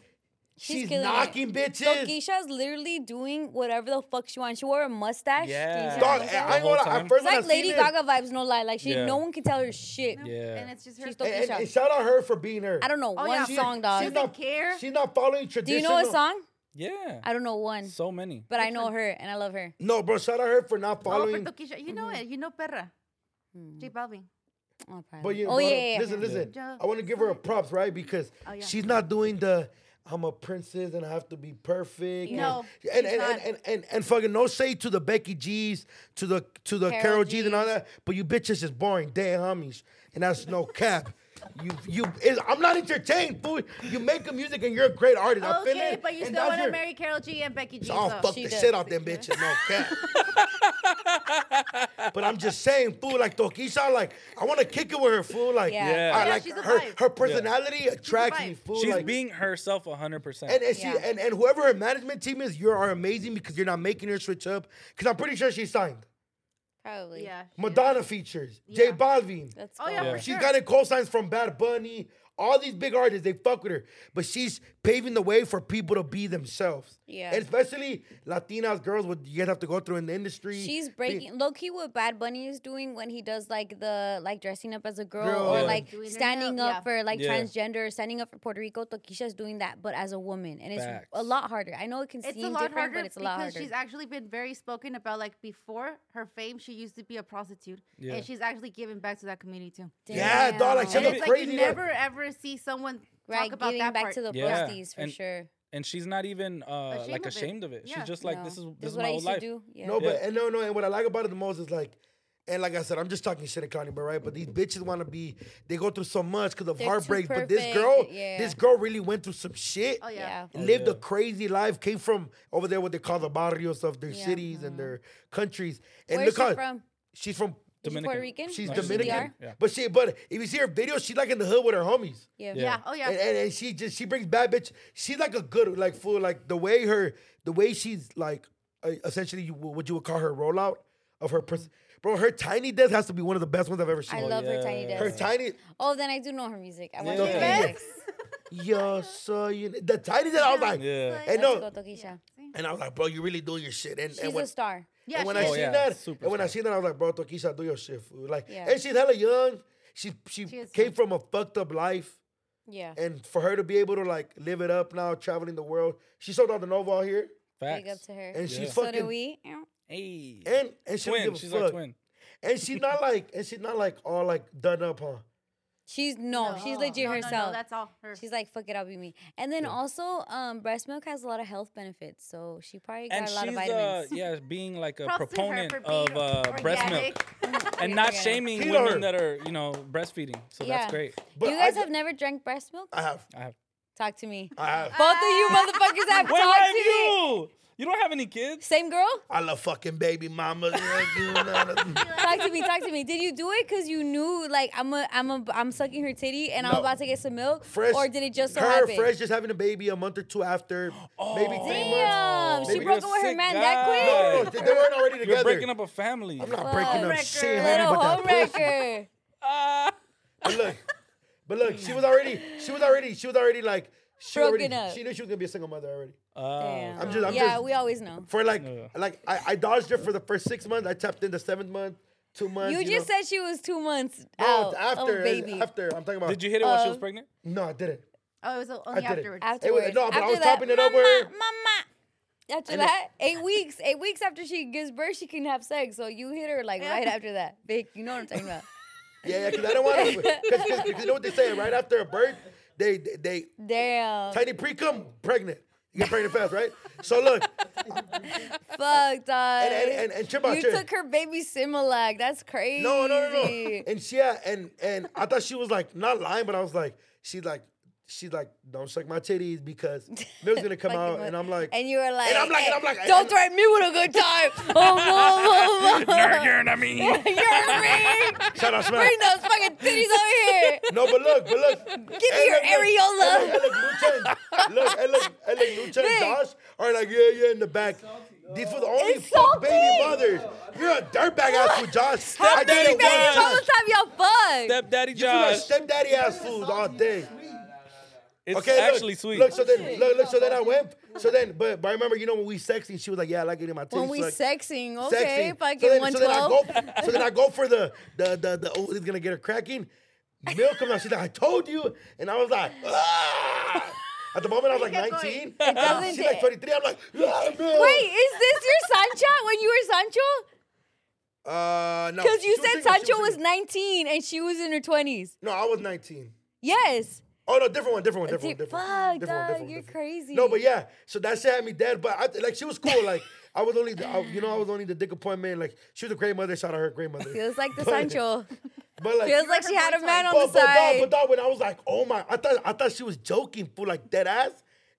She's she's, killing it. knocking bitches. Tokisha's literally doing whatever the fuck she wants. She wore a mustache. Yeah. Dog, The I I ain't whole gonna lie. time. At first It's when I like seen Lady it- Gaga vibes, no lie. Like she, Yeah. no one can tell her shit. Yeah. And it's just her. Eh, She's And, and- Tokisha. and shout out her for being her. I don't know Oh, one yeah. She- song, She's dog. doesn't not, care. She's not following Do you traditional. know a song? Yeah. I don't know one, so many. but I know her and I love her. No, bro. Shout out her for not Oh, for following. Tokisha. You Mm-hmm. know it. You know Perra. Hmm. J Balvin. Oh, probably. But you, oh yeah, yeah, yeah. Listen, listen. Yeah. Oh, I want to give her a props, right? Because yeah. she's not doing the. I'm a princess and I have to be perfect. No, and, and, she's and, not. and, and, and fucking no shade to the Becky G's, to the to the Carol Carol, G's. and all that. But you bitches is boring, damn homies, and that's no cap. You you, it, I'm not entertained, fool. You make good music and you're a great artist. I Oh, feel Okay, it, but you and still that's want to your- marry Carol G and Becky G. So I so- don't fuck She the does. shit out them bitches, no cap. but I'm just saying, fool, like Tokisha, like I want to kick it with her, fool, like Yeah. Yeah. I Yeah, like she's a her vibe. her personality attracts vibe. me, fool. She's like, being herself 100%. and, and, she, Yeah. and and whoever her management team is, you are amazing because you're not making her switch up. Because I'm pretty sure she signed Probably. Yeah. she is. Madonna features, Yeah. J Balvin. Let's go. Oh yeah, Yeah. for She's sure. got it co-signs from Bad Bunny. All these big artists, they fuck with her, but she's paving the way for people to be themselves. Yeah. and especially Latinas, girls, what you guys have to go through in the industry. She's Be- breaking low key what Bad Bunny is doing when he does like the like dressing up as a girl, Girl. or Yeah. like Doing her standing nails, up yeah. for like Yeah. transgender, standing up for Puerto Rico. Tokisha's doing that, but as a woman, and it's a Facts. lot harder. I know it can It's a seem lot different, harder but it's a lot because harder. she's actually been very spoken about. Like before her fame, she used to be a prostitute, Yeah. and she's actually giving back to that community too. Yeah, dog, like, she Damn. And look it's like crazy you to- never ever see someone right, talk about giving that back part. to the Yeah. posties for And- sure. and she's not even uh, Ashamed like of it. ashamed of it. Yeah. She's just like, No. this is this, this is what my I whole used life. to do. Yeah. No, but Yeah. and no, no. And what I like about it the most is like, and like I said, I'm just talking shit at Connie, but right, but these bitches want to be. They go through so much because of They're too heartbreak. But this perfect, girl, yeah. this girl really went through some shit. Oh yeah. yeah. lived yeah. a crazy life. Came from over there, what they call the barrios of their Yeah. Mm-hmm. cities and their countries. And Where's look she how from? she's from. Is she Puerto Rican? She's Or she's Dominican, DR? Yeah. but she but if you see her videos, she's like in the hood with her homies. Yeah. Yeah. Yeah. Oh yeah. And, and, and she just she brings bad bitch. She's like a good like fool. Like the way her the way she's like uh, essentially you, what you would call her rollout of her person. Bro, her tiny death has to be one of the best ones I've ever seen. I love her tiny yeah. her desk. tiny oh, then I do know her music. I want Yeah. to hear Yeah. her music. yo so you the tiny death. I was like, Yeah. and Let's no, go, Tokisha. and I was like, bro, you really doing your shit. And She's and when, a star. Yeah, and when she I is. seen yeah, that, and when I superstar. seen that, I was like, bro, Tokisha, do your shit. Fool. Like, Yeah. and she's hella young. She she, She is came young. from a fucked up life. Yeah. And for her to be able to like live it up now, traveling the world, she sold out the Nova out here, Big up Facts. to her. and she Yeah. so fucking do we. Hey. and and she don't twin. give a She's fuck. our twin. And she's not like and she's not like all like done up, huh? She's no, she's legit No, no, herself. No, that's all her. She's like, fuck it, I'll be me. And then also, um, breast milk has a lot of health benefits, so she probably got and a lot of she's uh, vitamins. yeah being like a Props to her proponent for of being uh, breast milk organic. and not Organic. shaming Peter. women that are you know breastfeeding. So Yeah. that's great. But you guys I, have never drank breast milk? I have. I have. Talk to Uh, me. I have. Both of you motherfuckers have Wait, where talked have to me. you? You don't have any kids? Same girl? I love fucking baby mamas. I Talk to me, talk to me. Did you do it because you knew like I'm a I'm a I'm sucking her titty and I'm No. about to get some milk? Fresh. Or did it just so her happen? Fresh just having a baby a month or two after, Oh, maybe three Damn, months. she Maybe- broke you're up a with her sick man that guy. quick. No, no, they, they weren't already You're together. breaking up a family. I'm not breaking up Homewrecker. shit, honey, Little but that home wrecker. Ah. But look, but look, she was already, she was already, she was already like, she Broken already, up. she knew she was gonna be a single mother already. Uh, Damn. I'm just- I'm yeah, just- we always know. For like, Yeah. like I, I dodged her for the first six months. I tapped in the seventh month, two months. You just know. said she was two months no, out it's after, uh, of it's Oh, baby. after. I'm talking about. Did you hit it while she was Uh, pregnant? No, I didn't. Oh, it was only did it. afterwards. It was- afterwards. no, but I after was that, topping it up mama, where- mama. After And it- that, eight weeks, eight weeks after she gives birth, she can have sex. So you hit her like right after that, big. You know what I'm talking about? Yeah, yeah, because I don't want to. Because you know what they say, right after a birth, they they, they Damn, tiny precum pregnant. You get pregnant fast, right? So look, fuck, dog. and and and, and chip out you chip. took her baby Similac. That's crazy. No, no, no, no. And she had, and and I thought she was like not lying, but I was like, she's like, she's like, don't suck my titties because milk's gonna come Fucking out, what- and I'm like, and you were like, and I'm like, and I'm like, "Hey, don't and- threaten me with a good time. Oh, whoa, whoa, whoa. You know what I mean? You're a ring. Shout out, smash. Bring those fucking titties over here. No, but look, but look. Give me your areola. Look, hey, look, Lucha and- look, hey, look, hey, look, Lucha Big. and Josh are like, yeah, yeah, in the back. These were the only It's fuck baby salty. mothers. You're a dirtbag ass fool, Josh. I Happy did baby it one all time. the time, y'all fuck. Stepdaddy You feel like Josh. stepdaddy ass fools all day. It's Okay, look, actually sweet. Look, so then, look, look, so then I went. So then, but, but I remember, you know, when we sexy, she was like, yeah, I like it in my titties. When we like, sexing, sexy. okay, fucking so then, so then I 112. go, so then I go for the the the, the oh, it's gonna get her cracking. Milk comes out. She's like, I told you, and I was like, ah. At the moment, I was like kept 19. doesn't She's like ta- 23. I'm like, ah, milk. Wait, is this your Sancho when you were Sancho? Uh, no. Because you Oh, She said single, she Sancho was single. 19 and she was in her 20s. No, I was 19. Yes. Oh no, different one, different one, different Dude, one, different one, fuck, different one, dog, different one, you're different one. crazy. No, but yeah. So that shit had me dead. But I, like, she was cool. Like, I was only, the, I, you know, I was only the dick appointment. Like, she was a great mother. Shout out her great mother. Feels like the But- Sancho. But like, Feels like she had a man on but, the but, dog, side. but dog, when I was like, oh my, I thought I thought she was joking, fool, like dead ass.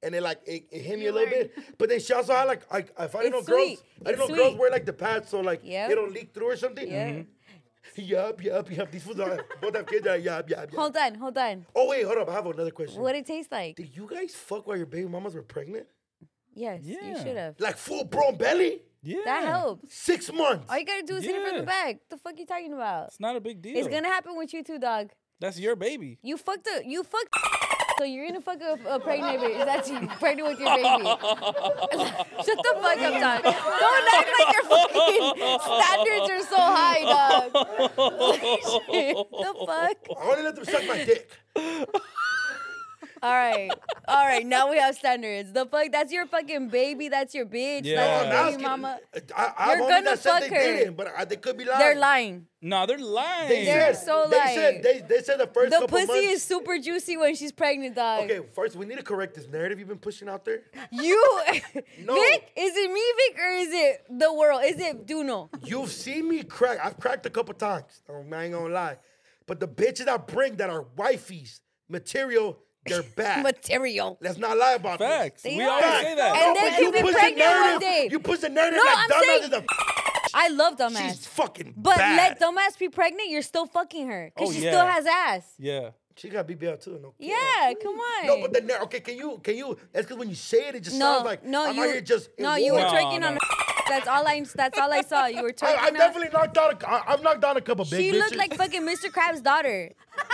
And then like it, it hit me a little learned. bit, but then she also had like like if I didn't know It's girls, sweet. I didn't know It's girls sweet. wear like the pads, so like Yep. they don't leak through or something. Mm-hmm. Yeah. Yup, yup, yup. These fools are both have kids. Like, yup, yup, yup. Hold on, hold on. Oh wait, hold up. I have another question. What it taste like? Did you guys fuck while your baby mamas were pregnant? Yes, you Yeah. should have. Like full blown belly, yeah. That helps. six months. All you gotta do is hit it from the Yeah. back. The fuck you talking about? It's not a big deal. It's gonna happen with you too, dog. That's your baby. You fucked a you fucked so you're gonna fuck a, a pregnant baby. That's you pregnant with your baby. Shut the fuck up, dog. Don't act like your fucking standards are so high, dog. the fuck? I only let them suck my dick. All right, all right. Now we have standards. The fuck? That's your fucking baby. That's your bitch. Yeah. That's I'm your Now baby asking. mama. I, I've You're only gonna that said they fuck her. didn't, but I, they could be lying. They're lying. No, they're lying. They They're said, so they like- said they, they said the first The couple pussy months. is super juicy when she's pregnant, dog. okay, first we need to correct this narrative you've been pushing out there. You, No. Vic, is it me, Vic, or is it the world? Is it Duno? You've seen me crack. I've cracked a couple times. I'm not gonna lie, but the bitches I bring that are wifey's material, they're bad. Material. Let's not lie about this. Facts. They we are. always say that. No, And then but you you be push the pregnant one narrative. day. You push the narrative No, like I'm dumbass saying- is a. I love She's dumbass. fucking But bad. let dumbass be pregnant, you're still fucking her. Because Oh, she yeah. still has ass. yeah. She got BBL too. No. Yeah, come on. No, but the narrative. Okay, can you can you? That's because when you say it, it just No, sounds like no, I'm you, out here just. in no, you were war. No, twerking no. on her. That's all I. That's all I saw. You were twerking. I, I on her. definitely knocked out. A, I, I've knocked down a couple big She bitches. looked like fucking Mr. Krabs' daughter,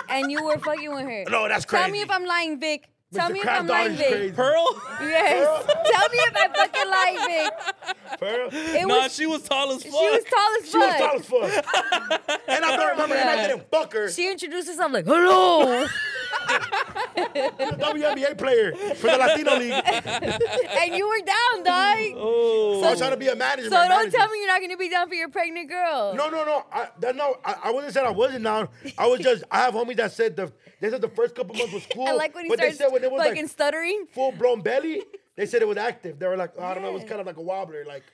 and you were fucking with her. No, that's Tell me crazy. if I'm lying, Vic. Tell Mr. me if Crab I'm Dog lying, is Vic. crazy. Pearl? Yes. Tell me if I'm fucking lying, Vic. Pearl. It nah, was. she was tall as She fuck. was tall as She was fuck. tall as fuck. and I don't remember, and I Yeah. didn't fuck her. She's She introduced herself like, hello. a WNBA player for the Latino League. and you were down, dog. Oh. So was trying to be a manager. So man, don't manager. tell me you're not gonna be down for your pregnant girl. No, no, no. I that, no. I, I wasn't saying I wasn't down. I was just. I have homies that said the. They said the first couple months was cool. I like when he but starts they said when it was fucking like stuttering. full blown belly, they said it was active. They were like, oh, I don't know. It was kind of like a wobbler. Like,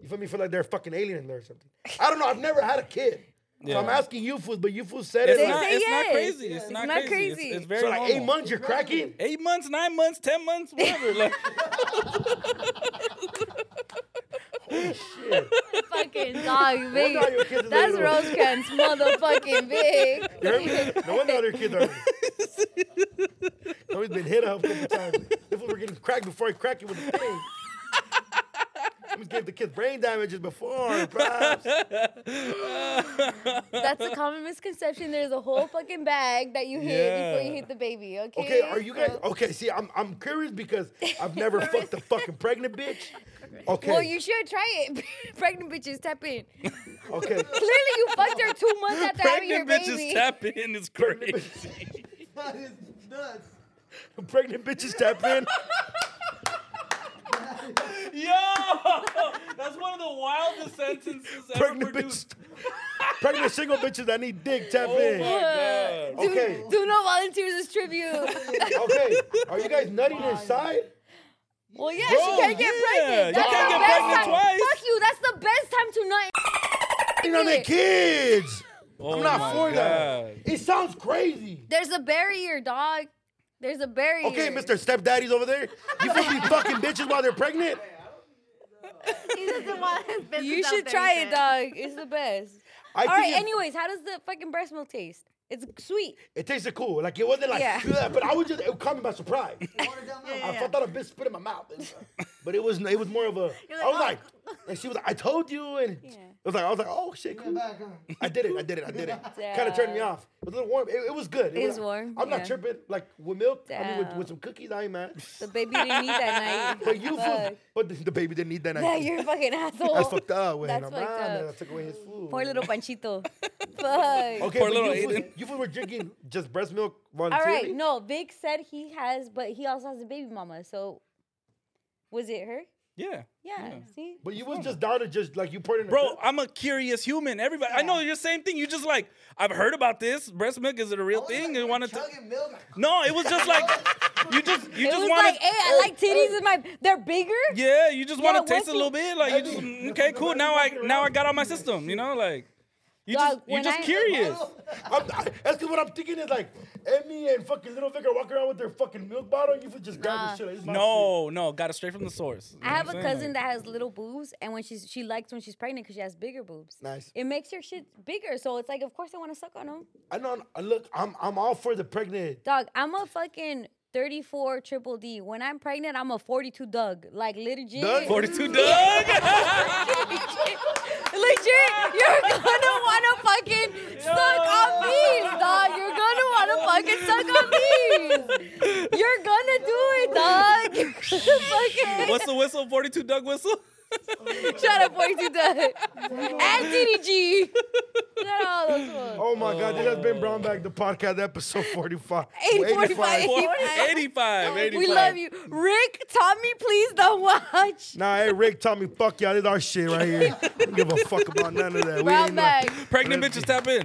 you feel me? Feel like they're fucking alien in there or something. I don't know. I've never had a kid. So I'm Yeah. asking you fools, but you fools said It's it. not, like, say it's yes. not crazy. It's, not, crazy. It's, it's very so like eight normal. months, you're cracking. Eight months, nine months, ten months, whatever. Like, Shit. fucking dog, big. wonder your kids are That's little. Rosecrans, motherfucking big. You heard me? No wonder other kids are. No, he's been hit up a couple times. If we were getting cracked before he cracked you with a thing. Let me give the kids brain damages before, perhaps. That's a common misconception. There's a whole fucking bag that you hit before you Yeah. hit the baby. Okay. Okay, are you guys So- okay? See, I'm I'm curious because I've never fucked a fucking pregnant bitch. Okay, Well, you should try it. pregnant bitches, tap in. okay. Clearly, you fucked her two months after having your pregnant baby. bitches tap in is crazy. That is nuts. Pregnant bitches tap in. Yo, that's one of the wildest sentences ever Pregnant bitches. produced. Pregnant single bitches that need dick tap Oh in. my god. do, Okay. do no volunteers as tribute. Okay, are you guys nutting inside? Well, yeah, Bro, she can't get yeah, you pregnant. That's can't the get best pregnant time. twice. Fuck you. That's the best time to not. e- You know, they it. kids. Oh I'm not my for that. God. It sounds crazy. There's a barrier, dog. There's a barrier. Okay, Mr. Stepdaddy's over there. You feel these fucking bitches while they're pregnant? He doesn't want his business You out should there, try he it, said. uh, dog. It's the best. I All right. it's- Anyways, how does the fucking breast milk taste? It's sweet. it tasted cool. Like it wasn't like Yeah. "Ugh," but I was just it caught me by surprise. Water down my I thought that a bitch spit in my mouth, but it was it was more of a. You're I was like, like, and she was like, I told you, and "Oh." Yeah. it was like I was like, oh shit, Bring it cool. back, huh? I did it, I did it, I did it. Kind of turned me off. It was a little warm. It, it was good. It was is warm, I'm yeah. not tripping. Like with milk, I mean with, Damn. with some cookies, I ain't mad. The baby didn't eat that night. But you, Fuck. fool, but the, the baby didn't need that. Yeah, night. you're a fucking asshole. That's fucked up. With That's him. fucked Ah, man, up. I took away his food. Poor little Panchito. Fuck. Okay, Poor but little you, fool- Aiden. you fool were drinking just breast milk All voluntarily. right. No, Vic said he has, but he also has a baby mama. So, was it her? Yeah. Yeah. See. But you was just down to just like you poured in. a Bro, cup. I'm a curious human. Everybody, I know you're the same thing. You just like, I've heard about this. Breast milk, is it a real Oh, thing? You wanted to. Chugging milk. No, it was just like, you just, you It just was wanted. like, eh, hey, I like titties in my. They're bigger. yeah, you just Yeah, want to taste once a little you- bit. Like, you just, mm, okay, cool. Now I, now I got on my system, you know? Like, you just, Dog, you're when just I- Oh. curious. I'm, I, that's 'cause what I'm thinking is like Emmy and fucking Little Vic are walking around with their fucking milk bottle. and You could just grab Nah. the shit. Like, this is my No, no, got it straight from the source. I have a cousin that has little boobs, and when she's she likes when she's pregnant because she has bigger boobs. Nice. It makes your shit bigger, so it's like, of course, I want to suck on them. shit. I know. I look, I'm I'm all for the pregnant. Dog, I'm a fucking 34 triple D. When I'm pregnant, I'm a 42 Doug. Like legit. Doug? 42 Doug. legit. You're gonna wanna fucking suck on these, dog. You're gonna wanna fucking suck on these. You're gonna do it, dog. You're gonna fucking What's the whistle? 42 Doug whistle? Shout out 42 Doug. and DDG. Shout out all those ones. Oh my god, this has been Brown Bag the podcast episode 45. 845. 85, 85. We love you. Rick, Tommy, please don't watch. Nah, hey Rick, tell me, fuck y'all. This is our shit right here. I don't give a fuck about none of that. We Brown ain't like- bag. Pregnant bitches tap in.